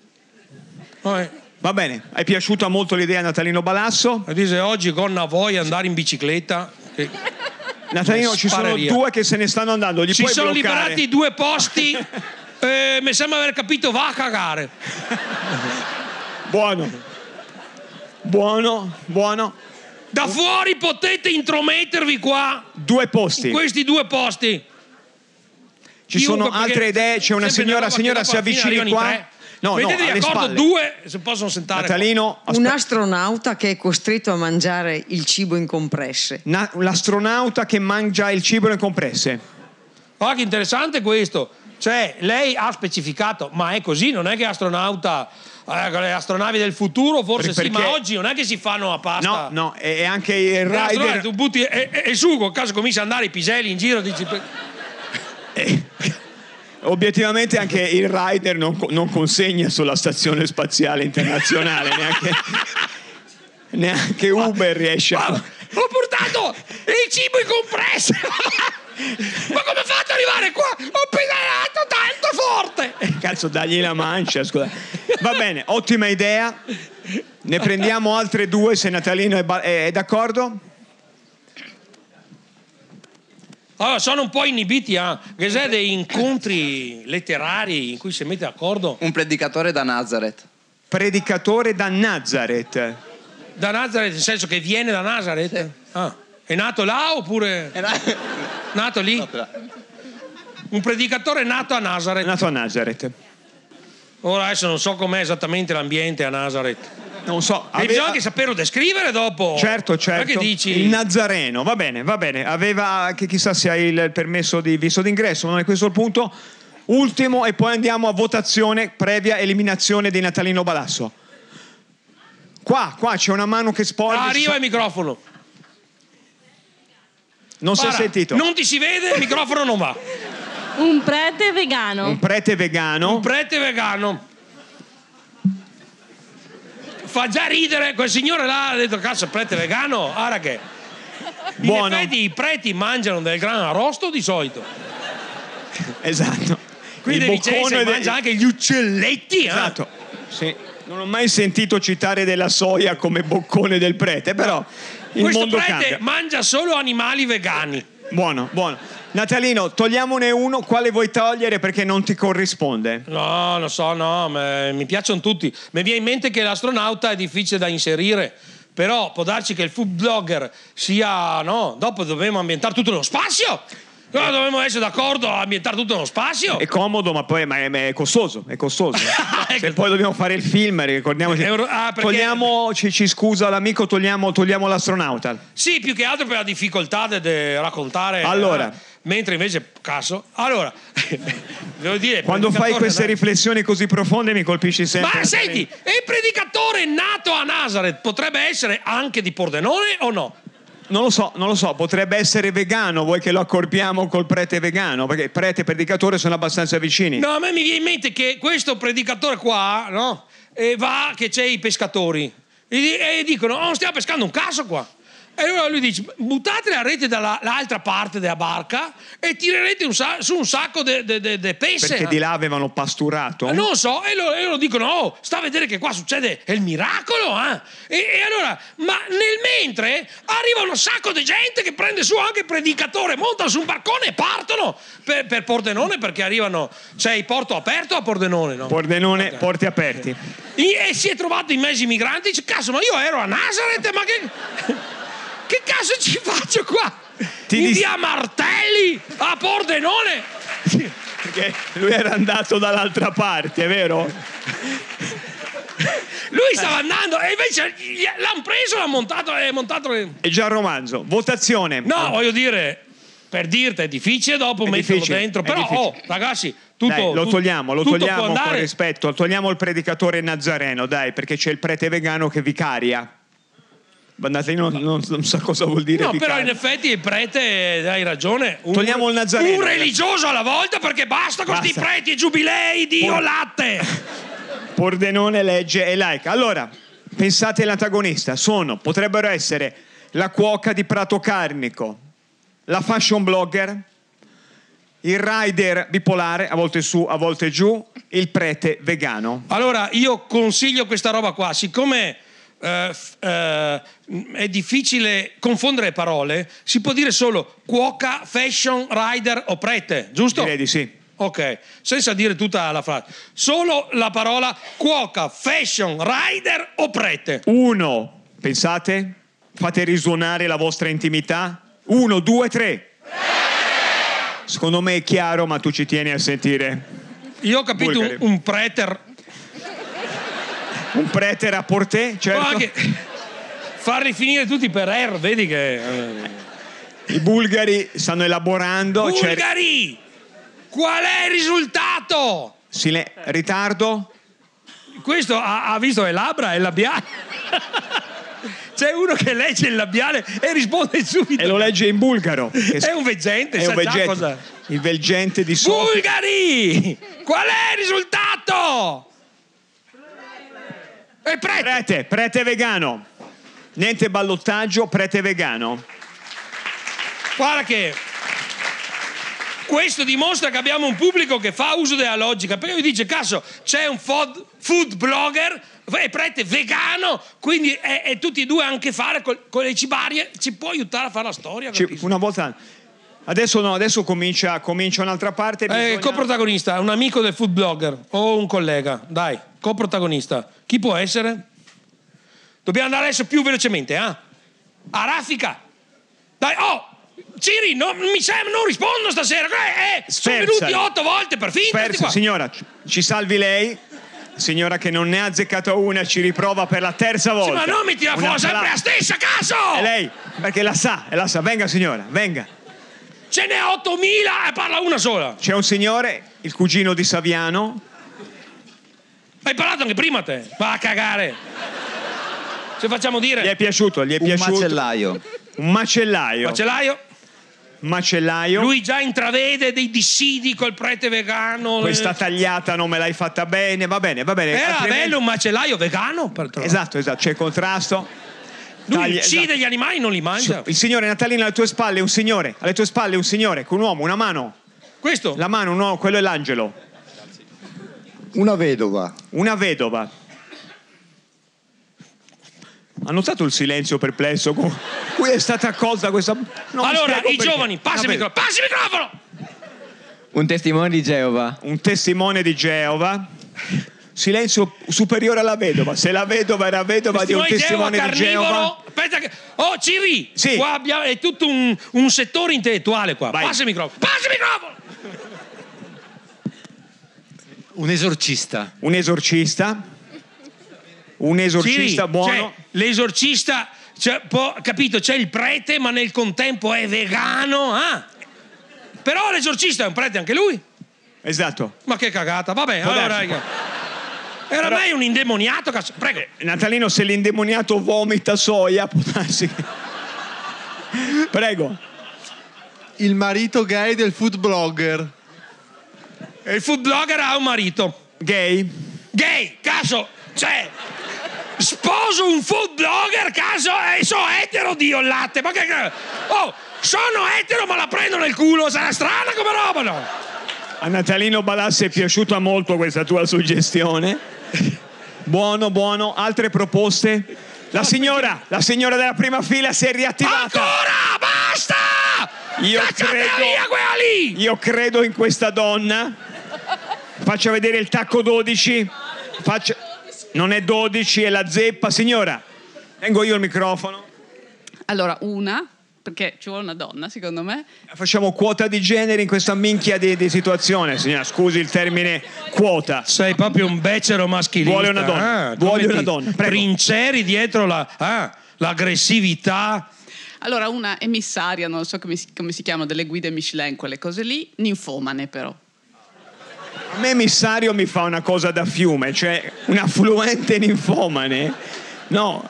Speaker 2: Oh, eh.
Speaker 5: Va bene, è piaciuta molto l'idea a Natalino Balasso.
Speaker 2: E dice oggi gonna voi andare in bicicletta. Che-
Speaker 5: Natalino,
Speaker 2: Ne
Speaker 5: ci sono
Speaker 2: spareria.
Speaker 5: due che se ne stanno andando. Gli
Speaker 2: Si
Speaker 5: puoi
Speaker 2: sono
Speaker 5: bloccare.
Speaker 2: liberati due posti Eh, mi sembra aver capito, va a cagare.
Speaker 5: Buono. Buono, buono.
Speaker 2: Da fuori potete intromettervi qua.
Speaker 5: Due posti.
Speaker 2: In questi due posti.
Speaker 5: Ci sono
Speaker 2: Chiunque,
Speaker 5: altre
Speaker 2: perché
Speaker 5: idee, c'è una
Speaker 2: sempre
Speaker 5: signora,
Speaker 2: nella
Speaker 5: signora si
Speaker 2: macchina alla fine
Speaker 5: avvicini
Speaker 2: arrivano
Speaker 5: qua.
Speaker 2: in tre.
Speaker 5: No, no,
Speaker 2: Mettetevi
Speaker 5: alle
Speaker 2: d'accordo
Speaker 5: spalle.
Speaker 2: due, se possono sentare. qua.
Speaker 5: Natalino,
Speaker 12: Un
Speaker 5: aspetta.
Speaker 12: astronauta che è costretto a mangiare il cibo in compresse.
Speaker 5: Na- l'astronauta che mangia il cibo nelle compresse.
Speaker 2: Ah, che interessante questo. Cioè, lei ha specificato, ma è così, non è che astronauta, eh, con le astronavi del futuro forse sì,
Speaker 5: Perché-
Speaker 2: ma oggi non è che si fanno a pasta.
Speaker 5: No, no, e e anche il
Speaker 2: Eh, astronauti,
Speaker 5: rider.
Speaker 2: tu butti e, e, e su, col caso cominci ad andare i piselli in giro, dici... per-
Speaker 5: Obiettivamente anche il rider non, co- non consegna sulla stazione spaziale internazionale, neanche, neanche Uber riesce a...
Speaker 2: Ho portato il cibo in compressa! ma come ho fatto ad arrivare qua? Ho pedalato tanto forte!
Speaker 5: eh, Cazzo, dagli la mancia, scusa. Va bene, ottima idea. Ne prendiamo altre due se Natalino è, ba- è- è d'accordo.
Speaker 2: Allora, sono un po' inibiti a che sai, dei incontri letterari in cui si mette d'accordo.
Speaker 13: Un predicatore da Nazareth.
Speaker 5: Predicatore da Nazareth.
Speaker 2: Da Nazareth, nel senso che viene da Nazareth? Ah. È nato là oppure... nato lì? Un predicatore nato a Nazareth.
Speaker 5: Nato a Nazareth.
Speaker 2: Ora adesso non so com'è esattamente l'ambiente a Nazareth.
Speaker 5: Non so.
Speaker 2: E bisogna anche saperlo descrivere dopo.
Speaker 5: Certo, certo.
Speaker 2: Ma che dici?
Speaker 5: Il Nazareno, va bene, va bene. Aveva, che chissà se ha il permesso di visto d'ingresso, non è questo il punto. Ultimo e poi andiamo a votazione previa eliminazione di Natalino Balasso. Qua, qua c'è una mano che sporge.
Speaker 2: Ah, arriva il microfono.
Speaker 5: Non si è
Speaker 2: Guarda,
Speaker 5: sentito.
Speaker 2: Non ti si vede, il microfono non va.
Speaker 11: Un prete vegano.
Speaker 5: Un prete vegano.
Speaker 2: Un prete vegano. Fa già ridere quel signore là, ha detto cazzo, prete vegano, ora che. In
Speaker 5: Buono.
Speaker 2: effetti i preti mangiano del gran arrosto di solito.
Speaker 5: Esatto.
Speaker 2: Qui
Speaker 5: Il
Speaker 2: devi
Speaker 5: boccone
Speaker 2: Vicenza
Speaker 5: del-
Speaker 2: mangia anche gli uccelletti. eh.
Speaker 5: Esatto. Sì. Non ho mai sentito citare della soia come boccone del prete, però il
Speaker 2: Questo
Speaker 5: mondo
Speaker 2: prete
Speaker 5: cambia.
Speaker 2: mangia solo animali vegani.
Speaker 5: Buono, buono. Natalino, togliamone uno, quale vuoi togliere perché non ti corrisponde?
Speaker 2: No, lo so, no, ma eh, mi piacciono tutti. Mi viene in mente che l'astronauta è difficile da inserire. Però può darci che il food blogger sia. No, dopo dobbiamo ambientare tutto nello spazio. No, dobbiamo essere d'accordo a ambientare tutto nello spazio.
Speaker 5: È comodo, ma poi ma è, ma è costoso, è costoso. Se poi dobbiamo fare il film, ricordiamoci.
Speaker 2: Euro- ah, perché-
Speaker 5: Togliamo, ci, ci scusa l'amico, togliamo, togliamo l'astronauta.
Speaker 2: Sì, più che altro per la difficoltà di raccontare.
Speaker 5: Allora.
Speaker 2: eh, mentre invece, caso. Allora, devo dire.
Speaker 5: Quando fai
Speaker 2: predicatore
Speaker 5: queste
Speaker 2: nato-
Speaker 5: riflessioni così profonde mi colpisci sempre.
Speaker 2: Ma
Speaker 5: Natalino.
Speaker 2: senti, e il predicatore nato a Nazareth potrebbe essere anche di Pordenone o no?
Speaker 5: Non lo so, non lo so, potrebbe essere vegano, vuoi che lo accorpiamo col prete vegano? Perché prete e predicatore sono abbastanza vicini.
Speaker 2: No, a me mi viene in mente che questo predicatore qua, no? E va che c'è i pescatori. E, di- e dicono, oh, stiamo pescando un caso qua. E allora lui dice, buttate la rete dall'altra parte della barca e tirerete un sa- su un sacco di pesce.
Speaker 5: Perché di là avevano pasturato.
Speaker 2: Non lo so, e loro, e loro dicono: Oh, sta a vedere che qua succede il miracolo. eh?" E, e allora, ma nel mentre arriva un sacco di gente che prende su anche il predicatore, monta su un barcone e partono per, per Pordenone perché arrivano, c'è il porto aperto a Pordenone, no?
Speaker 5: Pordenone, porti aperti.
Speaker 2: E, e si è trovato in mezzo ai migranti e dice: Cazzo, ma io ero a Nazareth, ma che, che cazzo ci faccio qua?
Speaker 5: Ti
Speaker 2: in
Speaker 5: dis-
Speaker 2: via Martelli a Pordenone?
Speaker 5: Perché lui era andato dall'altra parte, è vero?
Speaker 2: Lui stava andando e invece gli- l'hanno preso, l'hanno montato e montato. le-
Speaker 5: È già il romanzo. Votazione.
Speaker 2: No, voglio dire, per dirti è difficile dopo
Speaker 5: È
Speaker 2: metterlo
Speaker 5: difficile,
Speaker 2: dentro,
Speaker 5: è
Speaker 2: però
Speaker 5: difficile.
Speaker 2: oh, ragazzi, tutto
Speaker 5: Dai, lo
Speaker 2: tut-
Speaker 5: togliamo, lo
Speaker 2: tutto
Speaker 5: togliamo
Speaker 2: può
Speaker 5: con
Speaker 2: andare.
Speaker 5: rispetto, togliamo il predicatore nazareno, dai, perché c'è il prete vegano che vicaria. Bandatlino non, non, non sa cosa vuol dire
Speaker 2: No, però
Speaker 5: vicaria.
Speaker 2: in effetti il prete, eh, hai ragione. Un,
Speaker 5: Togliamo il nazareno.
Speaker 2: Un religioso alla volta perché basta con questi
Speaker 5: Basta.
Speaker 2: preti, giubilei, dio,
Speaker 5: Buon-
Speaker 2: latte.
Speaker 5: Pordenone, legge e laica. Allora, pensate all'antagonista, sono, potrebbero essere la cuoca di Prato Carnico, la fashion blogger, il rider bipolare, a volte su, a volte giù, il prete vegano.
Speaker 2: Allora, io consiglio questa roba qua, siccome eh, f- eh, m- è difficile confondere parole, si può dire solo cuoca, fashion, rider o prete, giusto?
Speaker 5: Direi di sì.
Speaker 2: Ok, senza dire tutta la frase. Solo la parola cuoca, fashion, rider o prete.
Speaker 5: Uno, pensate? Fate risuonare la vostra intimità? Uno, due, tre. Secondo me è chiaro, ma tu ci tieni a sentire.
Speaker 2: Io ho capito un,
Speaker 5: Bulgari.
Speaker 2: un preter.
Speaker 5: Un prete a portè, certo.
Speaker 2: Ma anche- farli finire tutti per R, vedi che... eh.
Speaker 5: I bulgari stanno elaborando. cer-
Speaker 2: Bulgari! Qual è il risultato?
Speaker 5: Sile- ritardo?
Speaker 2: Questo ha, ha visto le labbra e il labiale. C'è uno che legge il labiale e risponde subito.
Speaker 5: E lo legge in bulgaro. Che-
Speaker 2: È un veggente,
Speaker 5: È
Speaker 2: sa
Speaker 5: un
Speaker 2: già
Speaker 5: veggente.
Speaker 2: cosa-
Speaker 5: Il veggente di Sofia.
Speaker 2: Bulgari! Qual è il risultato? E prete!
Speaker 5: Prete, prete vegano. Niente ballottaggio, prete vegano.
Speaker 2: Guarda che questo dimostra che abbiamo un pubblico che fa uso della logica. Perché mi dice, cazzo, c'è un fod- food blogger è prete vegano, quindi è, è tutti e due anche fare col- con le cibarie. Ci può aiutare a fare la storia?
Speaker 5: Ci-
Speaker 2: capisci?
Speaker 5: una volta. Adesso no, adesso comincia, comincia un'altra parte.
Speaker 2: Eh,
Speaker 5: bisogna-
Speaker 2: coprotagonista, un amico del food blogger o un collega, dai, coprotagonista. Chi può essere? Dobbiamo andare adesso più velocemente, eh? Arafica! Dai, oh! Ciri, non, mi sembra, non rispondo stasera. Eh, eh, sono venuti
Speaker 5: Sferzali.
Speaker 2: otto volte per finta. sti
Speaker 5: Sferzi,
Speaker 2: qua.
Speaker 5: signora, ci- ci salvi lei. Signora che non ne ha azzeccata una, ci riprova per la terza
Speaker 2: Sì,
Speaker 5: volta.
Speaker 2: ma non mi tira
Speaker 5: Una
Speaker 2: fuori sempre
Speaker 5: pala-
Speaker 2: la stessa,
Speaker 5: È
Speaker 2: caso!
Speaker 5: lei, perché la sa, la sa. Venga signora, venga.
Speaker 2: Ce n'è 8000 e parla una sola.
Speaker 5: C'è un signore, il cugino di Saviano,
Speaker 2: Hai parlato anche prima te. Va a cagare. Se facciamo dire.
Speaker 5: gli è piaciuto, gli è piaciuto.
Speaker 8: macellaio.
Speaker 5: Un macellaio.
Speaker 2: Macellaio?
Speaker 5: Macellaio.
Speaker 2: Lui già intravede dei dissidi col prete vegano.
Speaker 5: Questa
Speaker 2: eh.
Speaker 5: tagliata non me l'hai fatta bene, va bene, va bene.
Speaker 2: Era
Speaker 5: altrimenti-
Speaker 2: bello un macellaio vegano, per tra l'altro.
Speaker 5: Esatto, esatto, c'è il contrasto.
Speaker 2: Lui
Speaker 5: Taglia-
Speaker 2: uccide gli animali, non li mangia.
Speaker 5: Il signore Natalino alle tue spalle, un signore, alle tue spalle un signore, con un uomo, una mano.
Speaker 2: Questo?
Speaker 5: La mano, un uomo, quello è l'angelo.
Speaker 14: Una vedova.
Speaker 5: Una vedova. Ha notato il silenzio perplesso? con cui è stata accolta questa... non mi
Speaker 2: allora,
Speaker 5: spiego
Speaker 2: i
Speaker 5: perché.
Speaker 2: giovani, passa il
Speaker 5: Vabbè.
Speaker 2: microfono. Passa il microfono!
Speaker 14: Un testimone di Geova.
Speaker 5: Un testimone di Geova. Silenzio superiore alla vedova. Se la vedova era vedova di un
Speaker 2: Geova,
Speaker 5: testimone di Geova...
Speaker 2: carnivoro. Aspetta che... Oh, Ciri!
Speaker 5: Sì.
Speaker 2: Qua abbiamo... è tutto un, un settore intellettuale qua.
Speaker 5: Vai.
Speaker 2: Passa il microfono. Passa il microfono!
Speaker 15: Un esorcista.
Speaker 5: Un esorcista. Un esorcista
Speaker 2: Ciri,
Speaker 5: buono.
Speaker 2: cioè, l'esorcista... cioè, può- capito, c'è il prete, ma nel contempo è vegano. ah. Però l'esorcista è un prete anche lui.
Speaker 5: Esatto.
Speaker 2: Ma che cagata. Vabbè,
Speaker 5: Può
Speaker 2: allora...
Speaker 5: darsi,
Speaker 2: raga. Era mai un indemoniato, cazzo. Prego.
Speaker 5: Natalino, se l'indemoniato vomita soia, può darsi che- Prego.
Speaker 14: Il marito gay del food blogger.
Speaker 2: E il food blogger ha un marito.
Speaker 5: Gay?
Speaker 2: Gay, caso, cioè, sposo un food blogger, caso, e sono etero, dio il latte, ma che... Oh, sono etero ma la prendo nel culo, sarà strana come roba, no?
Speaker 5: A Natalino Balasse è piaciuta molto questa tua suggestione. Buono, buono. Altre proposte? La signora, la signora della prima fila si è riattivata.
Speaker 2: Ancora, basta!
Speaker 5: Io
Speaker 2: Cacciatela
Speaker 5: credo,
Speaker 2: via quella lì!
Speaker 5: io credo in questa donna. Faccia vedere il tacco 12. Faccia- Non è 12, è la zeppa. Signora, tengo io il microfono.
Speaker 6: Allora, una, perché ci vuole una donna, secondo me.
Speaker 5: Facciamo quota di genere in questa minchia di, di situazione, signora. Scusi il termine quota.
Speaker 2: Sei proprio un becero maschilista. eh?
Speaker 5: Vuole una donna. Vuole
Speaker 2: come
Speaker 5: una
Speaker 2: ti
Speaker 5: donna. Prego.
Speaker 2: Trinceri dietro la... ah, l'aggressività.
Speaker 6: Allora, una emissaria, non so come si, come si chiamano, delle guide Michelin, quelle cose lì, ninfomane però.
Speaker 5: A me missario mi fa una cosa da fiume, cioè un affluente ninfomane. No,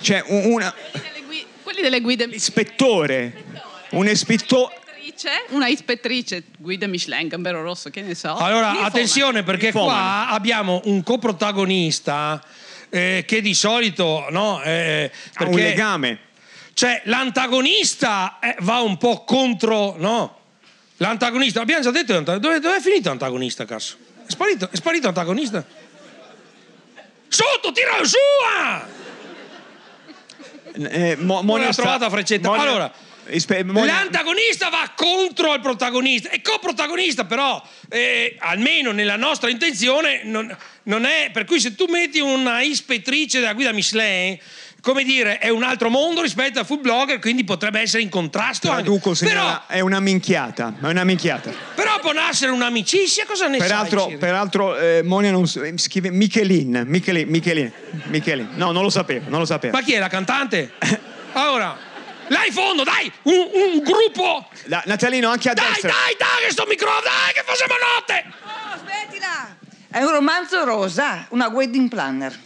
Speaker 5: cioè un, una-
Speaker 6: Quelli delle guide
Speaker 5: ispettore. Un ispettore.
Speaker 6: Michelin, una ispettrice, guida Michelin, gambero rosso, che ne so.
Speaker 5: Oh,
Speaker 2: Allora,
Speaker 6: ninfomane.
Speaker 2: attenzione perché
Speaker 6: Ninfomane.
Speaker 2: qua abbiamo un coprotagonista eh, che di solito no, eh,
Speaker 5: Ha un
Speaker 2: perché-
Speaker 5: legame.
Speaker 2: Cioè, l'antagonista eh, va un po' contro, no? L'antagonista, abbiamo già detto, l'anta- dove, dove è finito l'antagonista, cazzo? È sparito, è sparito l'antagonista? Sotto, tira su! ah!
Speaker 5: Eh, Mo-
Speaker 2: Non
Speaker 5: Monia
Speaker 2: l'ha
Speaker 5: sta- Eh,
Speaker 2: trovata la freccetta.
Speaker 5: Monia-
Speaker 2: Allora,
Speaker 5: Ispe- mo-
Speaker 2: L'antagonista va contro il protagonista e coprotagonista però, eh, almeno nella nostra intenzione, non, non è... Per cui se tu metti una ispettrice della guida Michelin, come dire, è un altro mondo rispetto al food blogger, quindi potrebbe essere in contrasto anche.
Speaker 5: Traduco, signora, è una minchiata, è una minchiata.
Speaker 2: Però può nascere un'amicizia, cosa ne sai?
Speaker 5: Peraltro,
Speaker 2: Ciro?
Speaker 5: peraltro eh, Monia non s- eh, scrive Michelin, Michelin, Michelin, Michelin. No, non lo sapevo, non lo sapevo.
Speaker 2: Ma chi è la cantante? Ora, là in fondo, dai, un, un gruppo.
Speaker 5: Da- Natalino, anche a
Speaker 2: Dai,
Speaker 5: destra.
Speaker 2: dai, dai, che sto microfono, dai, che facciamo notte.
Speaker 12: Oh, È un romanzo rosa, una wedding planner.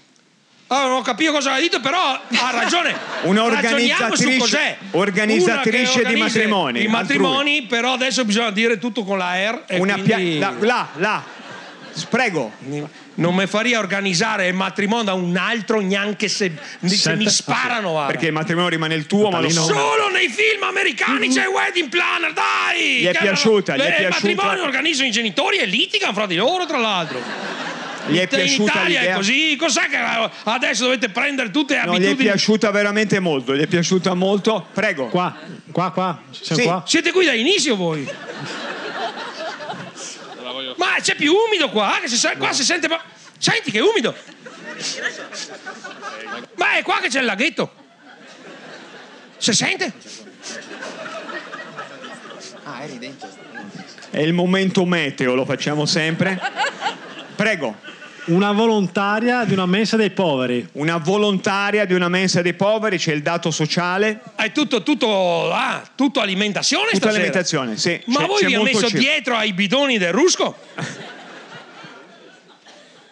Speaker 2: Allora, Oh, non capisco cosa ha detto, però ha ragione. Ragioniamo su
Speaker 5: Un'organizzatrice-
Speaker 2: cos'è.
Speaker 5: organizzatrice
Speaker 2: Una che
Speaker 5: di
Speaker 2: organizza
Speaker 5: matrimoni,
Speaker 2: I matrimoni, però adesso bisogna dire tutto con la R. e
Speaker 5: Una pia-
Speaker 2: quindi-
Speaker 5: la- la- la. Prego.
Speaker 2: Non mi faria organizzare il matrimonio da un altro neanche se, se mi sparano. guarda.
Speaker 5: Perché il matrimonio rimane il tuo, ma lo so.
Speaker 2: Solo nei film americani c'è il wedding planner, dai!
Speaker 5: Gli è
Speaker 2: Che
Speaker 5: piaciuta,
Speaker 2: erano-
Speaker 5: gli è
Speaker 2: Beh,
Speaker 5: piaciuta.
Speaker 2: Il matrimonio organizzano i genitori e litigano fra di loro, tra l'altro.
Speaker 5: Gli è
Speaker 2: In-
Speaker 5: piaciuta
Speaker 2: In Italia
Speaker 5: l'idea?
Speaker 2: è così, cos'è che adesso dovete prendere tutte le
Speaker 5: No, gli è
Speaker 2: abitudini?
Speaker 5: piaciuta veramente molto, gli è piaciuta molto. Prego. Qua, qua, qua.
Speaker 2: Sì, Siete qui dall'inizio voi? Ma c'è più umido qua, che si sa- qua si sente... pa- Senti che è umido! Ma è qua che c'è il laghetto! Si sente?
Speaker 13: Ah, eri dentro.
Speaker 5: È il momento meteo, lo facciamo sempre. Prego.
Speaker 16: Una volontaria di una mensa dei poveri.
Speaker 5: Una volontaria di una mensa dei poveri, c'è il dato sociale.
Speaker 2: È tutto, tutto, ah, tutto alimentazione
Speaker 5: Tutta
Speaker 2: stasera.
Speaker 5: l'alimentazione, sì.
Speaker 2: Ma
Speaker 5: C'è-
Speaker 2: voi
Speaker 5: c'è
Speaker 2: vi ha
Speaker 5: molto
Speaker 2: messo
Speaker 5: cibo.
Speaker 2: dietro ai bidoni del rusco?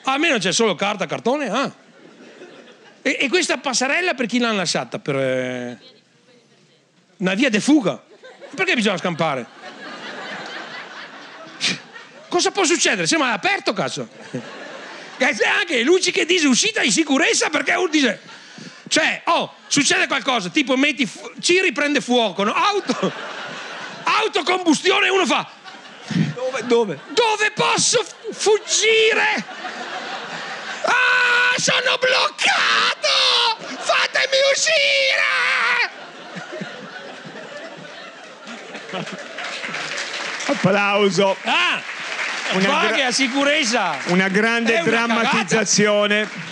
Speaker 2: Almeno c'è solo carta, cartone. ah. E, e questa passerella per chi l'hanno lasciata? Per eh, una via de fuga. Perché bisogna scampare? Cosa può succedere? Siamo all'aperto, cazzo. Cazzo, anche le luci che dice uscita in sicurezza perché uno dice... Cioè, oh, succede qualcosa, tipo metti... fu- Ciri prende fuoco, no? Auto... Autocombustione, uno fa... Dove? Dove? Dove posso f- fuggire? Ah, sono bloccato! Fatemi uscire!
Speaker 5: Applauso.
Speaker 2: Ah!
Speaker 5: Una
Speaker 2: Una
Speaker 5: gra-
Speaker 2: a sicurezza!
Speaker 5: Una grande
Speaker 2: È una
Speaker 5: drammatizzazione.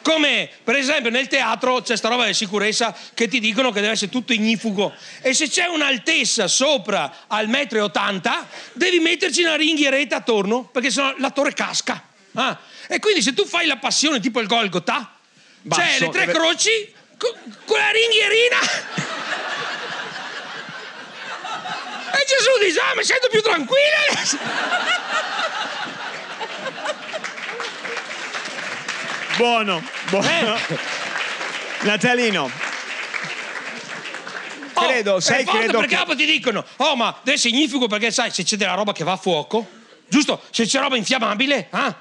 Speaker 2: Come per esempio nel teatro c'è sta roba di sicurezza che ti dicono che deve essere tutto ignifugo e se c'è un'altezza sopra al metro e 80 devi metterci una ringhieretta attorno perché sennò l'attore casca. Ah, E quindi se tu fai la passione tipo il Golgotha,
Speaker 5: Basso,
Speaker 2: c'è le tre
Speaker 5: deve-
Speaker 2: croci co- con la ringhierina e Gesù dice ah mi sento più tranquilla adesso."
Speaker 5: Buono, buono.
Speaker 2: Eh.
Speaker 5: Natalino.
Speaker 2: Oh,
Speaker 5: credo,
Speaker 2: per
Speaker 5: sai,
Speaker 2: forza,
Speaker 5: credo
Speaker 2: perché
Speaker 5: che-
Speaker 2: dopo ti dicono, oh ma del significo perché sai se c'è della roba che va a fuoco, giusto? Se c'è roba infiammabile, ah?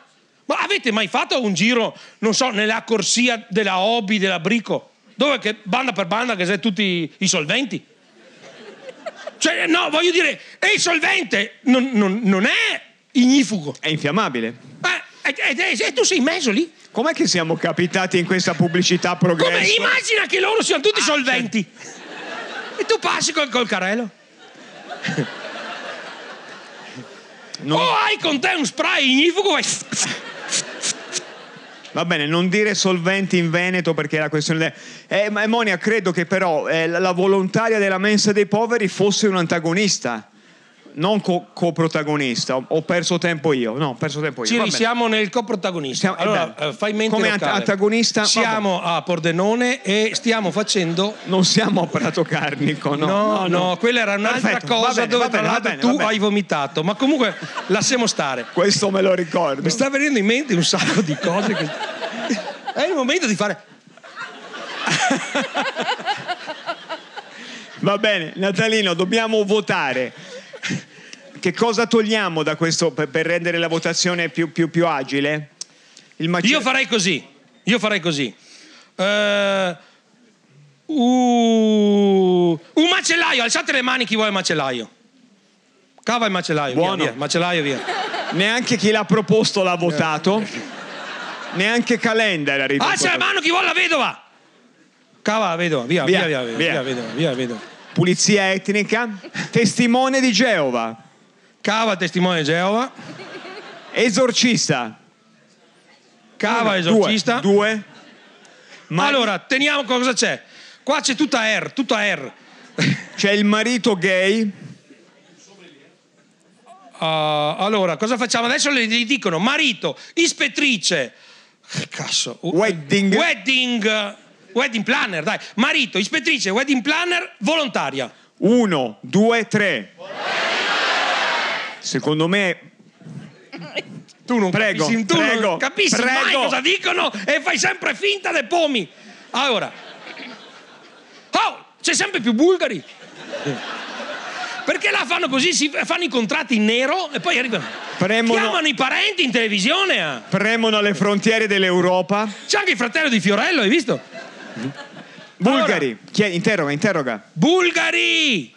Speaker 2: Ma avete mai fatto un giro, non so, nella corsia della Obi, della Brico? Dove che banda per banda che sei tutti i solventi? Cioè, no, voglio dire, e il solvente non, non- non è ignifugo.
Speaker 5: È infiammabile.
Speaker 2: Eh, eh, eh, eh, tu sei messo lì?
Speaker 5: Com'è che siamo capitati in questa pubblicità
Speaker 2: Come
Speaker 5: progresso?
Speaker 2: immagina che loro siano
Speaker 5: Ah,
Speaker 2: tutti solventi?
Speaker 5: certo.
Speaker 2: E tu passi col, col carello? O Oh, hai con te un spray ignifugo vai...
Speaker 5: Va bene, non dire solventi in Veneto perché la questione... del- Eh, ma Monia, credo che però eh, la- la volontaria della mensa dei poveri fosse un antagonista, non co- coprotagonista. Ho, ho perso tempo io, no, ho perso tempo io.
Speaker 2: Ci
Speaker 5: Va bene.
Speaker 2: siamo nel coprotagonista.
Speaker 5: Siamo- eh
Speaker 2: allora,
Speaker 5: beh,
Speaker 2: eh, fai mente
Speaker 5: come
Speaker 2: locale.
Speaker 5: ant- antagonista, vabbè.
Speaker 2: Siamo a Pordenone e stiamo facendo...
Speaker 5: Non siamo a Prato Carnico, no.
Speaker 2: No, no, quella era un'altra
Speaker 5: Perfetto, va
Speaker 2: cosa
Speaker 5: bene,
Speaker 2: dove
Speaker 5: va
Speaker 2: tra
Speaker 5: bene, va
Speaker 2: l'altro
Speaker 5: bene, va
Speaker 2: tu
Speaker 5: bene.
Speaker 2: hai vomitato, ma comunque lasciamo stare.
Speaker 5: Questo me lo ricordo.
Speaker 2: Mi sta venendo in mente un sacco di cose. Che... È il momento di fare...
Speaker 5: Va bene, Natalino, dobbiamo votare. Che cosa togliamo da questo per, per rendere la votazione più, più- più agile? Il macello-
Speaker 2: Io farei così. Io farei così. Eh, uh, un macellaio, alzate le mani chi vuole il macellaio. Cava il macellaio, via,
Speaker 5: Buono.
Speaker 2: via, macellaio via.
Speaker 5: Neanche chi l'ha proposto
Speaker 2: Eh.
Speaker 5: l'ha votato. Neanche Calenda era arrivato.
Speaker 2: Ah, cioè, Alza la mano chi vuole la vedova. Cava, vedo, via, via,
Speaker 5: Via,
Speaker 2: via, via,
Speaker 5: via.
Speaker 2: via, vedova, via, vedova.
Speaker 5: Pulizia etnica, testimone di Geova.
Speaker 2: Cava, testimone di Geova.
Speaker 5: Esorcista.
Speaker 2: Cava,
Speaker 5: Uno,
Speaker 2: esorcista.
Speaker 5: Due. due.
Speaker 2: Allora, teniamo cosa c'è. Qua c'è tutta R, tutta R.
Speaker 5: C'è il marito gay.
Speaker 2: Ah, allora, cosa facciamo? Adesso le, gli dicono marito, ispettrice. Che cazzo? U-
Speaker 5: Wedding.
Speaker 2: Wedding. Wedding planner, dai. Marito, ispettrice, wedding planner, volontaria.
Speaker 5: Uno, due, tre. Secondo me.
Speaker 2: Tu non
Speaker 5: prego,
Speaker 2: Capisci, tu non
Speaker 5: prego,
Speaker 2: capisci
Speaker 5: prego.
Speaker 2: mai cosa dicono e fai sempre finta dei pomi. Allora. Oh, c'è sempre più bulgari. Perché la fanno così? Si fanno i contratti in nero e poi arrivano.
Speaker 5: Premono-
Speaker 2: Chiamano i parenti in televisione. ah.
Speaker 5: Premono alle frontiere dell'Europa.
Speaker 2: C'è anche il fratello di Fiorello, hai visto?
Speaker 5: Bulgari. Chi è? Interroga, interroga.
Speaker 2: Bulgari!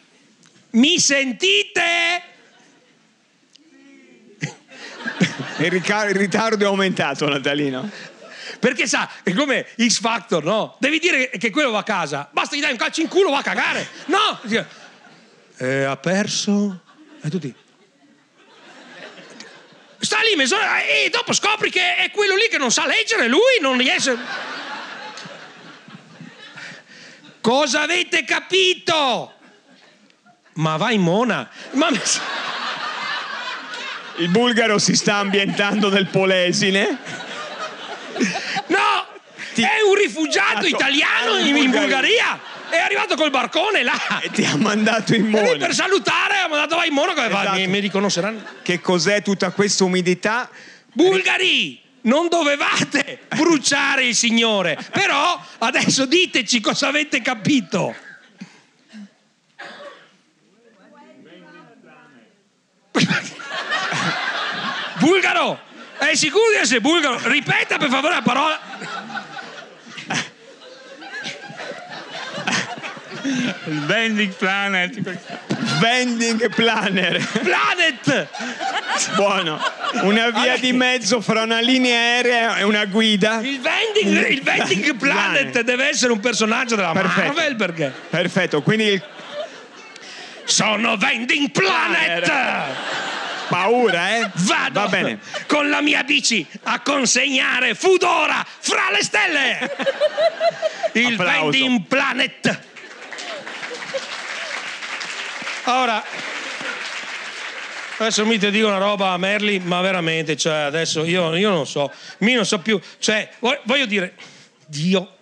Speaker 2: Mi sentite?
Speaker 5: Il, rica- il ritardo è aumentato, Natalino.
Speaker 2: Perché sa, è come X Factor, no? Devi dire che quello va a casa. Basta, gli dai un calcio in culo, va a cagare. No! E ha perso. E tutti. Sta lì mezz'ora e dopo scopri che è quello lì che non sa leggere, lui non riesce. Cosa avete capito? Ma vai mona. Ma
Speaker 5: Il bulgaro si sta ambientando nel polesine.
Speaker 2: No! È un rifugiato
Speaker 5: Dato-
Speaker 2: italiano in, in
Speaker 5: Bulgaria.
Speaker 2: Bulgaria! È arrivato col barcone là!
Speaker 5: Ti ha mandato in
Speaker 2: E lui
Speaker 5: mondo.
Speaker 2: per salutare ha mandato vai in monaco e fa,
Speaker 5: Esatto.
Speaker 2: mi, mi riconosceranno.
Speaker 5: Che cos'è tutta questa umidità?
Speaker 2: Bulgari! Non dovevate bruciare il Signore, però adesso diteci cosa avete capito. Bulgaro! È sicuro di essere bulgaro? Ripeta per favore la parola.
Speaker 17: Il vending planet.
Speaker 5: Vending planner.
Speaker 2: Planet!
Speaker 5: Buono. Una via di mezzo fra una linea aerea e una guida.
Speaker 2: Il vending, il vending planet deve essere un personaggio della
Speaker 5: Perfetto.
Speaker 2: Marvel perché?
Speaker 5: Perfetto, quindi il
Speaker 2: Sono vending planet!
Speaker 5: paura, eh?
Speaker 2: Vado
Speaker 5: Ah, Va bene.
Speaker 2: con la mia bici a consegnare Fudora fra le stelle! Il
Speaker 5: Applauso.
Speaker 2: Vending Planet! Ora, adesso mi ti dico una roba a Merli, ma veramente, cioè, adesso io, io non so, mi non so più, cioè, vo- voglio dire, Dio.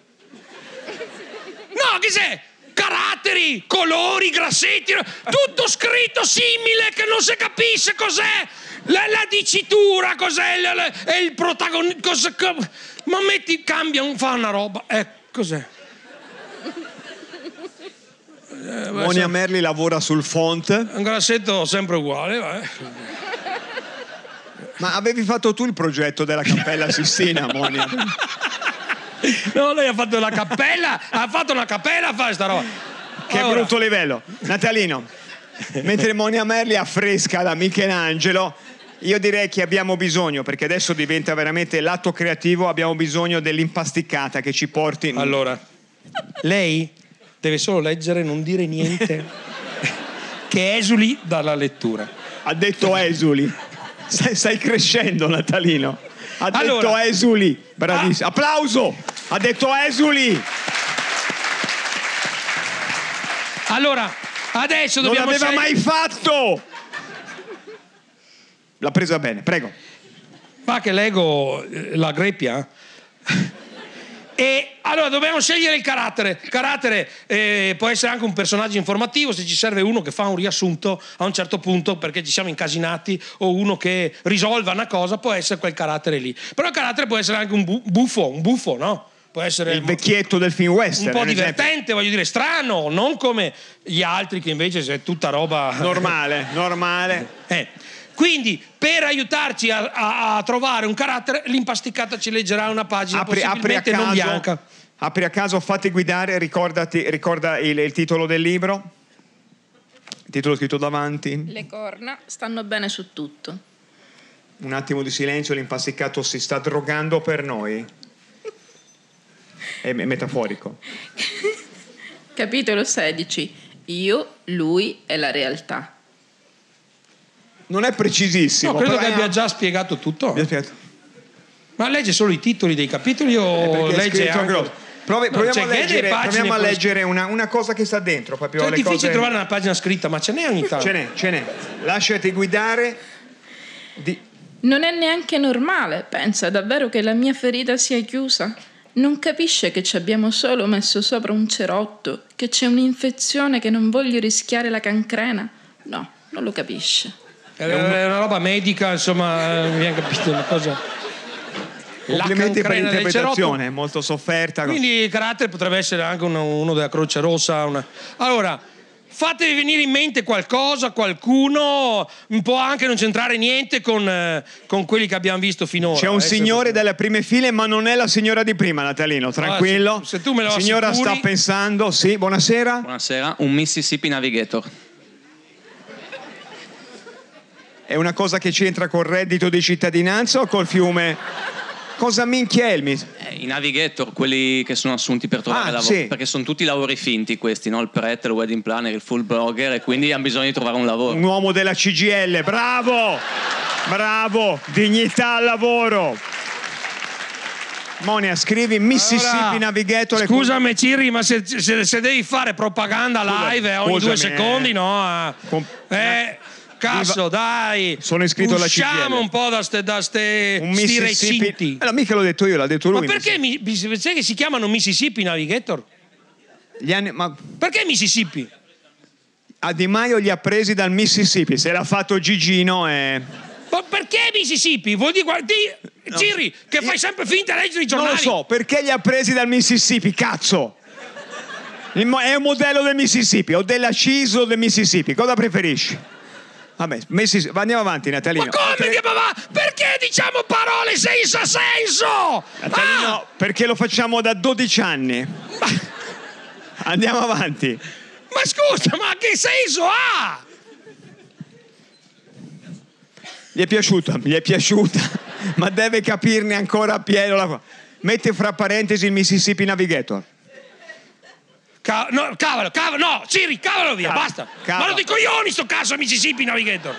Speaker 2: No, che c'è? Caratteri, colori, grassetti, tutto scritto simile che non si capisce cos'è. La, la dicitura, cos'è? la- la- è il protagonista. ma metti, cambia, un- fa una roba. Eh, cos'è? Eh, beh,
Speaker 5: Monia
Speaker 2: so-
Speaker 5: Merli lavora sul font.
Speaker 2: un grassetto sempre uguale, eh. vabbè.
Speaker 5: Ma avevi fatto tu il progetto della Cappella Sistina, Monia?
Speaker 2: No, lei ha fatto la cappella, ha fatto una cappella a fare sta roba.
Speaker 5: Che
Speaker 2: Allora,
Speaker 5: brutto livello. Natalino, mentre Monia Merli affresca da Michelangelo, io direi che abbiamo bisogno, perché adesso diventa veramente l'atto creativo, abbiamo bisogno dell'impasticcata che ci porti...
Speaker 2: Allora, lei deve solo leggere, non dire niente. che esuli dalla lettura.
Speaker 5: Ha detto esuli. Stai, stai crescendo, Natalino. Ha detto
Speaker 2: Allora- Ah.
Speaker 5: esuli. Bravissimo. Applauso! Ha detto esuli!
Speaker 2: Allora, adesso
Speaker 5: Non
Speaker 2: dobbiamo
Speaker 5: l'aveva
Speaker 2: scel-
Speaker 5: mai fatto! L'ha presa bene, prego.
Speaker 2: Ma che leggo eh, la greppia? E allora dobbiamo scegliere il carattere. Il carattere eh, può essere anche un personaggio informativo, se ci serve uno che fa un riassunto a un certo punto perché ci siamo incasinati, o uno che risolva una cosa, può essere quel carattere lì. Però il carattere può essere anche un bu- buffo, un buffo, no? Può essere
Speaker 5: Il vecchietto del film
Speaker 2: un
Speaker 5: western.
Speaker 2: po'
Speaker 5: ad esempio.
Speaker 2: divertente, voglio dire, strano, non come gli altri che invece è tutta roba
Speaker 5: Normale, normale.
Speaker 2: Eh, Quindi, per aiutarci a, a- a trovare un carattere, l'impasticcata ci leggerà una pagina
Speaker 5: Apri, apri a
Speaker 2: possibilmente non bianca.
Speaker 5: caso. Apri a caso, fatti guidare, ricordati, ricorda il, il titolo del libro. Il titolo scritto davanti.
Speaker 3: Le corna stanno bene su tutto.
Speaker 5: Un attimo di silenzio, l'impasticato si sta drogando per noi. È me- metaforico.
Speaker 3: Capitolo 16. Io, lui e la realtà.
Speaker 5: Non è precisissimo.
Speaker 2: No, credo
Speaker 5: però
Speaker 2: che
Speaker 5: è-
Speaker 2: abbia già spiegato tutto.
Speaker 5: spiegato.
Speaker 2: Ma legge solo i titoli dei capitoli o
Speaker 5: Eh, perché è
Speaker 2: legge
Speaker 5: scritto
Speaker 2: Oh, anche...
Speaker 5: grosso. Provi-
Speaker 2: No,
Speaker 5: proviamo
Speaker 2: cioè,
Speaker 5: a
Speaker 2: che è delle
Speaker 5: leggere,
Speaker 2: pagine
Speaker 5: proviamo a
Speaker 2: con-
Speaker 5: leggere una, una cosa che sta dentro. Proprio
Speaker 2: Cioè, è
Speaker 5: le
Speaker 2: difficile
Speaker 5: cose-
Speaker 2: trovare una pagina scritta, ma ce n'è ogni tanto.
Speaker 5: Ce n'è, ce n'è. Lasciati guidare.
Speaker 3: Non è neanche normale, pensa davvero che la mia ferita sia chiusa. Non capisce che ci abbiamo solo messo sopra un cerotto, che c'è un'infezione che non voglio rischiare la cancrena. No, non lo capisce.
Speaker 2: È è una roba medica, insomma, non abbiamo capito una cosa. La
Speaker 5: Complimenti per
Speaker 2: cancrena del
Speaker 5: l'interpretazione, è molto sofferta.
Speaker 2: Quindi il carattere potrebbe essere anche uno, uno della Croce Rossa. una- Allora, fatevi venire in mente qualcosa, qualcuno, un po' anche non c'entrare niente con, eh, con quelli che abbiamo visto finora.
Speaker 5: C'è un
Speaker 2: eh,
Speaker 5: signore delle prime file, ma non è la signora di prima, Natalino, tranquillo.
Speaker 2: Ah, se- se tu me lo
Speaker 5: La signora
Speaker 2: assicuri-
Speaker 5: sta pensando, sì, buonasera.
Speaker 13: Buonasera, un Mississippi Navigator.
Speaker 5: È una cosa che c'entra col reddito di cittadinanza o col fiume? Cosa minchia è il mis-
Speaker 13: Eh, I Navigator, quelli che sono assunti per trovare
Speaker 5: Ah,
Speaker 13: lavoro,
Speaker 5: sì.
Speaker 13: perché sono tutti lavori finti questi, no? Il prete, il wedding planner, il full blogger e quindi hanno bisogno di trovare un lavoro.
Speaker 5: Un uomo della CGL, bravo! Bravo! Dignità al lavoro! Monia, scrivi Mississippi
Speaker 2: Allora,
Speaker 5: Navigator. e-
Speaker 2: Scusami Ciri, ma se, se- se devi fare propaganda
Speaker 5: Scusa-
Speaker 2: live eh, ogni due
Speaker 5: scusami,
Speaker 2: secondi,
Speaker 5: eh.
Speaker 2: no? eh. Eh, cazzo, dai.
Speaker 5: Sono iscritto alla CGIL.
Speaker 2: Usciamo un po' da ste, da ste
Speaker 5: Un
Speaker 2: sti
Speaker 5: Mississippi.
Speaker 2: recinti.
Speaker 5: Eh, no, mica l'ho detto io, l'ha detto
Speaker 2: Ma
Speaker 5: lui.
Speaker 2: perché mi, mi- sai che si chiamano Mississippi Navigator?
Speaker 5: Gli anni- ma
Speaker 2: Perché Mississippi?
Speaker 5: a Di Maio li ha presi dal Mississippi, se l'ha fatto Gigino eh. e...
Speaker 2: Ma perché Mississippi? Vuol dire guardi, Ciri, che fai sempre finta di leggere i
Speaker 5: Non
Speaker 2: giornali.
Speaker 5: lo so, perché li ha presi dal Mississippi, cazzo! Il mo- è un modello del Mississippi, o della CISO del Mississippi, cosa preferisci? Vabbè, Missis- andiamo avanti Natalino.
Speaker 2: Ma come che ma va? Perché diciamo parole senza senso? Ah,
Speaker 5: Natalino, perché lo facciamo da 12 anni. Andiamo avanti.
Speaker 2: Ma scusa, ma che senso ha?
Speaker 5: Gli è piaciuta, gli è piaciuta, ma deve capirne ancora a pieno la cosa. Metti fra parentesi il Mississippi Navigator.
Speaker 2: Ca- no, cavolo, cavolo, no, Ciri, cavolo via,
Speaker 5: Cavolo,
Speaker 2: basta.
Speaker 5: cavolo.
Speaker 2: Ma lo dico io sto caso Mississippi Navigator.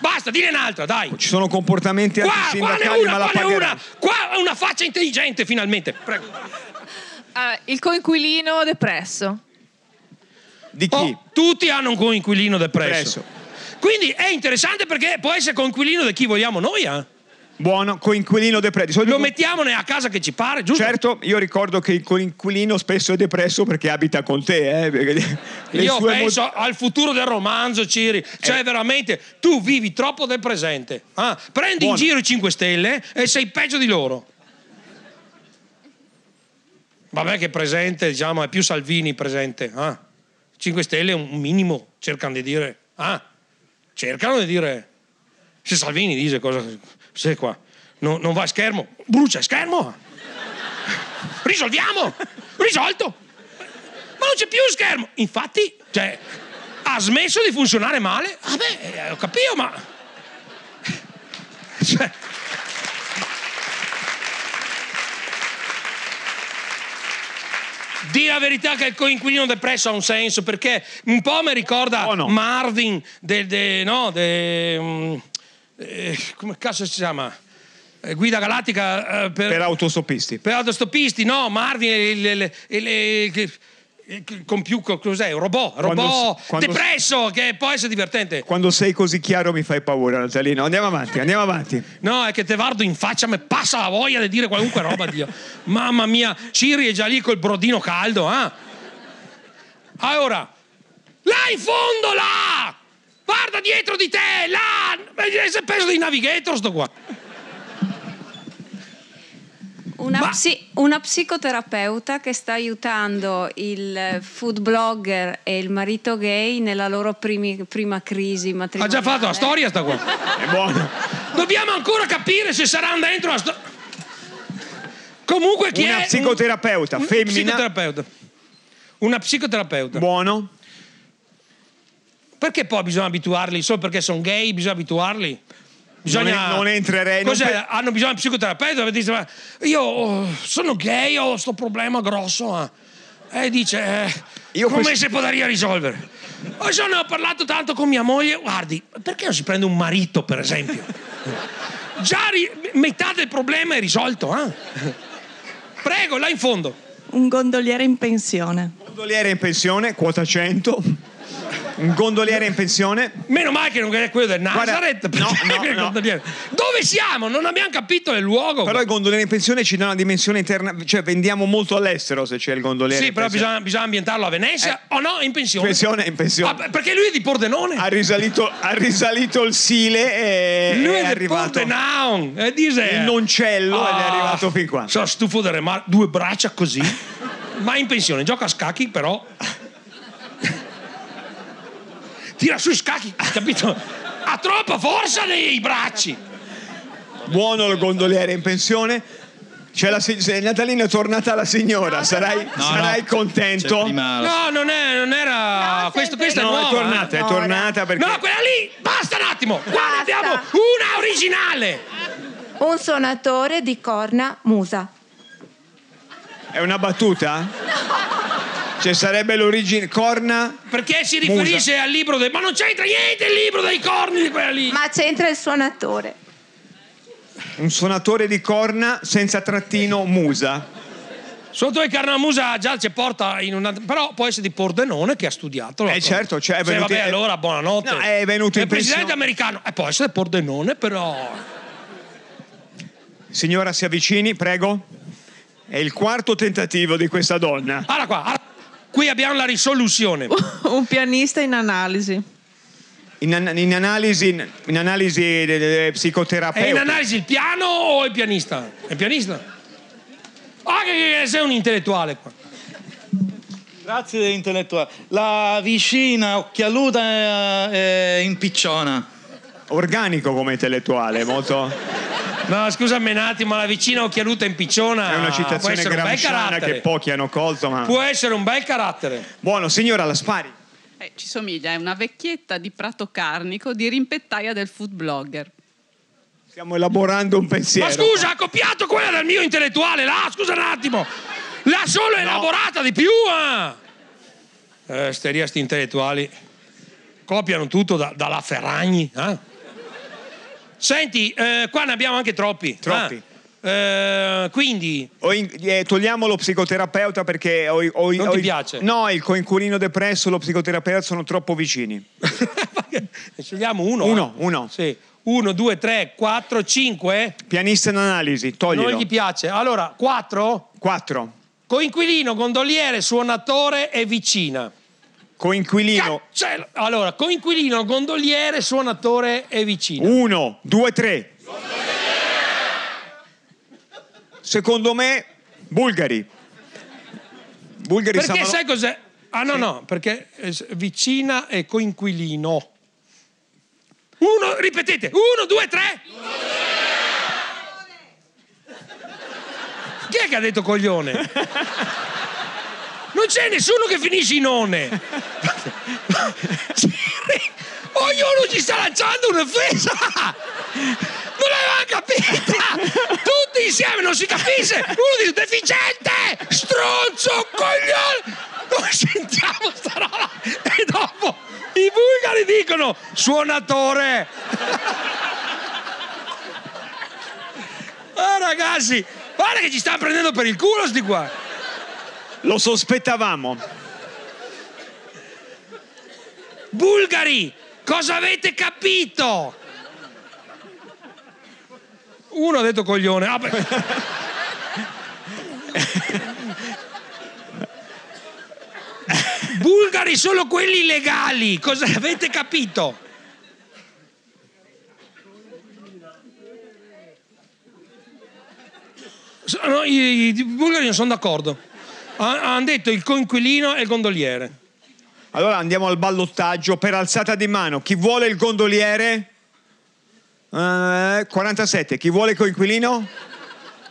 Speaker 2: Basta, dile un'altra, dai.
Speaker 5: Ci sono comportamenti
Speaker 2: Qua, qua ne è
Speaker 5: antisindacali,
Speaker 2: una,
Speaker 5: ma la
Speaker 2: qua ne è
Speaker 5: pagherai.
Speaker 2: una, qua è una faccia intelligente finalmente. Prego.
Speaker 18: Ah, il coinquilino depresso.
Speaker 5: Di
Speaker 2: chi? Oh, tutti hanno un coinquilino depresso. Quindi è interessante perché può essere coinquilino di chi vogliamo noi, eh?
Speaker 5: Buono, coinquilino depresso.
Speaker 2: Lo mettiamone a casa che ci pare, giusto?
Speaker 5: Certo, io ricordo che il coinquilino spesso è depresso perché abita con te, eh, perché le
Speaker 2: Io
Speaker 5: sue Eh.
Speaker 2: penso
Speaker 5: emo-
Speaker 2: al futuro del romanzo, Ciri. Cioè, veramente, tu vivi troppo del presente. Ah, prendi in giro i 5 Stelle e sei peggio di loro. Vabbè che presente, diciamo, è più Salvini presente. Ah. 5 Stelle è un minimo, cercano di dire. Ah, cercano di dire. Se Salvini dice cosa... Sei qua. No- non va a schermo. Brucia schermo. Risolviamo. Risolto. Ma non c'è più schermo. Infatti, cioè, ha smesso di funzionare male? Vabbè, eh, ho capito, ma. Cioè, Dì la verità che il coinquilino depresso ha un senso perché un po' mi ricorda Marvin del. de- no, de- mm, eh, come cazzo si chiama? Eh, Guida galattica eh, per,
Speaker 5: per autostoppisti.
Speaker 2: per autostoppisti, no, Marvin, il, il, il, il- il compiu- cos'è? Un robot, un
Speaker 5: Quando-
Speaker 2: robot
Speaker 5: quando-
Speaker 2: depresso, che può essere divertente.
Speaker 5: Quando sei così chiaro mi fai paura, Natalino. Andiamo avanti, andiamo avanti.
Speaker 2: No, è che te guardo in faccia, mi passa la voglia di dire qualunque roba, Dio. Mamma mia, Ciri è già lì col brodino caldo, eh? Allora, là in fondo, là! Guarda dietro di te, là! Eh, Si è preso dei navigator sto qua.
Speaker 19: Una, psi- una psicoterapeuta che sta aiutando il food blogger e il marito gay nella loro primi- prima crisi
Speaker 2: Ha
Speaker 19: matrimoniale.
Speaker 2: già fatto la storia sta qua. È buono. Dobbiamo ancora capire se saranno dentro la storia. Comunque chi
Speaker 5: Una
Speaker 2: è?
Speaker 5: psicoterapeuta
Speaker 2: un- un
Speaker 5: femmina.
Speaker 2: psicoterapeuta. Una psicoterapeuta.
Speaker 5: Buono.
Speaker 2: Perché poi bisogna abituarli? Solo perché sono gay bisogna abituarli? Bisogna,
Speaker 5: Non- non entrerei, non
Speaker 2: Cos'è?
Speaker 5: pe-
Speaker 2: Hanno bisogno di un psicoterapeuta per dire, "Ma io oh, sono gay, ho sto problema grosso. eh." E dice, eh, come
Speaker 5: quest-
Speaker 2: si potrà risolvere? Oh, se ne ho parlato tanto con mia moglie, guardi, perché non si prende un marito, per esempio? Già ri- metà del problema è risolto. eh? Prego, là in fondo.
Speaker 20: Un gondoliere in pensione.
Speaker 5: Gondoliere in pensione, quota 100. Un gondoliere in pensione.
Speaker 2: Meno male che non è quello del Nazareth. perché- Dove siamo? Non abbiamo capito il luogo.
Speaker 5: Però il gondoliere in pensione ci dà una dimensione interna, cioè vendiamo molto all'estero se c'è il gondoliere.
Speaker 2: Sì,
Speaker 5: in
Speaker 2: però
Speaker 5: pensione.
Speaker 2: bisogna, bisogna ambientarlo a Venezia o no? In pensione.
Speaker 5: Eh, Pensione, in pensione.
Speaker 2: Ah, beh, perché lui è di Pordenone.
Speaker 5: Ha risalito, ha risalito il sile e
Speaker 2: Lui è
Speaker 5: è
Speaker 2: del
Speaker 5: arrivato.
Speaker 2: Pordenone, e dice-
Speaker 5: Il noncello ed è arrivato fin qua.
Speaker 2: Sono Ah, stufo delle mar- due braccia così. Ma in pensione, gioca a scacchi, però. Tira sui scacchi, capito? Ha troppa forza nei bracci.
Speaker 5: Buono il gondoliere in pensione. C'è la si- se Natalina è tornata la signora, sarai, sarai contento.
Speaker 2: No, non, è- non era. questo, questa è
Speaker 5: No, è
Speaker 2: nuova.
Speaker 5: tornata, è
Speaker 2: eh.
Speaker 5: tornata perché-
Speaker 2: No, quella lì! Basta un attimo! Guarda,
Speaker 21: Basta.
Speaker 2: abbiamo una originale!
Speaker 21: Un suonatore di corna musa.
Speaker 5: È una battuta? Cioè sarebbe l'origine corna
Speaker 2: Perché si riferisce al libro del. Ma non c'entra niente il libro dei corni di quella lì!
Speaker 21: Ma c'entra il suonatore.
Speaker 5: un suonatore di corna senza trattino musa.
Speaker 2: Sotto il Carnamusa già c'è porta in una. Però può essere di Pordenone che ha studiato.
Speaker 5: Eh, certo, cioè, è
Speaker 2: Sì,
Speaker 5: venuto-
Speaker 2: vabbè, allora buonanotte.
Speaker 5: No, è venuto
Speaker 2: È
Speaker 5: in
Speaker 2: presidente
Speaker 5: pensione.
Speaker 2: americano. E può essere Pordenone, però.
Speaker 5: Signora si avvicini, prego. È il quarto tentativo di questa donna.
Speaker 2: Guarda qua, guarda. qui abbiamo la risoluzione.
Speaker 20: Un pianista in analisi.
Speaker 5: In, an- in analisi, in, analisi de- de- de-
Speaker 2: È Eh, in
Speaker 5: psicoterapeutica.
Speaker 2: analisi il piano o il pianista? È il pianista? Ah, che, che sei un intellettuale qua.
Speaker 22: Grazie dell'intellettuale. La vicina occhialuta
Speaker 5: Eh,
Speaker 22: è impicciona.
Speaker 5: Organico come intellettuale, molto.
Speaker 2: No, scusami un attimo, la vicina occhialuta in picciona.
Speaker 5: È una
Speaker 2: Ah, può
Speaker 5: citazione
Speaker 2: essere un bel
Speaker 5: gramsciana
Speaker 2: carattere.
Speaker 5: che pochi hanno colto, ma.
Speaker 2: Può essere un bel carattere.
Speaker 5: Buono, signora, la spari.
Speaker 6: Eh, ci somiglia, è una vecchietta di prato carnico di rimpettaia del food blogger.
Speaker 5: Stiamo elaborando un pensiero.
Speaker 2: Ma scusa, ha copiato quella del mio intellettuale là, scusa un attimo. L'ha solo elaborata di più, ah! Eh, steria sti intellettuali. Copiano tutto da- dalla Ferragni, eh? Senti, eh, qua ne abbiamo anche troppi.
Speaker 5: Troppi.
Speaker 2: ah. Eh, quindi,
Speaker 5: Ho in- eh, togliamo lo psicoterapeuta perché ho, ho-
Speaker 2: Non
Speaker 5: ho-
Speaker 2: ti piace?
Speaker 5: No, il coinquilino depresso e lo psicoterapeuta sono troppo vicini.
Speaker 2: ne scegliamo uno.
Speaker 5: Uno,
Speaker 2: eh? Sì. Uno, due, tre, quattro, cinque.
Speaker 5: Pianista in analisi, toglilo.
Speaker 2: Non gli piace. Allora, quattro?
Speaker 5: Quattro.
Speaker 2: Coinquilino, gondoliere, suonatore e vicina.
Speaker 5: Coinquilino.
Speaker 2: Cioè, allora, coinquilino, gondoliere, suonatore e vicino.
Speaker 5: Uno, due, tre. Secondo me, bulgari. Bulgari
Speaker 2: Perché
Speaker 5: stavano-
Speaker 2: sai cos'è? Ah no, no, perché eh, s- vicina e coinquilino. Uno, ripetete, uno, due, tre. Chi è che ha detto coglione? Non c'è nessuno che finisce in one. Ognuno ci sta lanciando un'offesa. Non l'avevamo capita. Tutti insieme non si capisce. Uno dice deficiente, stronzo, coglione. Noi sentiamo sta roba e dopo i bulgari dicono suonatore. Ah ragazzi, guarda che ci stanno prendendo per il culo sti qua.
Speaker 5: Lo sospettavamo.
Speaker 2: Bulgari, cosa avete capito? Uno ha detto coglione. Ah, beh. Bulgari solo quelli legali, cosa avete capito? So- no, i, i bulgari non sono d'accordo. Hanno detto il coinquilino e il gondoliere.
Speaker 5: Allora andiamo al ballottaggio per alzata di mano. Chi vuole il gondoliere? Eh, 47. Chi vuole il coinquilino?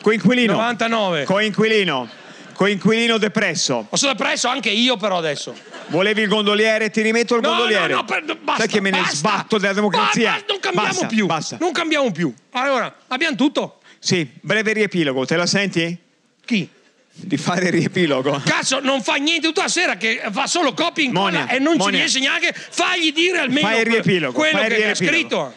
Speaker 5: Coinquilino.
Speaker 2: 99.
Speaker 5: Coinquilino. Coinquilino depresso.
Speaker 2: Ho sono depresso anche io però adesso.
Speaker 5: Volevi il gondoliere? Ti rimetto il
Speaker 2: No,
Speaker 5: gondoliere.
Speaker 2: no, no, per- basta,
Speaker 5: Sai che me ne
Speaker 2: basta.
Speaker 5: sbatto della democrazia.
Speaker 2: Ba- ba- non cambiamo
Speaker 5: Basta,
Speaker 2: più.
Speaker 5: Basta.
Speaker 2: Non cambiamo più. Allora, abbiamo tutto?
Speaker 5: Sì, breve riepilogo, te la senti?
Speaker 2: Chi?
Speaker 5: Di fare il riepilogo.
Speaker 2: Cazzo, non fa niente tutta la sera che fa solo copy in colla
Speaker 5: Monia,
Speaker 2: e non
Speaker 5: Monia.
Speaker 2: ci riesce neanche. Fagli dire almeno
Speaker 5: Fai il
Speaker 2: quello-
Speaker 5: riepilogo,
Speaker 2: quello
Speaker 5: fai il
Speaker 2: che è
Speaker 5: riepilogo.
Speaker 2: scritto.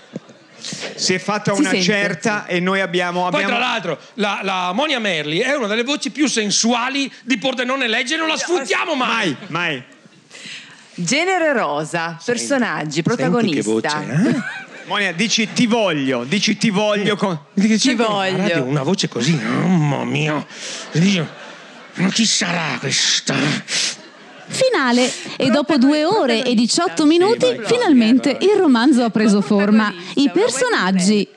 Speaker 5: Si è fatta
Speaker 2: Si
Speaker 5: una
Speaker 2: sente,
Speaker 5: certa e noi abbiamo.
Speaker 2: Poi,
Speaker 5: abbiamo-
Speaker 2: tra l'altro, la, la Monia Merli è una delle voci più sensuali di Pordenone Legge, non la sfruttiamo mai.
Speaker 5: Mai.
Speaker 1: Genere rosa, personaggi, protagonista.
Speaker 17: eh?
Speaker 5: Monia, dici ti voglio, dici ti voglio. con-
Speaker 1: Ci voglio.
Speaker 2: Radio, una voce così, mamma mia. Dice, Ma chi sarà questa?
Speaker 4: Finale e dopo due ore e 18 minuti
Speaker 2: vai.
Speaker 4: finalmente il romanzo ha preso forma. I personaggi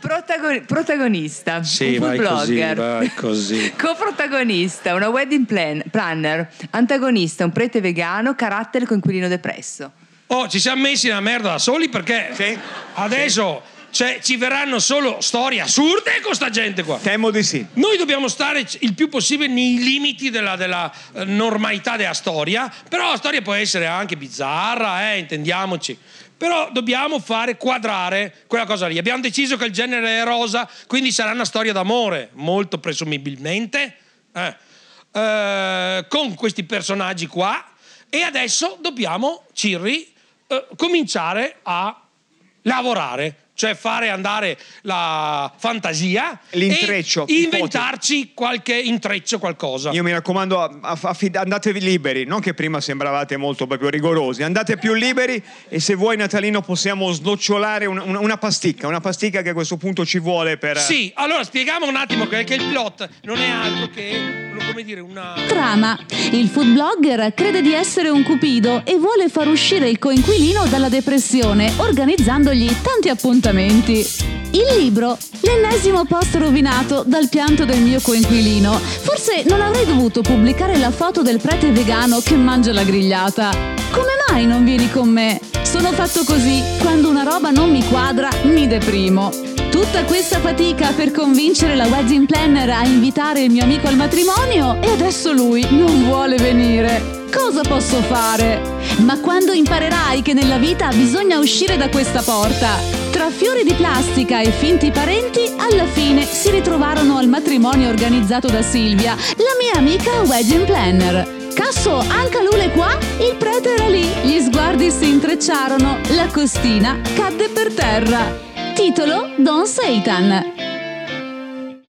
Speaker 1: Protago- protagonista,
Speaker 17: Sì,
Speaker 1: un food
Speaker 17: vai
Speaker 1: blogger.
Speaker 17: così, vai così.
Speaker 1: Coprotagonista, una wedding plan- planner. Antagonista, un prete vegano, carattere coinquilino depresso.
Speaker 2: Oh, ci siamo messi nella merda da soli perché adesso cioè, ci verranno solo storie assurde con sta gente qua.
Speaker 5: Temo di sì.
Speaker 2: Noi dobbiamo stare c- il più possibile nei limiti della, della, eh, normalità della storia, però la storia può essere anche bizzarra, eh, intendiamoci. Però dobbiamo fare quadrare quella cosa lì. Abbiamo deciso che il genere è rosa, quindi sarà una storia d'amore, molto presumibilmente, eh, eh, con questi personaggi qua. E adesso dobbiamo, Cirri, eh, cominciare a lavorare, cioè fare andare la fantasia
Speaker 5: L'intreccio,
Speaker 2: e inventarci qualche intreccio, qualcosa.
Speaker 5: Io mi raccomando, a- a- affid- andatevi liberi, non che prima sembravate molto proprio rigorosi, andate più liberi e se vuoi Natalino possiamo snocciolare un- un- una pasticca, una pasticca che a questo punto ci vuole per... eh,
Speaker 2: Sì, allora spieghiamo un attimo che, che il plot non è altro che lo- come dire, una
Speaker 4: trama. Il food blogger crede di essere un cupido e vuole far uscire il coinquilino dalla depressione organizzandogli tanti appuntamenti. Il libro, l'ennesimo post rovinato dal pianto del mio coinquilino. Forse non avrei dovuto pubblicare la foto del prete vegano che mangia la grigliata. Come mai non vieni con me? Sono fatto così, quando una roba non mi quadra mi deprimo. Tutta questa fatica per convincere la wedding planner a invitare il mio amico al matrimonio e adesso lui non vuole venire. Cosa posso fare? Ma quando imparerai che nella vita bisogna uscire da questa porta? Tra fiori di plastica e finti parenti, alla fine si ritrovarono al matrimonio organizzato da Silvia, la mia amica wedding planner. Casso, anche Lule qua? Il prete era lì, gli sguardi si intrecciarono, la costina cadde per terra. Titolo Don Satan.